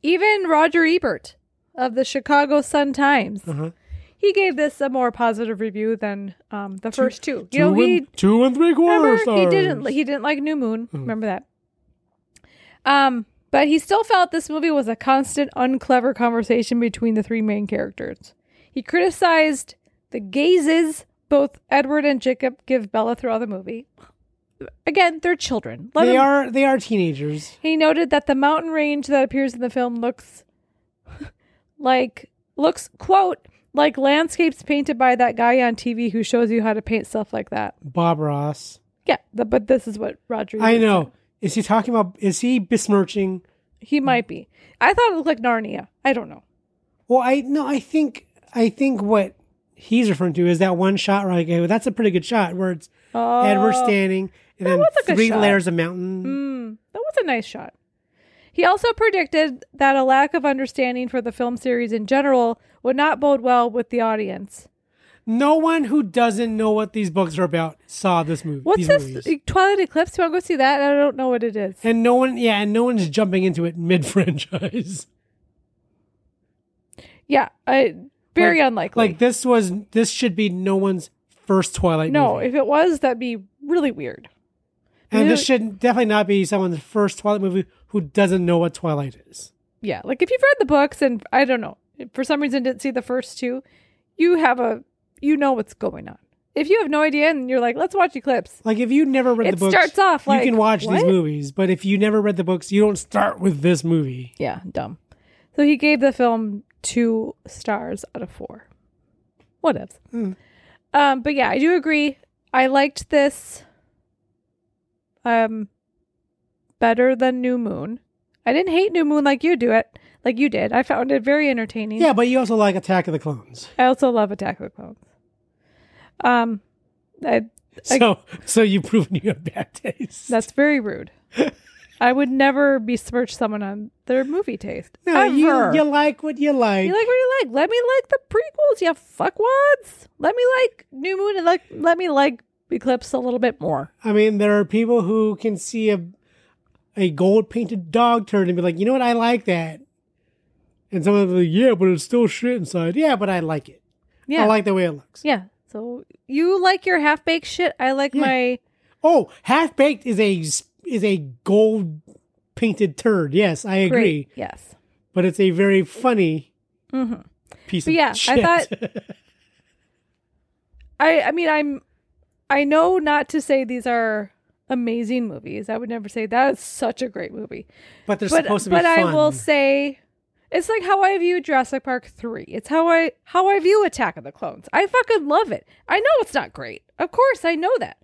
Speaker 3: Even Roger Ebert of the Chicago Sun Times,
Speaker 2: Uh-huh.
Speaker 3: he gave this a more positive review than um, the first two. You know,
Speaker 2: two,
Speaker 3: he
Speaker 2: and, two and three quarters.
Speaker 3: remember he didn't he didn't like New Moon.
Speaker 2: Hmm.
Speaker 3: Remember that. Um, but he still felt this movie was a constant, unclever conversation between the three main characters. He criticized the gazes both Edward and Jacob give Bella throughout the movie. Again, they're children. Let
Speaker 2: They
Speaker 3: them-
Speaker 2: are they are teenagers.
Speaker 3: he noted that the mountain range that appears in the film looks like looks quote like landscapes painted by that guy on TV who shows you how to paint stuff like that.
Speaker 2: Bob Ross.
Speaker 3: Yeah, the, but this is what Roger.
Speaker 2: I
Speaker 3: Ebert
Speaker 2: know. Is he talking about? Is he besmirching?
Speaker 3: said.
Speaker 2: Hmm.
Speaker 3: he might be. I thought it looked like Narnia. I don't know.
Speaker 2: Well, I no, I think I think what he's referring to is that one shot right go, that's a pretty good shot where it's
Speaker 3: Oh,
Speaker 2: Edward standing and then
Speaker 3: was a good
Speaker 2: three
Speaker 3: shot.
Speaker 2: layers of mountain.
Speaker 3: Mm, that was a nice shot. He also predicted that a lack of understanding for the film series in general would not bode well with the audience.
Speaker 2: No one who doesn't know what these books are about saw this movie.
Speaker 3: What's
Speaker 2: these
Speaker 3: this? e,
Speaker 2: movies.
Speaker 3: Twilight Eclipse? You want to go see that? I don't know what it is.
Speaker 2: And no one, yeah, and no one's jumping into it mid franchise.
Speaker 3: Yeah, I, very unlikely.
Speaker 2: like this was, this should be no one's first Twilight.
Speaker 3: no,
Speaker 2: movie.
Speaker 3: if it was, that'd be really weird.
Speaker 2: and this should definitely not be someone's first Twilight movie who doesn't know what Twilight is.
Speaker 3: Yeah, like if you've read the books and I don't know, for some reason didn't see the first two, you have a you know what's going on. If you have no idea and you're like, let's watch Eclipse,
Speaker 2: Like if you never read
Speaker 3: It
Speaker 2: the books,
Speaker 3: starts off
Speaker 2: you
Speaker 3: like,
Speaker 2: can watch
Speaker 3: what?
Speaker 2: these movies, but if you never read the books, you don't start with this movie.
Speaker 3: yeah, dumb. So he gave the film two stars out of four. What if?
Speaker 2: Hmm.
Speaker 3: Um, but yeah, I do agree. I liked this um better than New Moon. I didn't hate New Moon like you do it, like you did. I found it very entertaining.
Speaker 2: Yeah, but you also like Attack of the Clones.
Speaker 3: I also love Attack of the Clones. Um, I, I-
Speaker 2: So so you've proven you have bad taste.
Speaker 3: that's very rude. I would never besmirch someone on their movie taste.
Speaker 2: no, you
Speaker 3: ever.
Speaker 2: you like what you like.
Speaker 3: You like what you like. Let me like the prequels, you fuckwads. Let me like New Moon and like let me like Eclipse a little bit more.
Speaker 2: I mean, there are people who can see a a gold painted dog turd and be like, you know what, I like that. And some of them are like, yeah, but it's still shit inside. Yeah, but I like it.
Speaker 3: Yeah,
Speaker 2: I like the way it looks.
Speaker 3: yeah. So you like your half baked shit. I like
Speaker 2: Yeah.
Speaker 3: my
Speaker 2: Oh, half baked is a is a gold painted turd. Yes, I agree.
Speaker 3: great. Yes.
Speaker 2: but it's a very funny piece
Speaker 3: Mm-hmm. But
Speaker 2: of
Speaker 3: yeah, I
Speaker 2: shit.
Speaker 3: thought- I I mean I'm I know not to say these are amazing movies. I would never say that is such a great movie.
Speaker 2: but they're
Speaker 3: but
Speaker 2: supposed to be
Speaker 3: but I
Speaker 2: fun.
Speaker 3: will say it's like how I view Jurassic Park 3. It's how I how I view Attack of the Clones. I fucking love it. I know it's not great. Of course I know that.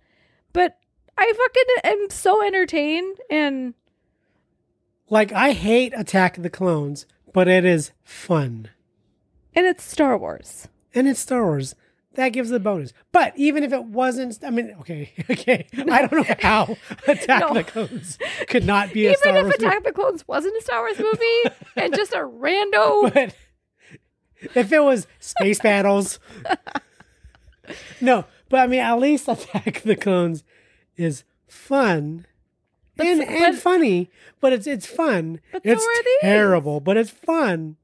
Speaker 3: But I fucking am so entertained and
Speaker 2: like I hate Attack of the Clones, but it is fun,
Speaker 3: and it's Star Wars.
Speaker 2: and it's Star Wars. That gives it a bonus. But even if it wasn't, I mean, okay, okay, I don't know how Attack of
Speaker 3: No.
Speaker 2: the Clones could not be a
Speaker 3: Even
Speaker 2: Star
Speaker 3: if
Speaker 2: Wars
Speaker 3: Attack of the Clones wasn't a Star Wars movie and just a rando
Speaker 2: movie. But if it was space battles, no. But I mean, at least Attack of the Clones is fun.
Speaker 3: But
Speaker 2: and,
Speaker 3: so-
Speaker 2: and
Speaker 3: but-
Speaker 2: funny, but it's it's fun.
Speaker 3: But so
Speaker 2: it's
Speaker 3: are these.
Speaker 2: terrible, but it's fun.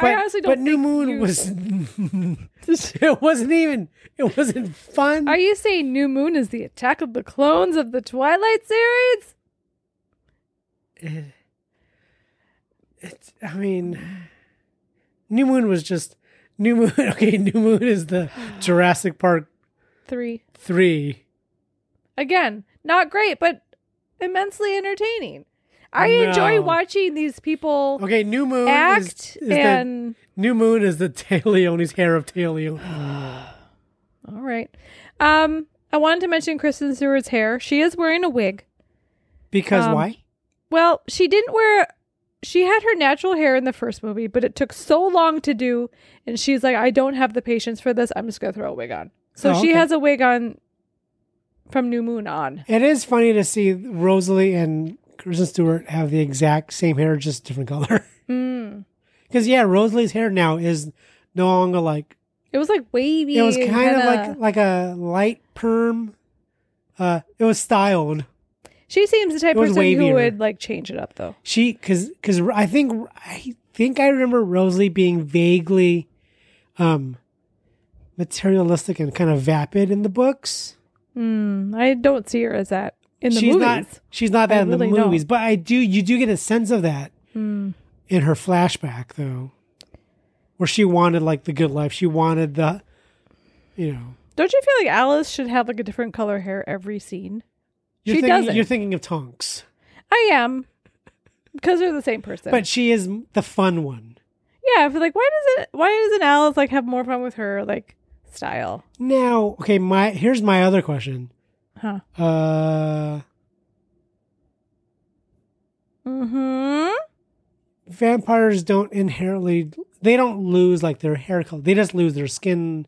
Speaker 3: I honestly don't
Speaker 2: but New
Speaker 3: think
Speaker 2: Moon
Speaker 3: you-
Speaker 2: was it wasn't even it wasn't fun.
Speaker 3: Are you saying New Moon is the Attack of the Clones of the Twilight series?
Speaker 2: It's- I mean, New Moon was just New Moon. Okay, New Moon is the Jurassic Park
Speaker 3: Three.
Speaker 2: three.
Speaker 3: Again, not great, but immensely entertaining. I enjoy
Speaker 2: No.
Speaker 3: watching these people
Speaker 2: Okay, New Moon
Speaker 3: act
Speaker 2: is, is the,
Speaker 3: and
Speaker 2: New Moon is the Taleone's hair of Taleone.
Speaker 3: all right. Um, I wanted to mention Kristen Stewart's hair. She is wearing a wig.
Speaker 2: Because
Speaker 3: Um,
Speaker 2: why?
Speaker 3: Well, she didn't wear. She had her natural hair in the first movie, but it took so long to do, and she's like, "I don't have the patience for this. I'm just gonna throw a wig on." So
Speaker 2: Oh,
Speaker 3: she
Speaker 2: okay.
Speaker 3: has a wig on from New Moon on.
Speaker 2: It is funny to see Rosalie and Kristen Stewart have the exact same hair, just different color.
Speaker 3: Mm.
Speaker 2: Because yeah, Rosalie's hair now is no longer like
Speaker 3: It was like wavy.
Speaker 2: it was
Speaker 3: and
Speaker 2: kind of like like a light perm. Uh, it was styled.
Speaker 3: She seems the type
Speaker 2: it
Speaker 3: of
Speaker 2: was
Speaker 3: person
Speaker 2: wavier.
Speaker 3: who would like change it up though.
Speaker 2: She because because I think I think I remember Rosalie being vaguely um materialistic and kind of vapid in the books.
Speaker 3: Mm, I don't see her as that in the
Speaker 2: she's
Speaker 3: movies.
Speaker 2: not she's not
Speaker 3: I
Speaker 2: that in
Speaker 3: really
Speaker 2: the
Speaker 3: don't. Hmm.
Speaker 2: movies, but I do you do get a sense of that in her flashback though, where she wanted like the good life. She wanted the you know
Speaker 3: Don't you feel like Alice should have like a different color hair every scene?
Speaker 2: you're
Speaker 3: She
Speaker 2: thinking,
Speaker 3: doesn't.
Speaker 2: You're thinking of Tonks,
Speaker 3: I am because they're the same person.
Speaker 2: but she is the fun one.
Speaker 3: Yeah, I feel like why does it why doesn't Alice like have more fun with her like style?
Speaker 2: Now, okay, my here's my other question.
Speaker 3: Huh.
Speaker 2: Uh
Speaker 3: Mm-hmm.
Speaker 2: vampires don't inherently they don't lose like their hair color. They just lose their skin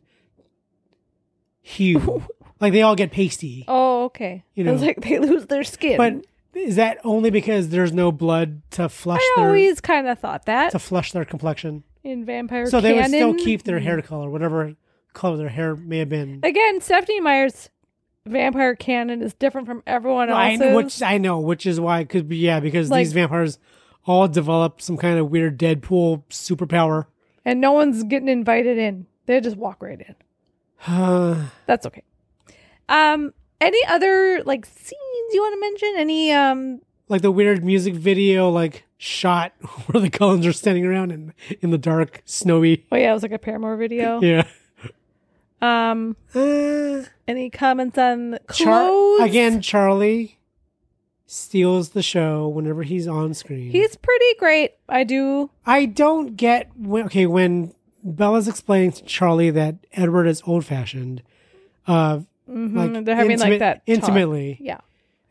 Speaker 2: hue. like they all get pasty.
Speaker 3: Oh, okay.
Speaker 2: You
Speaker 3: I was
Speaker 2: know.
Speaker 3: like they lose their skin.
Speaker 2: But is that only because there's no blood to flush
Speaker 3: I
Speaker 2: their
Speaker 3: always kind of thought that
Speaker 2: to flush their complexion?
Speaker 3: in vampire.
Speaker 2: so they would still
Speaker 3: Canon.
Speaker 2: keep their hair color, whatever color their hair may have been.
Speaker 3: again. Stephanie Meyer's vampire canon is different from everyone
Speaker 2: I,
Speaker 3: else's.
Speaker 2: which I know, which is why it could be yeah, because
Speaker 3: Like-
Speaker 2: these vampires all develop some kind of weird Deadpool superpower.
Speaker 3: and no one's getting invited in. They just walk right in.
Speaker 2: Uh,
Speaker 3: That's okay. Um, any other like scenes you want to mention? Any um?
Speaker 2: like the weird music video, like shot where the Cullens are standing around in in the dark, snowy.
Speaker 3: Oh yeah, it was like a Paramore video.
Speaker 2: Yeah.
Speaker 3: Um,
Speaker 2: Uh,
Speaker 3: any comments on
Speaker 2: Char-
Speaker 3: clothes?
Speaker 2: again, Charlie steals the show whenever he's on screen.
Speaker 3: He's pretty great. I do.
Speaker 2: I don't get when, okay when Bella's explaining to Charlie that Edward is old fashioned. Uh,
Speaker 3: Mm, they're having like
Speaker 2: intimate-
Speaker 3: that talk.
Speaker 2: intimately,
Speaker 3: Yeah.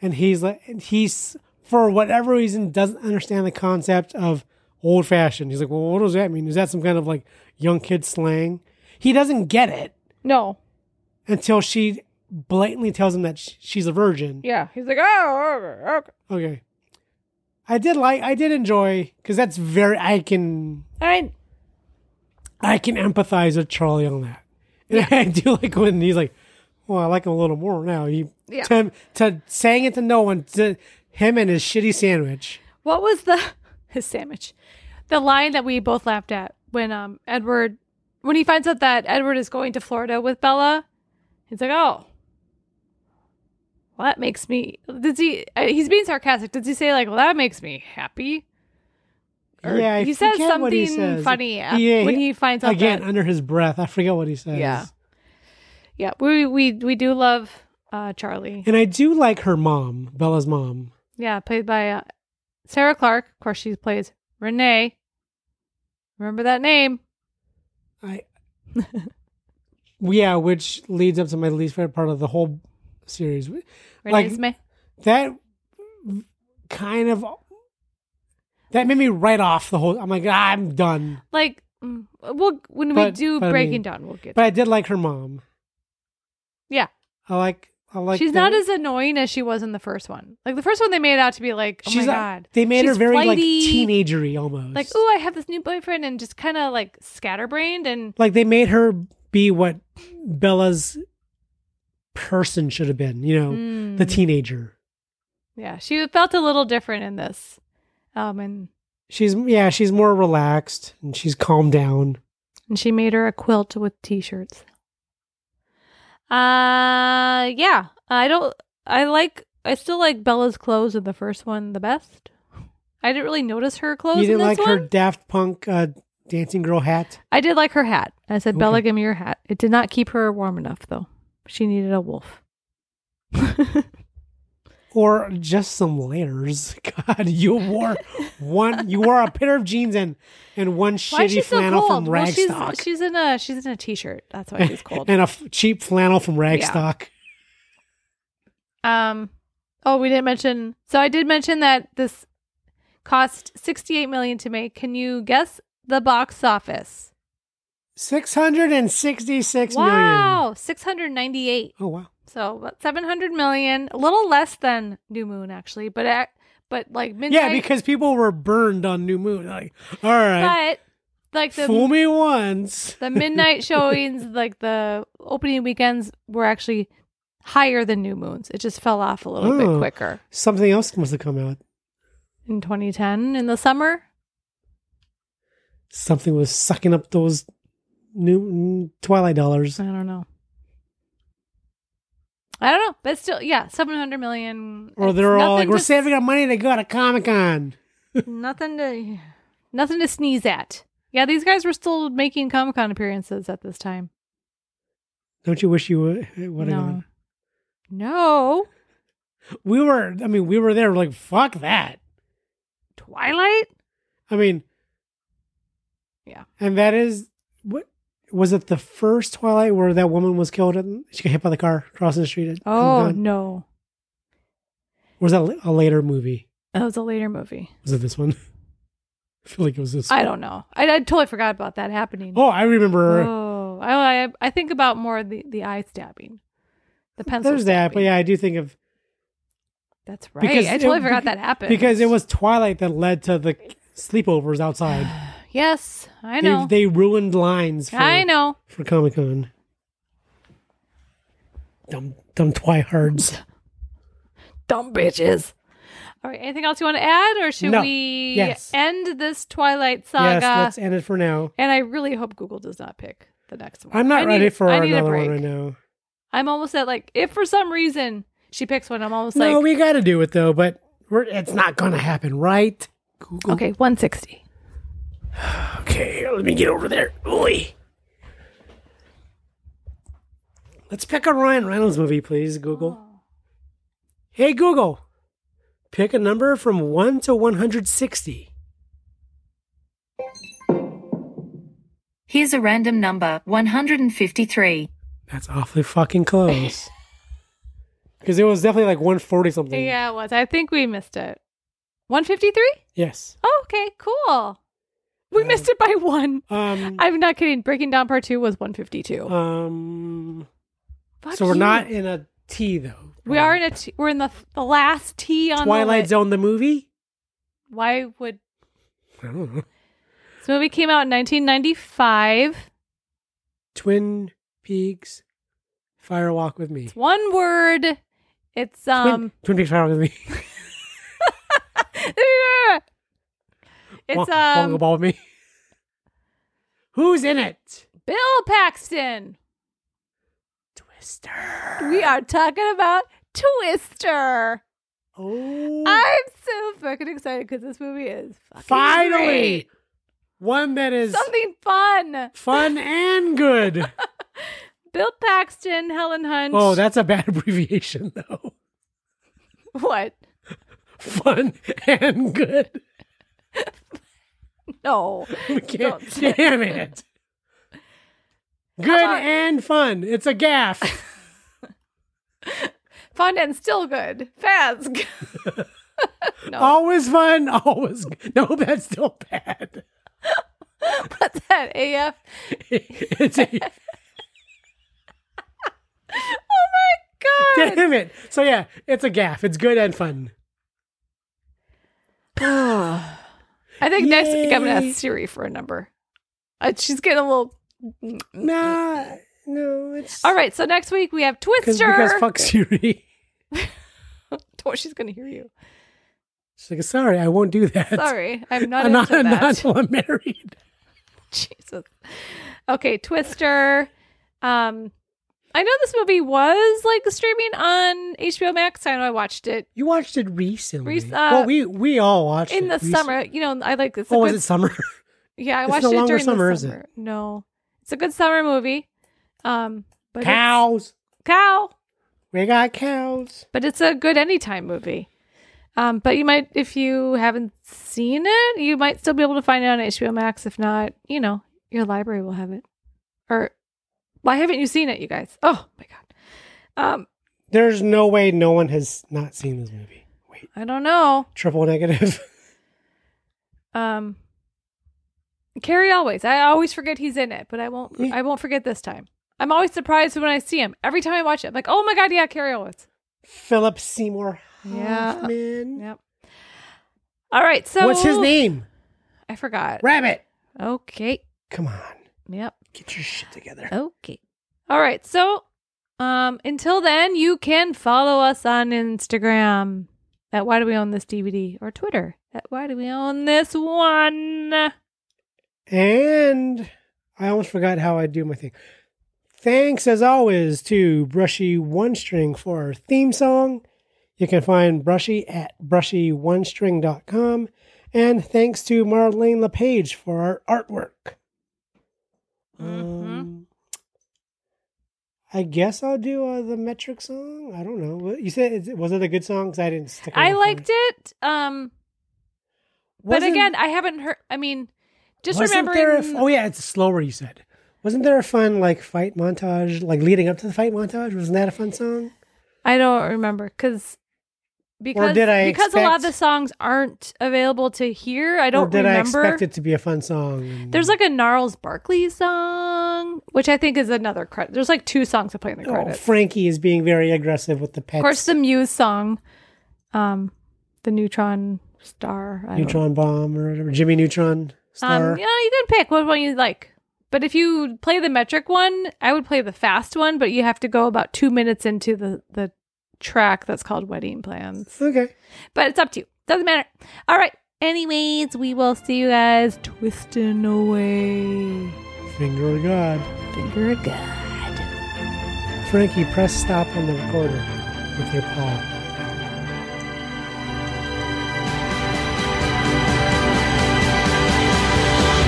Speaker 2: and he's like and he's for whatever reason doesn't understand the concept of old fashioned. He's like, well, what does that mean? Is that some kind of like young kid slang? He doesn't get it
Speaker 3: No.
Speaker 2: until she blatantly tells him that sh- she's a virgin.
Speaker 3: Yeah. He's like, oh, okay, okay."
Speaker 2: Okay, I did like I did enjoy because that's very I can
Speaker 3: I
Speaker 2: I can empathize with Charlie on that. And I do like when he's like, well, I like him a little more now. He
Speaker 3: Yeah.
Speaker 2: to, him- to saying it to no one, to him and his shitty sandwich.
Speaker 3: what was the his sandwich? The line that we both laughed at when um Edward when he finds out that Edward is going to Florida with Bella, he's like, oh. Well, that makes me. Does he? uh, He's being sarcastic. Does he say like, "Well, that makes me happy"? Or
Speaker 2: yeah, I
Speaker 3: he says
Speaker 2: forget
Speaker 3: something
Speaker 2: what he says.
Speaker 3: funny af-
Speaker 2: Yeah,
Speaker 3: when he finds out
Speaker 2: again
Speaker 3: that
Speaker 2: under his breath. I forget what he says.
Speaker 3: Yeah. Yeah, we we we do love uh, Charlie.
Speaker 2: and I do like her mom, Bella's mom.
Speaker 3: Yeah, played by uh, Sarah Clark. Of course, she plays Renee. Remember that name?
Speaker 2: I yeah, which leads up to my least favorite part of the whole series.
Speaker 3: Renee's
Speaker 2: Like-
Speaker 3: May.
Speaker 2: That kind of that made me write off the whole. I'm like, "Ah, I'm done.
Speaker 3: Like, mm, we'll when we
Speaker 2: But-
Speaker 3: do
Speaker 2: but I
Speaker 3: breaking
Speaker 2: mean-
Speaker 3: down, we'll get.
Speaker 2: But I did like her mom.
Speaker 3: Yeah.
Speaker 2: I like. I like.
Speaker 3: she's
Speaker 2: that-
Speaker 3: not as annoying as she was in the first one. Like the first one, they made it out to be like, oh
Speaker 2: she's
Speaker 3: my
Speaker 2: not-
Speaker 3: god,
Speaker 2: They made her
Speaker 3: She's
Speaker 2: very like
Speaker 3: flighty,
Speaker 2: teenagery almost.
Speaker 3: Like, oh, I have this new boyfriend, and just kind of like scatterbrained, and
Speaker 2: Like they made her be what Bella's person should have been. You know, the teenager.
Speaker 3: mm, yeah, she felt a little different in this. Um, and
Speaker 2: She's yeah. She's more relaxed and she's calmed down.
Speaker 3: and she made her a quilt with t-shirts uh yeah i don't i like i still like bella's clothes in the first one the best i didn't really notice her clothes
Speaker 2: you didn't
Speaker 3: in Oh, this
Speaker 2: like
Speaker 3: one
Speaker 2: her Daft Punk uh, dancing girl hat.
Speaker 3: I did like her hat. I said, Bella, give me your hat. It did not keep her warm enough, though. She needed a wolf.
Speaker 2: Or just some layers. God, you wore one. You wore a pair of jeans and and
Speaker 3: Why
Speaker 2: one
Speaker 3: is she
Speaker 2: shitty
Speaker 3: so
Speaker 2: flannel
Speaker 3: cold?
Speaker 2: from
Speaker 3: well,
Speaker 2: Ragstock,
Speaker 3: she's she's in a she's in a t-shirt. That's why she's cold.
Speaker 2: and a f- cheap flannel from Ragstock.
Speaker 3: um, oh, we didn't mention. So I did mention that this cost sixty-eight million to make. Can you guess the box office?
Speaker 2: Six hundred and sixty-six million.
Speaker 3: wow, six hundred ninety-eight.
Speaker 2: Oh wow.
Speaker 3: So about seven hundred million, a little less than New Moon actually, but ac but like midnight.
Speaker 2: Yeah, because people were burned on New Moon. Like, all right,
Speaker 3: but like the
Speaker 2: fool me once.
Speaker 3: the midnight showings, like the opening weekends, were actually higher than new moons. It just fell off a little bit
Speaker 2: Oh.
Speaker 3: quicker
Speaker 2: Something else must have come out.
Speaker 3: in 2010 in the summer.
Speaker 2: Something was sucking up those new Twilight dollars.
Speaker 3: I don't know. I don't know, but still, yeah, 700 million.
Speaker 2: Or
Speaker 3: It's
Speaker 2: they're all like,
Speaker 3: nothing
Speaker 2: we're
Speaker 3: to-
Speaker 2: saving our money to go to Comic Con.
Speaker 3: nothing to nothing to sneeze at. Yeah, these guys were still making Comic Con appearances at this time.
Speaker 2: Don't you wish you would? What
Speaker 3: no. No.
Speaker 2: We were, I mean, we were there like, fuck that.
Speaker 3: Twilight?
Speaker 2: I mean,
Speaker 3: Yeah.
Speaker 2: And that is, what was it the first Twilight where that woman was killed and she got hit by the car crossing the street? at
Speaker 3: Oh,
Speaker 2: Comic-Con?
Speaker 3: no.
Speaker 2: Or was that la- a later movie?
Speaker 3: That was a later movie.
Speaker 2: Was it this one? I feel like it was this.
Speaker 3: I don't know. I, I totally forgot about that happening.
Speaker 2: Oh, I remember.
Speaker 3: Oh, I, I I think about more the the eye stabbing, the pencil.
Speaker 2: There's that, but
Speaker 3: stabbing.
Speaker 2: yeah, I do think of
Speaker 3: that's right.
Speaker 2: because
Speaker 3: I totally
Speaker 2: it-
Speaker 3: forgot
Speaker 2: beca-
Speaker 3: that happened
Speaker 2: because it was Twilight that led to the sleepovers outside.
Speaker 3: Yes, I know.
Speaker 2: They, they ruined lines. For,
Speaker 3: I know.
Speaker 2: for Comic Con. Dumb, dumb twihards.
Speaker 3: Dumb bitches. All right. Anything else you want to add, or should
Speaker 2: No.
Speaker 3: we
Speaker 2: Yes.
Speaker 3: end this Twilight
Speaker 2: yes,
Speaker 3: saga?
Speaker 2: let's end it for now.
Speaker 3: and I really hope Google does not pick the next one.
Speaker 2: I'm not
Speaker 3: I
Speaker 2: ready
Speaker 3: need-
Speaker 2: for
Speaker 3: I need a
Speaker 2: another one
Speaker 3: break.
Speaker 2: right now.
Speaker 3: I'm almost at like if for some reason she picks one, I'm almost
Speaker 2: no,
Speaker 3: like
Speaker 2: we got to do it though, but we're, it's not going to happen, right? Google.
Speaker 3: okay, 160.
Speaker 2: Okay, let me get over there. Oi. Let's pick a Ryan Reynolds movie, please, Google.
Speaker 3: Oh.
Speaker 2: Hey, Google, pick a number from 1 to 160.
Speaker 5: Here's a random number 153.
Speaker 2: That's awfully fucking close. Because it was definitely like 140 something.
Speaker 3: Yeah, it was. I think we missed it. 153.
Speaker 2: Yes.
Speaker 3: Oh, okay, cool. We missed it by one.
Speaker 2: Um,
Speaker 3: I'm not kidding. Breaking down part two was 152.
Speaker 2: um,
Speaker 3: Fuck
Speaker 2: so we're
Speaker 3: you.
Speaker 2: not in a T, though.
Speaker 3: We are in a. T- we're in the the last T on
Speaker 2: Twilight
Speaker 3: the list.
Speaker 2: Zone, the movie?
Speaker 3: Why would
Speaker 2: I don't know.
Speaker 3: this movie came out in 1995?
Speaker 2: Twin Peaks, Fire Walk with Me.
Speaker 3: It's one word. It's um.
Speaker 2: Twin, Twin Peaks, Fire Walk with Me.
Speaker 3: it's
Speaker 2: Wonka
Speaker 3: um.
Speaker 2: Ball with Me. Who's in it?
Speaker 3: Bill Paxton.
Speaker 2: Twister.
Speaker 3: We are talking about Twister.
Speaker 2: Oh,
Speaker 3: I'm so fucking excited because this movie is fucking
Speaker 2: finally
Speaker 3: great.
Speaker 2: one that is
Speaker 3: something fun.
Speaker 2: fun and good.
Speaker 3: Bill Paxton, Helen Hunt.
Speaker 2: oh, that's a bad abbreviation though.
Speaker 3: what?
Speaker 2: Fun and good.
Speaker 3: No.
Speaker 2: We can't.
Speaker 3: Don't say
Speaker 2: Damn it. Good
Speaker 3: on.
Speaker 2: and fun. It's a gaff.
Speaker 3: Fun and still good. Fazg. Oh.
Speaker 2: Always fun. Always. No, that's still bad.
Speaker 3: What's that? AF.
Speaker 2: It's a.
Speaker 3: Oh my god.
Speaker 2: Damn it. So yeah, it's a gaff. It's good and fun.
Speaker 3: I think next week I'm gonna
Speaker 2: Yay.
Speaker 3: ask Siri for a number. Uh, she's getting a little.
Speaker 2: Nah, no, it's
Speaker 3: All right. So next week we have
Speaker 2: Cause,
Speaker 3: Twister.
Speaker 2: because fuck Siri.
Speaker 3: Oh, she's gonna hear you.
Speaker 2: She's like, sorry, I won't do that.
Speaker 3: Sorry, I'm not
Speaker 2: I'm not,
Speaker 3: into
Speaker 2: I'm
Speaker 3: that.
Speaker 2: not until I'm married.
Speaker 3: Jesus. Okay, Twister. Um, I know this movie was like streaming on HBO Max. I know I watched it
Speaker 2: You watched it recently.
Speaker 3: Rec- uh,
Speaker 2: well, we we all watched
Speaker 3: in
Speaker 2: it
Speaker 3: the
Speaker 2: rec-
Speaker 3: summer. You know, I like this.
Speaker 2: Oh, was it summer?
Speaker 3: Yeah, I
Speaker 2: It's
Speaker 3: watched
Speaker 2: no
Speaker 3: it
Speaker 2: longer
Speaker 3: during
Speaker 2: summer,
Speaker 3: the
Speaker 2: is it?
Speaker 3: summer. No, it's a good summer movie. Um, but it's-
Speaker 2: cows.
Speaker 3: cow.
Speaker 2: We got cows.
Speaker 3: But it's a good anytime movie. Um, but you might, if you haven't seen it, you might still be able to find it on HBO Max. If not, you know, your library will have it. Or why haven't you seen it, you guys? Oh my god. Um,
Speaker 2: There's no way no one has not seen this movie. Wait,
Speaker 3: I don't know.
Speaker 2: triple negative.
Speaker 3: Um, Carrie always. I always forget he's in it, but I won't.
Speaker 2: Yeah.
Speaker 3: I won't forget this time. I'm always surprised when I see him. Every time I watch it, I'm like, oh my god, yeah, Carrie Owens.
Speaker 2: Philip Seymour
Speaker 3: Yeah.
Speaker 2: Hoffman.
Speaker 3: Yep. All right. So
Speaker 2: What's his name?
Speaker 3: I forgot.
Speaker 2: Rabbit.
Speaker 3: Okay.
Speaker 2: Come on,
Speaker 3: Yep.
Speaker 2: get your shit together.
Speaker 3: Okay. All right. So, um, until then, you can follow us on Instagram at Why Do We Own This DVD or Twitter at Why Do We Own This One.
Speaker 2: And I almost forgot how I do my thing. Thanks as always to Brushy One String for our theme song. You can find Brushy at brushyonestring.com. And thanks to Marlene LePage for our artwork.
Speaker 3: Mm-hmm.
Speaker 2: Um, I guess I'll do uh, the metric song. I don't know. What- You said it- was it a good song? Because I didn't stick.
Speaker 3: I liked it. Um, but again, I haven't heard. I mean, just
Speaker 2: Wasn't
Speaker 3: remembering.
Speaker 2: there a f- oh yeah, it's slower. You said. Wasn't there a fun like fight montage, like leading up to the fight montage? Wasn't that a fun song?
Speaker 3: I don't remember because because
Speaker 2: did I
Speaker 3: because a lot of the
Speaker 2: expect-
Speaker 3: songs aren't available to hear. I
Speaker 2: or
Speaker 3: don't
Speaker 2: did I
Speaker 3: remember.
Speaker 2: expect it to be a fun song? And-
Speaker 3: There's like a Gnarls Barkley song, which I think is another credit. There's like two songs that play in the
Speaker 2: oh,
Speaker 3: credits.
Speaker 2: Frankie is being very aggressive with the pets.
Speaker 3: of course, the Muse song, um, the Neutron Star. I don't-
Speaker 2: neutron bomb or whatever. Jimmy Neutron star.
Speaker 3: Um, yeah, you can pick what one you like. But if you play the metric one, I would play the fast one, but you have to go about two minutes into the the track that's called Wedding Plans.
Speaker 2: Okay.
Speaker 3: But it's up to you. Doesn't matter. All right. Anyways, we will see you guys twisting away.
Speaker 2: Finger to God.
Speaker 3: Finger of God.
Speaker 2: Frankie, press stop on the recorder with your paw.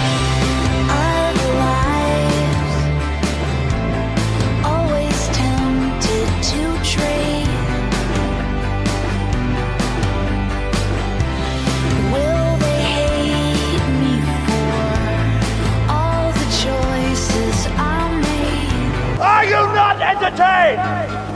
Speaker 6: Our lives always tempted to trade. Will they hate me for all the choices I made?
Speaker 7: Are you not entertained?